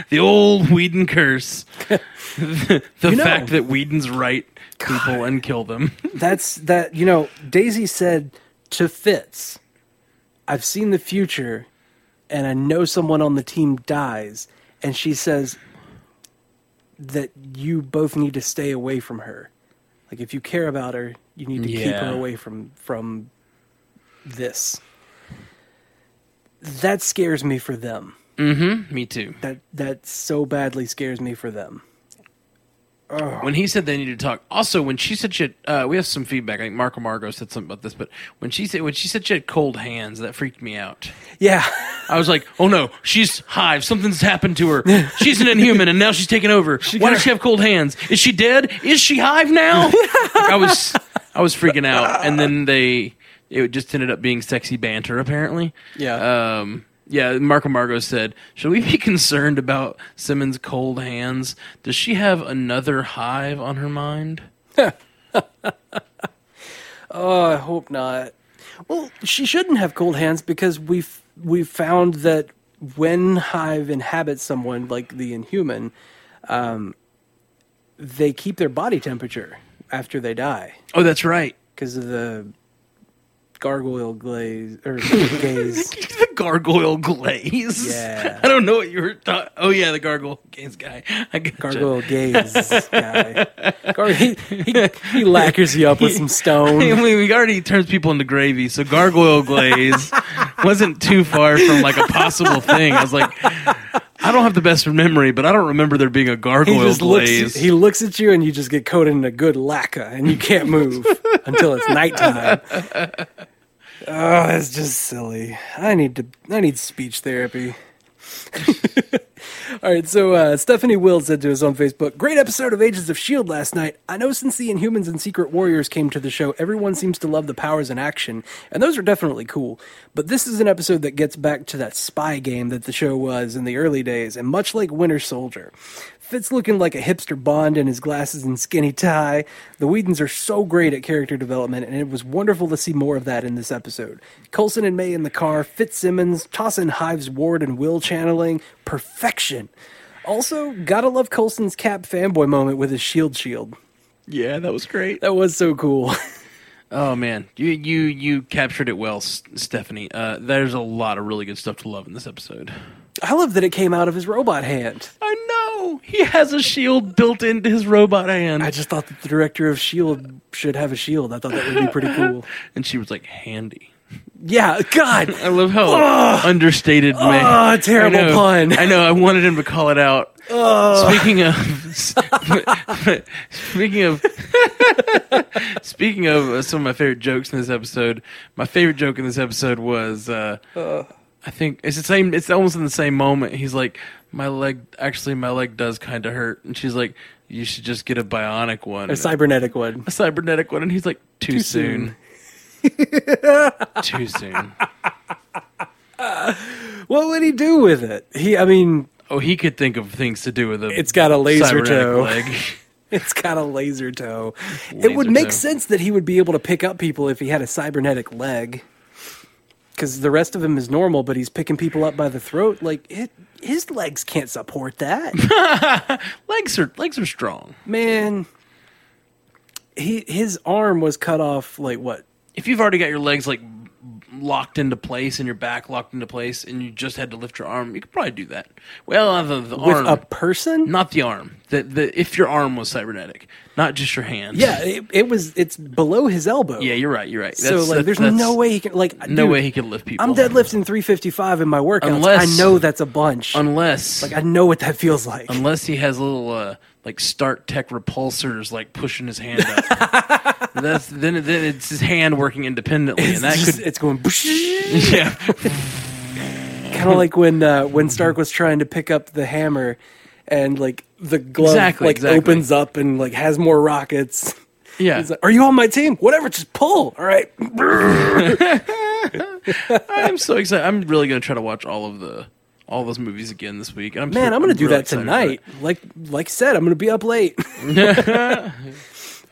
A: The old Whedon curse. the
B: You know-
A: fact that Whedon's right people and kill them.
B: That's that. You know, Daisy said to Fitz, "I've seen the future, and I know someone on the team dies." And she says that you both need to stay away from her. Like, if you care about her, you need to keep
A: Yeah.
B: her away from from this. That scares me for them.
A: Me too.
B: That that so badly scares me for them.
A: When he said they needed to talk, also when she said she had, uh, we have some feedback. I think Marco Margo said something about this, but when she said when she said she had cold hands, that freaked me out.
B: Yeah.
A: I was like, oh no, she's Hive. Something's happened to her. She's an inhuman, and now she's taken over. Why does she have cold hands? Is she dead? Is she Hive now? Like, I was, I was freaking out, and then they, it just ended up being sexy banter apparently.
B: Yeah.
A: Um, yeah, Marco Margo said, should we be concerned about Simmons' cold hands? Does she have another hive on her mind?
B: I hope not. Well, she shouldn't have cold hands because we've we've found that when Hive inhabits someone like the Inhuman, um, they keep their body temperature after they die
A: Oh, that's right.
B: because of the gargoyle glaze or gaze.
A: the gargoyle glaze.
B: Yeah.
A: I don't know what you were talking. Oh yeah, the gargoyle glaze guy. I gotcha.
B: Gargoyle gaze guy. Gar- he, he, he lacquers you up with some
A: I
B: stone.
A: mean, we already turns people into gravy, so gargoyle glaze wasn't too far from like a possible thing. I was like, I don't have the best memory, but I don't remember there being a
B: He
A: gargoyle
B: just looks,
A: glaze.
B: he looks at you and you just get coated in a good lacquer and you can't move until it's nighttime. Oh, that's just silly. I need to I need speech therapy. All right, so uh, Stephanie Will said to us on Facebook, "Great episode of Agents of Shield last night. I know since the Inhumans and Secret Warriors came to the show, everyone seems to love the powers in action, and those are definitely cool. But this is an episode that gets back to that spy game that the show was in the early days, and much like Winter Soldier." Fitz looking like a hipster Bond in his glasses and skinny tie. The Whedons are so great at character development, and it was wonderful to see more of that in this episode. Colson and May in the car, Fitzsimmons, tossing Hive's Ward and Will channeling, perfection. Also, gotta love Colson's Cap fanboy moment with his shield shield.
A: yeah, that was great.
B: That was so cool.
A: Oh man, you you you captured it well, S- Stephanie. Uh, there's a lot of really good stuff to love in this episode.
B: I love that it came out of his robot hand.
A: I know he has a shield built into his robot hand.
B: I just thought that the director of Shield E should have a shield. I thought that would be pretty cool.
A: And she was like, handy.
B: Yeah, God,
A: I love how understated man.
B: Ah, terrible
A: I know,
B: pun.
A: I know. I wanted him to call it out. Speaking of, speaking of, speaking of uh, some of my favorite jokes in this episode. My favorite joke in this episode was, uh, I think it's the same. It's almost in the same moment. He's like, my leg. Actually, my leg does kind of hurt, and she's like, you should just get a bionic one.
B: a cybernetic one.
A: a cybernetic one, and he's like, too, soon. too soon.
B: What would he do with it? He, I mean,
A: Oh, he could think of things to do with it.
B: It's got a laser toe.
A: Leg.
B: It's got a laser toe. it
A: Laser
B: would make
A: toe.
B: sense that he would be able to pick up people if he had a cybernetic leg. Because the rest of him is normal, but he's picking people up by the throat. Like, it, his legs can't support that.
A: legs are legs are strong.
B: Man, he, his arm was cut off, like, what?
A: If you've already got your legs like locked into place and your back locked into place, and you just had to lift your arm, you could probably do that. Well, not the, the
B: With
A: arm,
B: a person?
A: not the arm. The, the if your arm was cybernetic, not just your hand.
B: Yeah, it, it was, it's below his elbow.
A: yeah, you're right. You're right.
B: So,
A: That's-
B: like,
A: that's-
B: there's
A: that's
B: no way he can, like,
A: no
B: dude,
A: way he could lift people.
B: I'm deadlifting 355 in my workouts.
A: Unless-
B: I know that's a bunch.
A: unless
B: like, I know what that feels like.
A: Unless he has little uh, like Start Tech repulsors like pushing his hand up. That's then then it's his hand working independently,
B: it's,
A: and that
B: just-
A: could
B: it's going.
A: yeah.
B: kind of like when uh, when Stark was trying to pick up the hammer, and like the glove
A: Exactly,
B: like
A: exactly.
B: opens up and like has more rockets.
A: Yeah,
B: He's like, "Are you on my team? Whatever, just pull." All right,
A: I'm so excited. I'm really gonna try to watch all of the all those movies again this week. And I'm
B: man, I'm gonna do
A: really
B: that
A: excited for it.
B: tonight. Like like I said, I'm gonna be up late.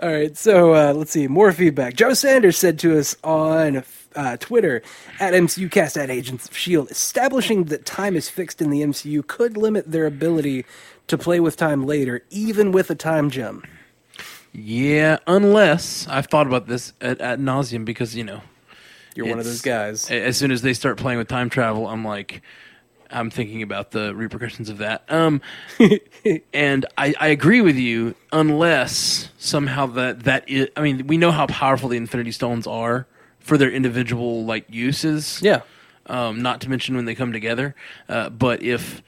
B: All right, so uh, let's see. More feedback. Joe Sanders said to us on uh, Twitter at MCUcast at Agents of Shield, E establishing that time is fixed in the MCU could limit their ability to play with time later, even with a time gem.
A: Yeah, unless I've thought about this at, at nauseum because you know
B: You're one of
A: it's-
B: those guys.
A: a- As soon as they start playing with time travel, I'm like, I'm thinking about the repercussions of that. Um, and I, I agree with you, unless somehow that that is. I mean, we know how powerful the Infinity Stones are for their individual like uses.
B: yeah.
A: Um, not to mention when they come together. Uh, but if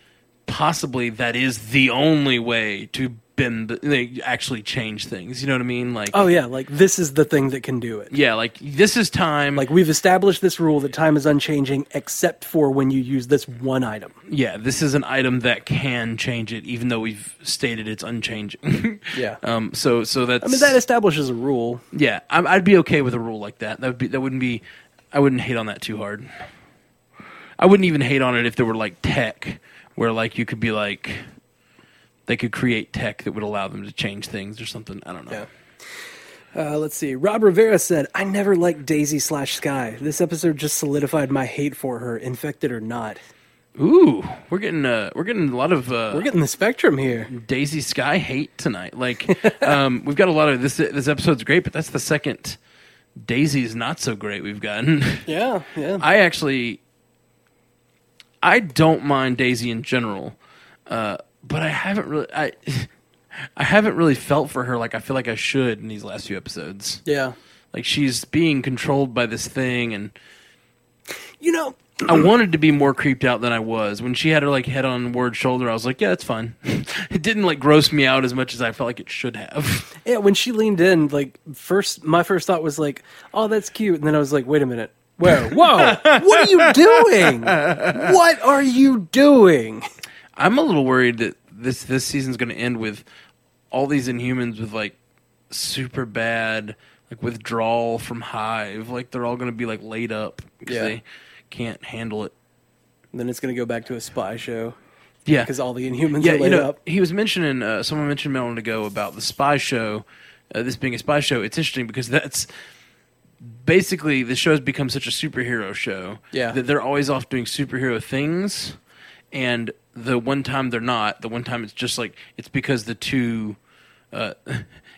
A: possibly that is the only way to bend, the, they actually change things. You know what I mean? Like,
B: Oh yeah, like this is the thing that can do it.
A: yeah, like this is time.
B: Like we've established this rule that time is unchanging except for when you use this one item.
A: yeah, this is an item that can change it, even though we've stated it's unchanging.
B: Yeah.
A: um. So so that's.
B: I mean that establishes a rule.
A: yeah. I'm, I'd be okay with a rule like that. That would be that wouldn't be. I wouldn't hate on that too hard. I wouldn't even hate on it if there were like tech, where like you could be like, they could create tech that would allow them to change things or something. I don't know.
B: Yeah. Uh, let's see. Rob Rivera said, "I never liked Daisy slash Sky. This episode just solidified my hate for her, infected or not.
A: Ooh, we're getting uh, we're getting a lot of uh,
B: We're getting the spectrum here.
A: Daisy Sky hate tonight. Like, um, we've got a lot of this. This episode's great, but that's the second Daisy's not so great we've gotten.
B: Yeah, yeah.
A: I actually, I don't mind Daisy in general, uh, but I haven't really, I, I haven't really felt for her like I feel like I should in these last few episodes.
B: yeah.
A: Like she's being controlled by this thing, and
B: You know,
A: I wanted to be more creeped out than I was when she had her like head on Ward's shoulder. I was like, yeah, that's fine. it didn't like gross me out as much as I felt like it should have.
B: yeah, when she leaned in, like first my first thought was like, "Oh, that's cute." And then I was like, "Wait a minute. Whoa, whoa. what are you doing? What are you doing?"
A: I'm a little worried that this this season's going to end with all these Inhumans with like super bad like withdrawal from Hive. Like they're all going to be like laid up because
B: Yeah.
A: they can't handle it.
B: And then it's going to go back to a spy show
A: Yeah,
B: because all the Inhumans
A: yeah,
B: are laid
A: you know,
B: up.
A: he was mentioning uh, someone mentioned a moment ago about the spy show. Uh, this being a spy show, it's interesting because that's basically the show's become such a superhero show.
B: Yeah.
A: that they're always off doing superhero things, and the one time they're not, the one time it's just like it's because the two. Uh,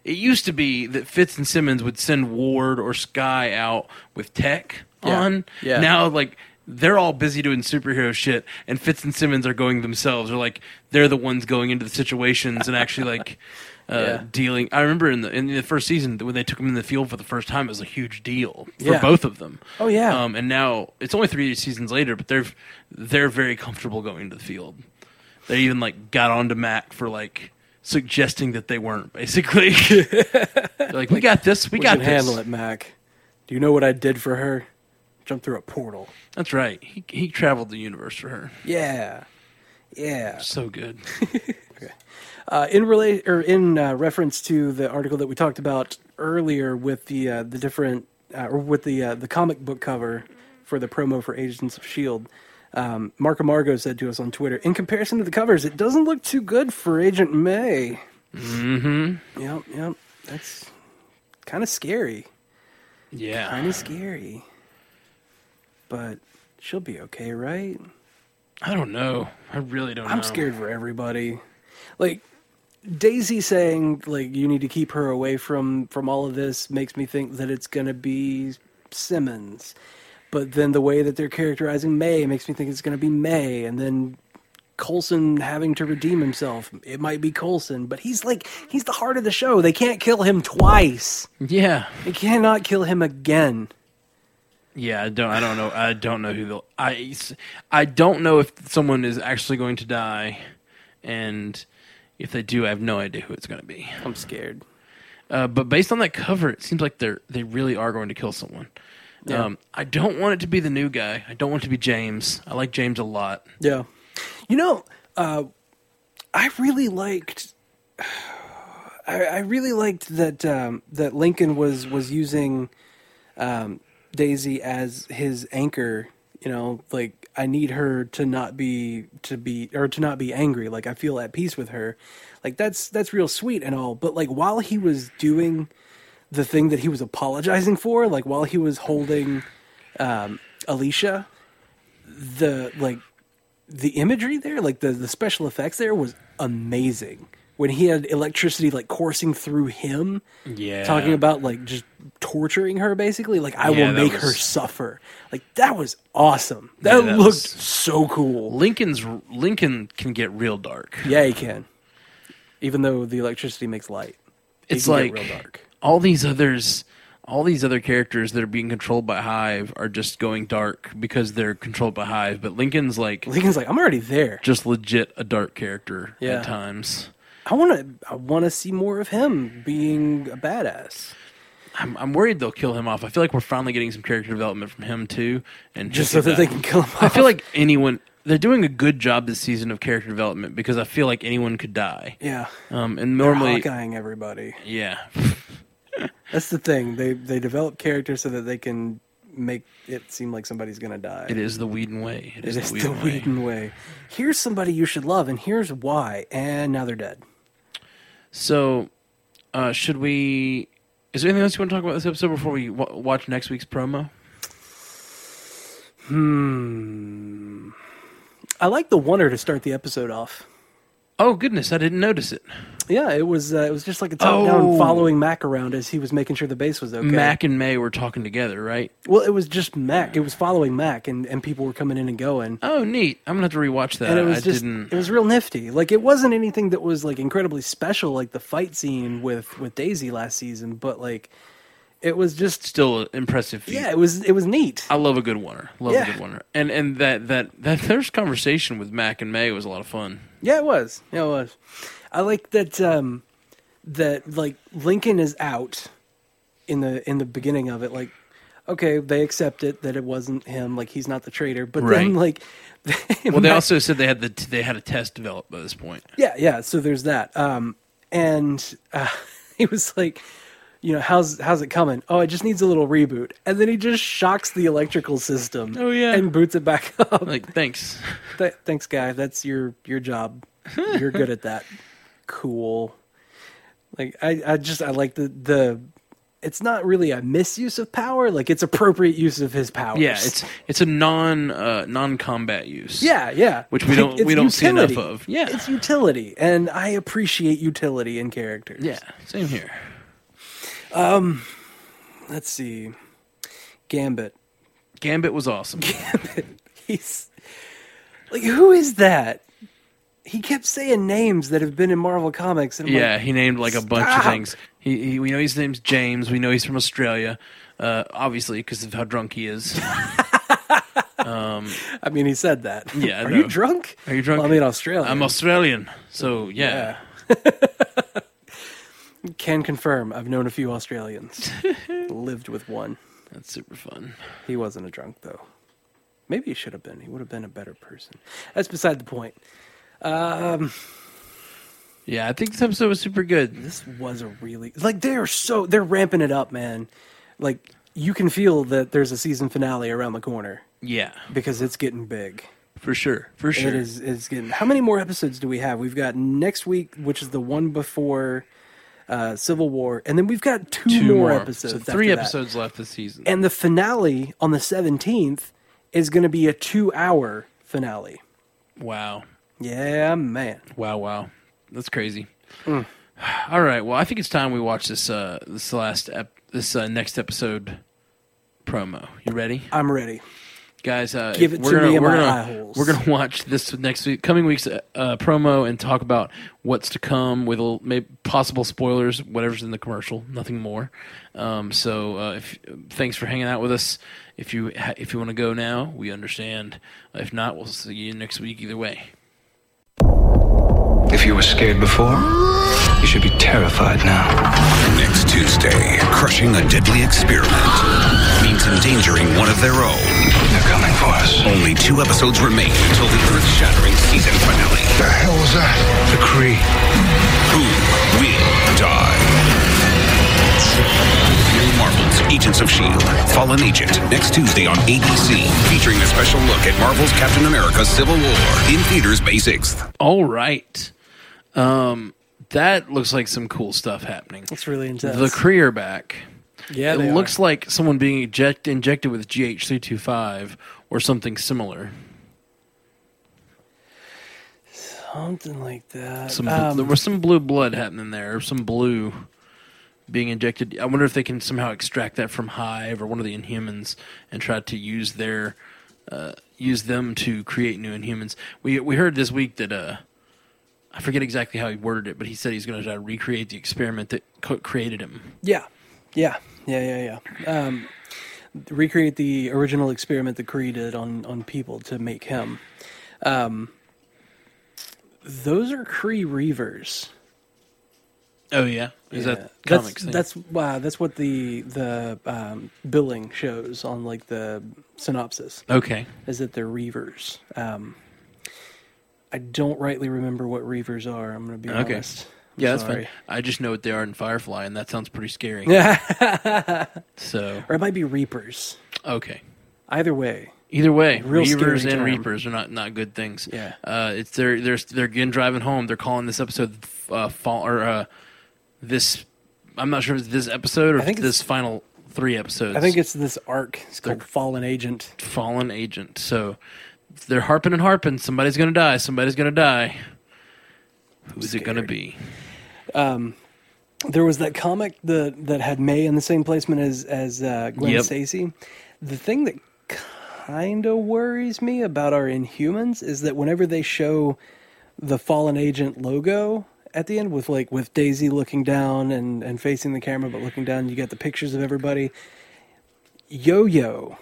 A: it used to be that Fitz and Simmons would send Ward or Sky out with tech
B: Yeah.
A: on.
B: Yeah.
A: Now now like they're all busy doing superhero shit and Fitz and Simmons are going themselves or like they're the ones going into the situations and actually like uh,
B: Yeah.
A: dealing I remember in the in the first season when they took him in the field for the first time it was a huge deal for
B: Yeah.
A: both of them.
B: Oh, yeah.
A: Um and now it's only 3 seasons later but they're they're very comfortable going to the field. They even like got onto Mac for like suggesting that they weren't basically. They're like we got this, we,
B: We
A: got
B: can
A: this.
B: handle it, Mac. Do you know what I did for her? Jump through a portal.
A: That's right. He he traveled the universe for her.
B: Yeah, yeah.
A: So good.
B: Uh, in relate or in uh, reference to the article that we talked about earlier with the uh, the different uh, or with the uh, the comic book cover for the promo for Agents of Shield. E Um, Marco Margo said to us on Twitter, in comparison to the covers, it doesn't look too good for Agent May. Mm-hmm. Yep, yep. That's kind of scary.
A: Yeah.
B: Kind of scary. But she'll be okay, right?
A: I don't know. I really don't know.
B: I'm scared for everybody. Like Daisy saying like you need to keep her away from from all of this makes me think that it's going to be Simmons. But then the way that they're characterizing May makes me think it's going to be May and then Colson having to redeem himself. It might be Colson, but he's like he's the heart of the show. They can't kill him twice.
A: Yeah.
B: They cannot kill him again.
A: Yeah, I don't I don't know. I don't know who they'll I I don't know if someone is actually going to die and if they do, I have no idea who it's going to be.
B: I'm scared.
A: Uh, but based on that cover, it seems like they're they really are going to kill someone.
B: Yeah.
A: Um, I don't want it to be the new guy. I don't want it to be James. I like James a lot.
B: Yeah. You know, uh, I really liked. I, I really liked that um, that Lincoln was was using um, Daisy as his anchor you know like i need her to not be to be or to not be angry like i feel at peace with her like that's that's real sweet and all but like while he was doing the thing that he was apologizing for like while he was holding um alicia the like the imagery there like the the special effects there was amazing when he had electricity like coursing through him
A: Yeah.
B: talking about like just torturing her basically like i
A: Yeah,
B: will
A: that
B: make her
A: was-
B: suffer like that was awesome that,
A: that
B: looked
A: was-
B: so cool
A: Lincoln's Lincoln can get real dark.
B: yeah he can even though the electricity makes light it
A: it's
B: can get
A: like
B: real dark
A: all these others all these other characters that are being controlled by hive are just going dark because they're controlled by hive but lincoln's like
B: lincoln's like i'm already there
A: just legit a dark character
B: Yeah.
A: at times
B: i want to i want to see more of him being a badass
A: I'm, I'm worried they'll kill him off i feel like we're finally getting some character development from him too and
B: just so
A: he's
B: that
A: not-
B: they can kill him
A: i feel like anyone they're doing a good job this season of character development because i feel like anyone could die
B: yeah
A: um, and normally
B: Hawkeyeing everybody
A: yeah
B: that's the thing they they develop characters so that they can make it seem like somebody's gonna die
A: it is the Whedon way
B: It is the Whedon way. Here's somebody you should love, and here's why. And now they're dead.
A: So, uh, should we? Is there anything else you want to talk about this episode before we w- watch next week's promo?
B: I like the wonder to start the episode off.
A: Oh goodness, I didn't notice it.
B: Yeah, it was uh, it was just like a top down
A: Oh.
B: following Mac around as he was making sure the base was okay.
A: Mac and May were talking together, right?
B: Well, it was just Mac. It was following Mac, and and people were coming in and going.
A: Oh neat. I'm gonna have to rewatch that.
B: And it
A: Uh,
B: was
A: I
B: just
A: didn't.
B: it was real nifty. Like it wasn't anything that was like incredibly special, like the fight scene with with Daisy last season. But like, it was just
A: Still an impressive feat.
B: yeah, it was it was neat.
A: I love a good winner. Love
B: Yeah.
A: a good winner. And and that that that first conversation with Mac and May was a lot of fun.
B: Yeah, it was. Yeah, it was. I like that um that like Lincoln is out in the in the beginning of it like okay, they accept it that it wasn't him, like he's not the traitor, but
A: Right.
B: then like
A: Well, they also said they had the t- they had a test developed by this point.
B: yeah, yeah. So there's that. Um, and uh, he was like, you know, how's how's it coming? Oh, it just needs a little reboot. And then he just shocks the electrical system.
A: Oh, yeah.
B: and boots it back up.
A: Like thanks.
B: Th- thanks, guy. That's your your job. You're good at that. Cool. Like I, I just I like the the. It's not really a misuse of power. Like it's appropriate use of his powers.
A: Yeah, it's it's a non uh, non combat use.
B: yeah, yeah.
A: Which we don't-
B: it's
A: we don't see enough of. Yeah.
B: it's utility, and I appreciate utility in characters.
A: Yeah. Same here.
B: Let's see, Gambit.
A: Gambit was awesome.
B: He's like, who is that? He kept saying names that have been in Marvel comics, and I'm
A: Yeah,
B: like,
A: he named like a bunch of
B: Stop.
A: things. He, he we know his name's James. We know he's from Australia, uh, obviously because of how drunk he is.
B: I mean, he said that.
A: Yeah, I
B: Are
A: know.
B: you drunk?
A: Are you drunk?
B: Well, I mean, Australia.
A: I'm Australian, so yeah.
B: Can confirm. I've known a few Australians. Lived with one.
A: that's super fun.
B: He wasn't a drunk though. Maybe he should have been. He would have been a better person. That's beside the point.
A: Yeah, I think this episode was super good.
B: This was a really like they're so they're ramping it up, man. Like you can feel that there's a season finale around the corner
A: Yeah,
B: because it's getting big.
A: for sure, for sure.
B: It is it's getting how many more episodes do we have? We've got next week, which is the one before uh, Civil War, and then we've got two, more, episodes.
A: So
B: after
A: three
B: that.
A: episodes left this season.
B: And the finale on the 17th is going to be a two hour finale.
A: wow,
B: Yeah, man.
A: wow, wow. That's crazy.
B: Mm.
A: All right. Well, I think it's time we watch this uh, this last ep- this uh, next episode promo. You ready?
B: I'm ready.
A: guys uh,
B: Give it
A: we're
B: to
A: gonna,
B: me in
A: we're
B: my
A: gonna,
B: eye holes.
A: we're gonna watch this next week coming week's uh, uh, promo and talk about what's to come with a, maybe possible spoilers whatever's in the commercial nothing more um, so uh, if, thanks for hanging out with us if you ha- if you want to go now we understand if not we'll see you next week either way
E: If you were scared before, you should be terrified now.
F: Next Tuesday, crushing a deadly experiment means endangering one of their own.
E: They're coming for us.
F: Only two episodes remain until the earth-shattering season finale.
E: The hell was that? The Cree.
F: Who will die? New Marvel Agents of S.H.I.E.L.D. E Fallen Agent, next Tuesday on ABC, featuring a special look at Marvel's Captain America Civil War in theaters May 6th.
A: All right. Um, that looks like some cool stuff happening.
B: It's really intense.
A: The career back.
B: yeah,
A: it looks like someone being eject, injected with GH325 or something similar.
B: something like that.
A: Some
B: Um,
A: there was some blue blood happening there, some blue being injected. I wonder if they can somehow extract that from Hive or one of the Inhumans and try to use their uh, use them to create new Inhumans. We we heard this week that uh, I forget exactly how he worded it, but he said he's going to try to recreate the experiment that co- created him.
B: yeah, yeah, yeah, yeah, yeah. Um, recreate the original experiment that Kree did on on people to make him. Um, those are Kree Reavers.
A: Oh yeah, is
B: Yeah.
A: that comics?
B: That's
A: thing?
B: that's wow. That's what the the um, billing shows on like the synopsis
A: okay.
B: is that they're Reavers. Um, I don't rightly remember what Reavers are. I'm going to be
A: Okay.
B: honest. I'm
A: Yeah, that's
B: sorry.
A: fine. I just know what they are in Firefly, and that sounds pretty scary. so
B: Or it might be Reapers.
A: okay.
B: Either way,
A: Either way,
B: Real scary
A: Reavers and
B: term.
A: Reapers are not, not good things.
B: Yeah.
A: uh, it's they're they're they're again driving home. They're calling this episode uh, fall or uh, this. I'm not sure if it's this episode or
B: think
A: this final three episodes.
B: I think it's this arc. It's called Fallen Agent.
A: fallen agent. So they're harping and harping. Somebody's gonna die. Somebody's gonna die. Who's it gonna be?
B: There was that comic that that had May in the same placement as as uh, Gwen
A: Yep.
B: Stacy. The thing that kind of worries me about our Inhumans is that whenever they show the Fallen Agent logo at the end with like with Daisy looking down and and facing the camera but looking down, you got the pictures of everybody. Yo Yo.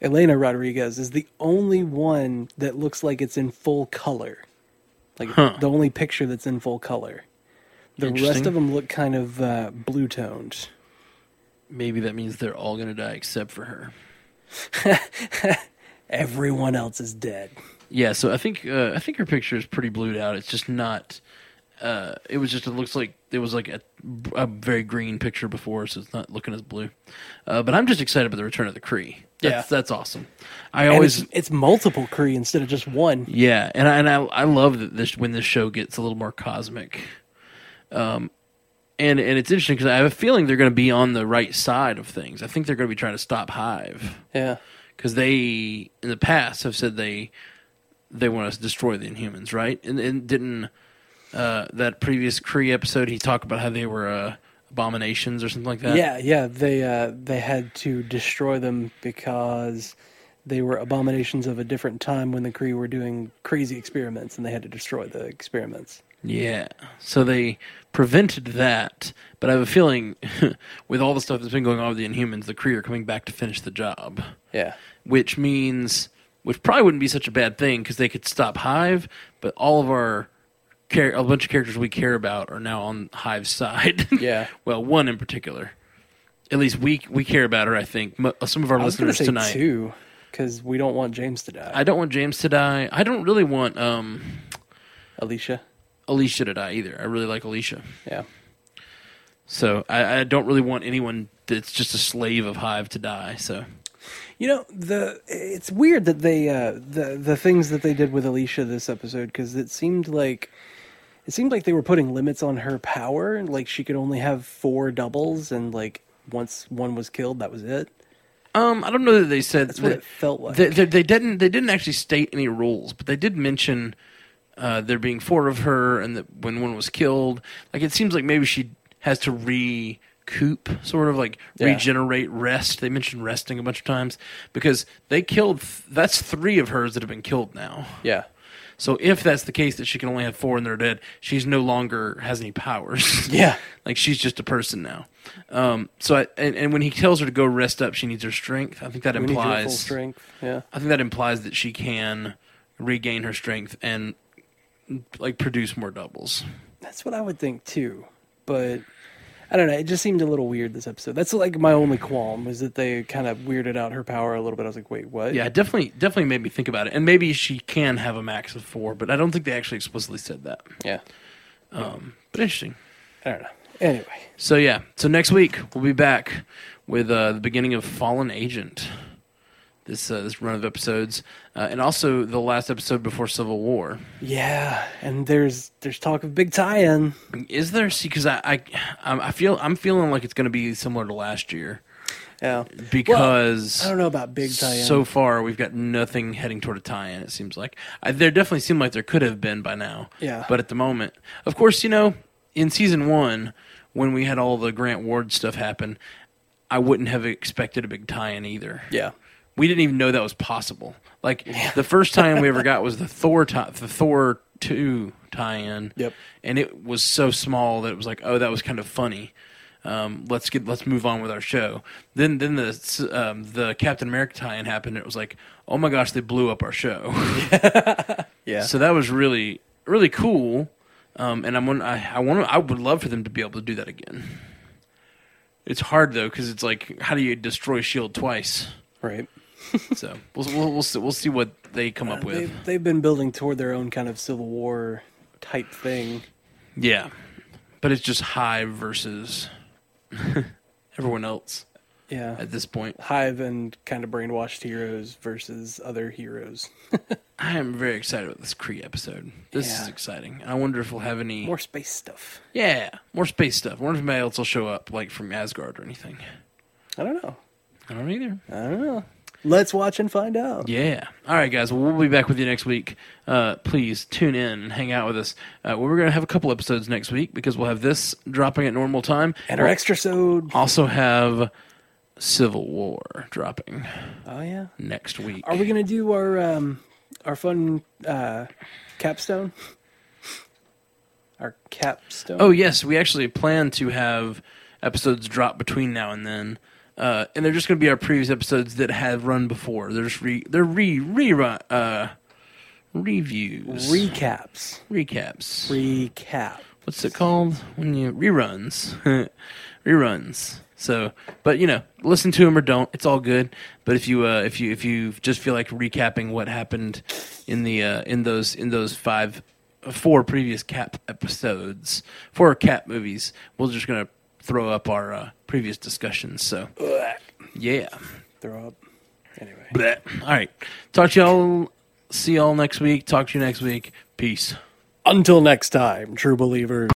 B: Elena Rodriguez is the only one that looks like it's in full color. Like the only picture that's in full color. The rest
A: Interesting.
B: of them look kind of uh, blue toned.
A: Maybe that means they're all gonna die except for her.
B: Everyone else is dead.
A: Yeah, so I think uh, I think her picture is pretty blued out. It's just not. Uh, it was just it looks like it was like a, a very green picture before, so it's not looking as blue. Uh, but I'm just excited about the return of the Kree. That's,
B: Yeah.
A: that's awesome. I
B: And
A: always
B: it's, it's multiple Kree instead of just one.
A: yeah, and I, and I I love that this when this show gets a little more cosmic. Um, and and it's interesting because I have a feeling they're going to be on the right side of things. I think they're going to be trying to stop Hive
B: Yeah.
A: because they in the past have said they they want to destroy the Inhumans, right? And, and didn't uh, that previous Kree episode he talked about how they were uh, abominations or something like that?
B: Yeah, yeah. They uh, they had to destroy them because they were abominations of a different time when the Kree were doing crazy experiments, and they had to destroy the experiments.
A: yeah. So they prevented that, but I have a feeling with all the stuff that's been going on with the Inhumans, the Kree are coming back to finish the job.
B: Yeah.
A: which means which probably wouldn't be such a bad thing because they could stop Hive, but all of our char- a bunch of characters we care about are now on Hive's side.
B: Yeah.
A: well, one in particular. At least we we care about her. I think Mo- uh, some of our
B: I was going to
A: listeners tonight.
B: say two because we don't want James to die.
A: I don't want James to die. I don't really want um,
B: Alicia.
A: Alicia to die either. I really like Alicia,
B: Yeah.
A: so I, I don't really want anyone that's just a slave of Hive to die. So
B: You know the it's weird that they uh, the the things that they did with Alicia this episode because it seemed like it seemed like they were putting limits on her power and like she could only have four doubles and like once one was killed that was it.
A: Um, I don't know that they said
B: That's what
A: that-
B: it felt like.
A: They, they, they didn't. They didn't actually state any rules, but they did mention uh, there being four of her, and that when one was killed, like it seems like maybe she has to recoup, sort of like
B: Yeah.
A: regenerate, rest. They mentioned resting a bunch of times because they killed. Th- that's three of hers that have been killed now.
B: Yeah.
A: So if that's the case that she can only have four and they're dead, she's no longer has any powers.
B: Yeah.
A: like she's just a person now. Um, so I, and, and when he tells her to go rest up, she needs her strength. I think that
B: We need her at full
A: implies.
B: strength. Yeah.
A: I think that implies that she can regain her strength and like produce more doubles.
B: That's what I would think too. But I don't know. It just seemed a little weird this episode. That's like my only qualm was that they kind of weirded out her power a little bit. I was like, wait, what?
A: Yeah, it definitely, definitely made me think about it. And maybe she can have a max of four, but I don't think they actually explicitly said that.
B: Yeah.
A: But interesting.
B: I don't know. Anyway.
A: So yeah, so next week we'll be back with uh, the beginning of Fallen Agent. This uh, this run of episodes, uh, and also the last episode before Civil War.
B: Yeah, and there's there's talk of big tie-in.
A: Is there? See, because I I I'm- I feel I'm feeling like it's going to be similar to last year
B: Yeah,
A: because
B: I don't know about big tie-in.
A: so far we've got nothing heading toward a tie-in. It seems like I, there definitely seemed like there could have been by now.
B: Yeah.
A: But at the moment, of course, you know, in season one when we had all the Grant Ward stuff happen, I wouldn't have expected a big tie-in either.
B: yeah,
A: We didn't even know that was possible. Like the first tie-in we ever got was the Thor tie, the Thor two tie-in.
B: Yep.
A: And it was so small that it was like, oh, that was kind of funny um, let's get let's move on with our show. Then then the um, the Captain America tie-in happened. It was like, oh my gosh, they blew up our show.
B: yeah.
A: so that was really really cool. Um, and I'm won- I, I want I would love for them to be able to do that again. It's hard though because it's like how do you destroy Shield E twice?
B: right.
A: So we'll we'll we'll see, we'll see what they come up with.
B: They've, they've been building toward their own kind of Civil War type thing.
A: Yeah, but it's just Hive versus everyone else
B: Yeah.
A: at this point.
B: Hive and kind of brainwashed heroes versus other heroes.
A: I am very excited about this Cree episode. This
B: Yeah.
A: is exciting. And I wonder if we'll have any
B: More space stuff.
A: Yeah, more space stuff. I wonder if anybody else will show up, like from Asgard or anything.
B: I don't know.
A: I don't either.
B: I don't know. Let's watch and find out.
A: Yeah. All right, guys. Well, we'll be back with you next week. Uh, please tune in and hang out with us. Uh, we're going to have a couple episodes next week because we'll have this dropping at normal time.
B: And our
A: We'll
B: extra sode.
A: also have Civil War dropping
B: Oh yeah.
A: next week.
B: Are we gonna do our um our fun uh capstone? Our capstone.
A: Oh yes, we actually plan to have episodes drop between now and then, uh, and they're just going to be our previous episodes that have run before. They're just re they're re rerun uh, reviews
B: recaps.
A: recaps.
B: Recap.
A: What's it called when you reruns reruns. So, but you know, listen to them or don't. It's all good. But if you uh, if you if you just feel like recapping what happened in the uh, in those in those five four previous cap episodes, four cap movies, we're just gonna throw up our uh, previous discussions. So, yeah.
B: Throw up. Anyway.
A: Blech. All right. Talk to y'all. See y'all next week. Talk to you next week. Peace.
B: Until next time, true believers.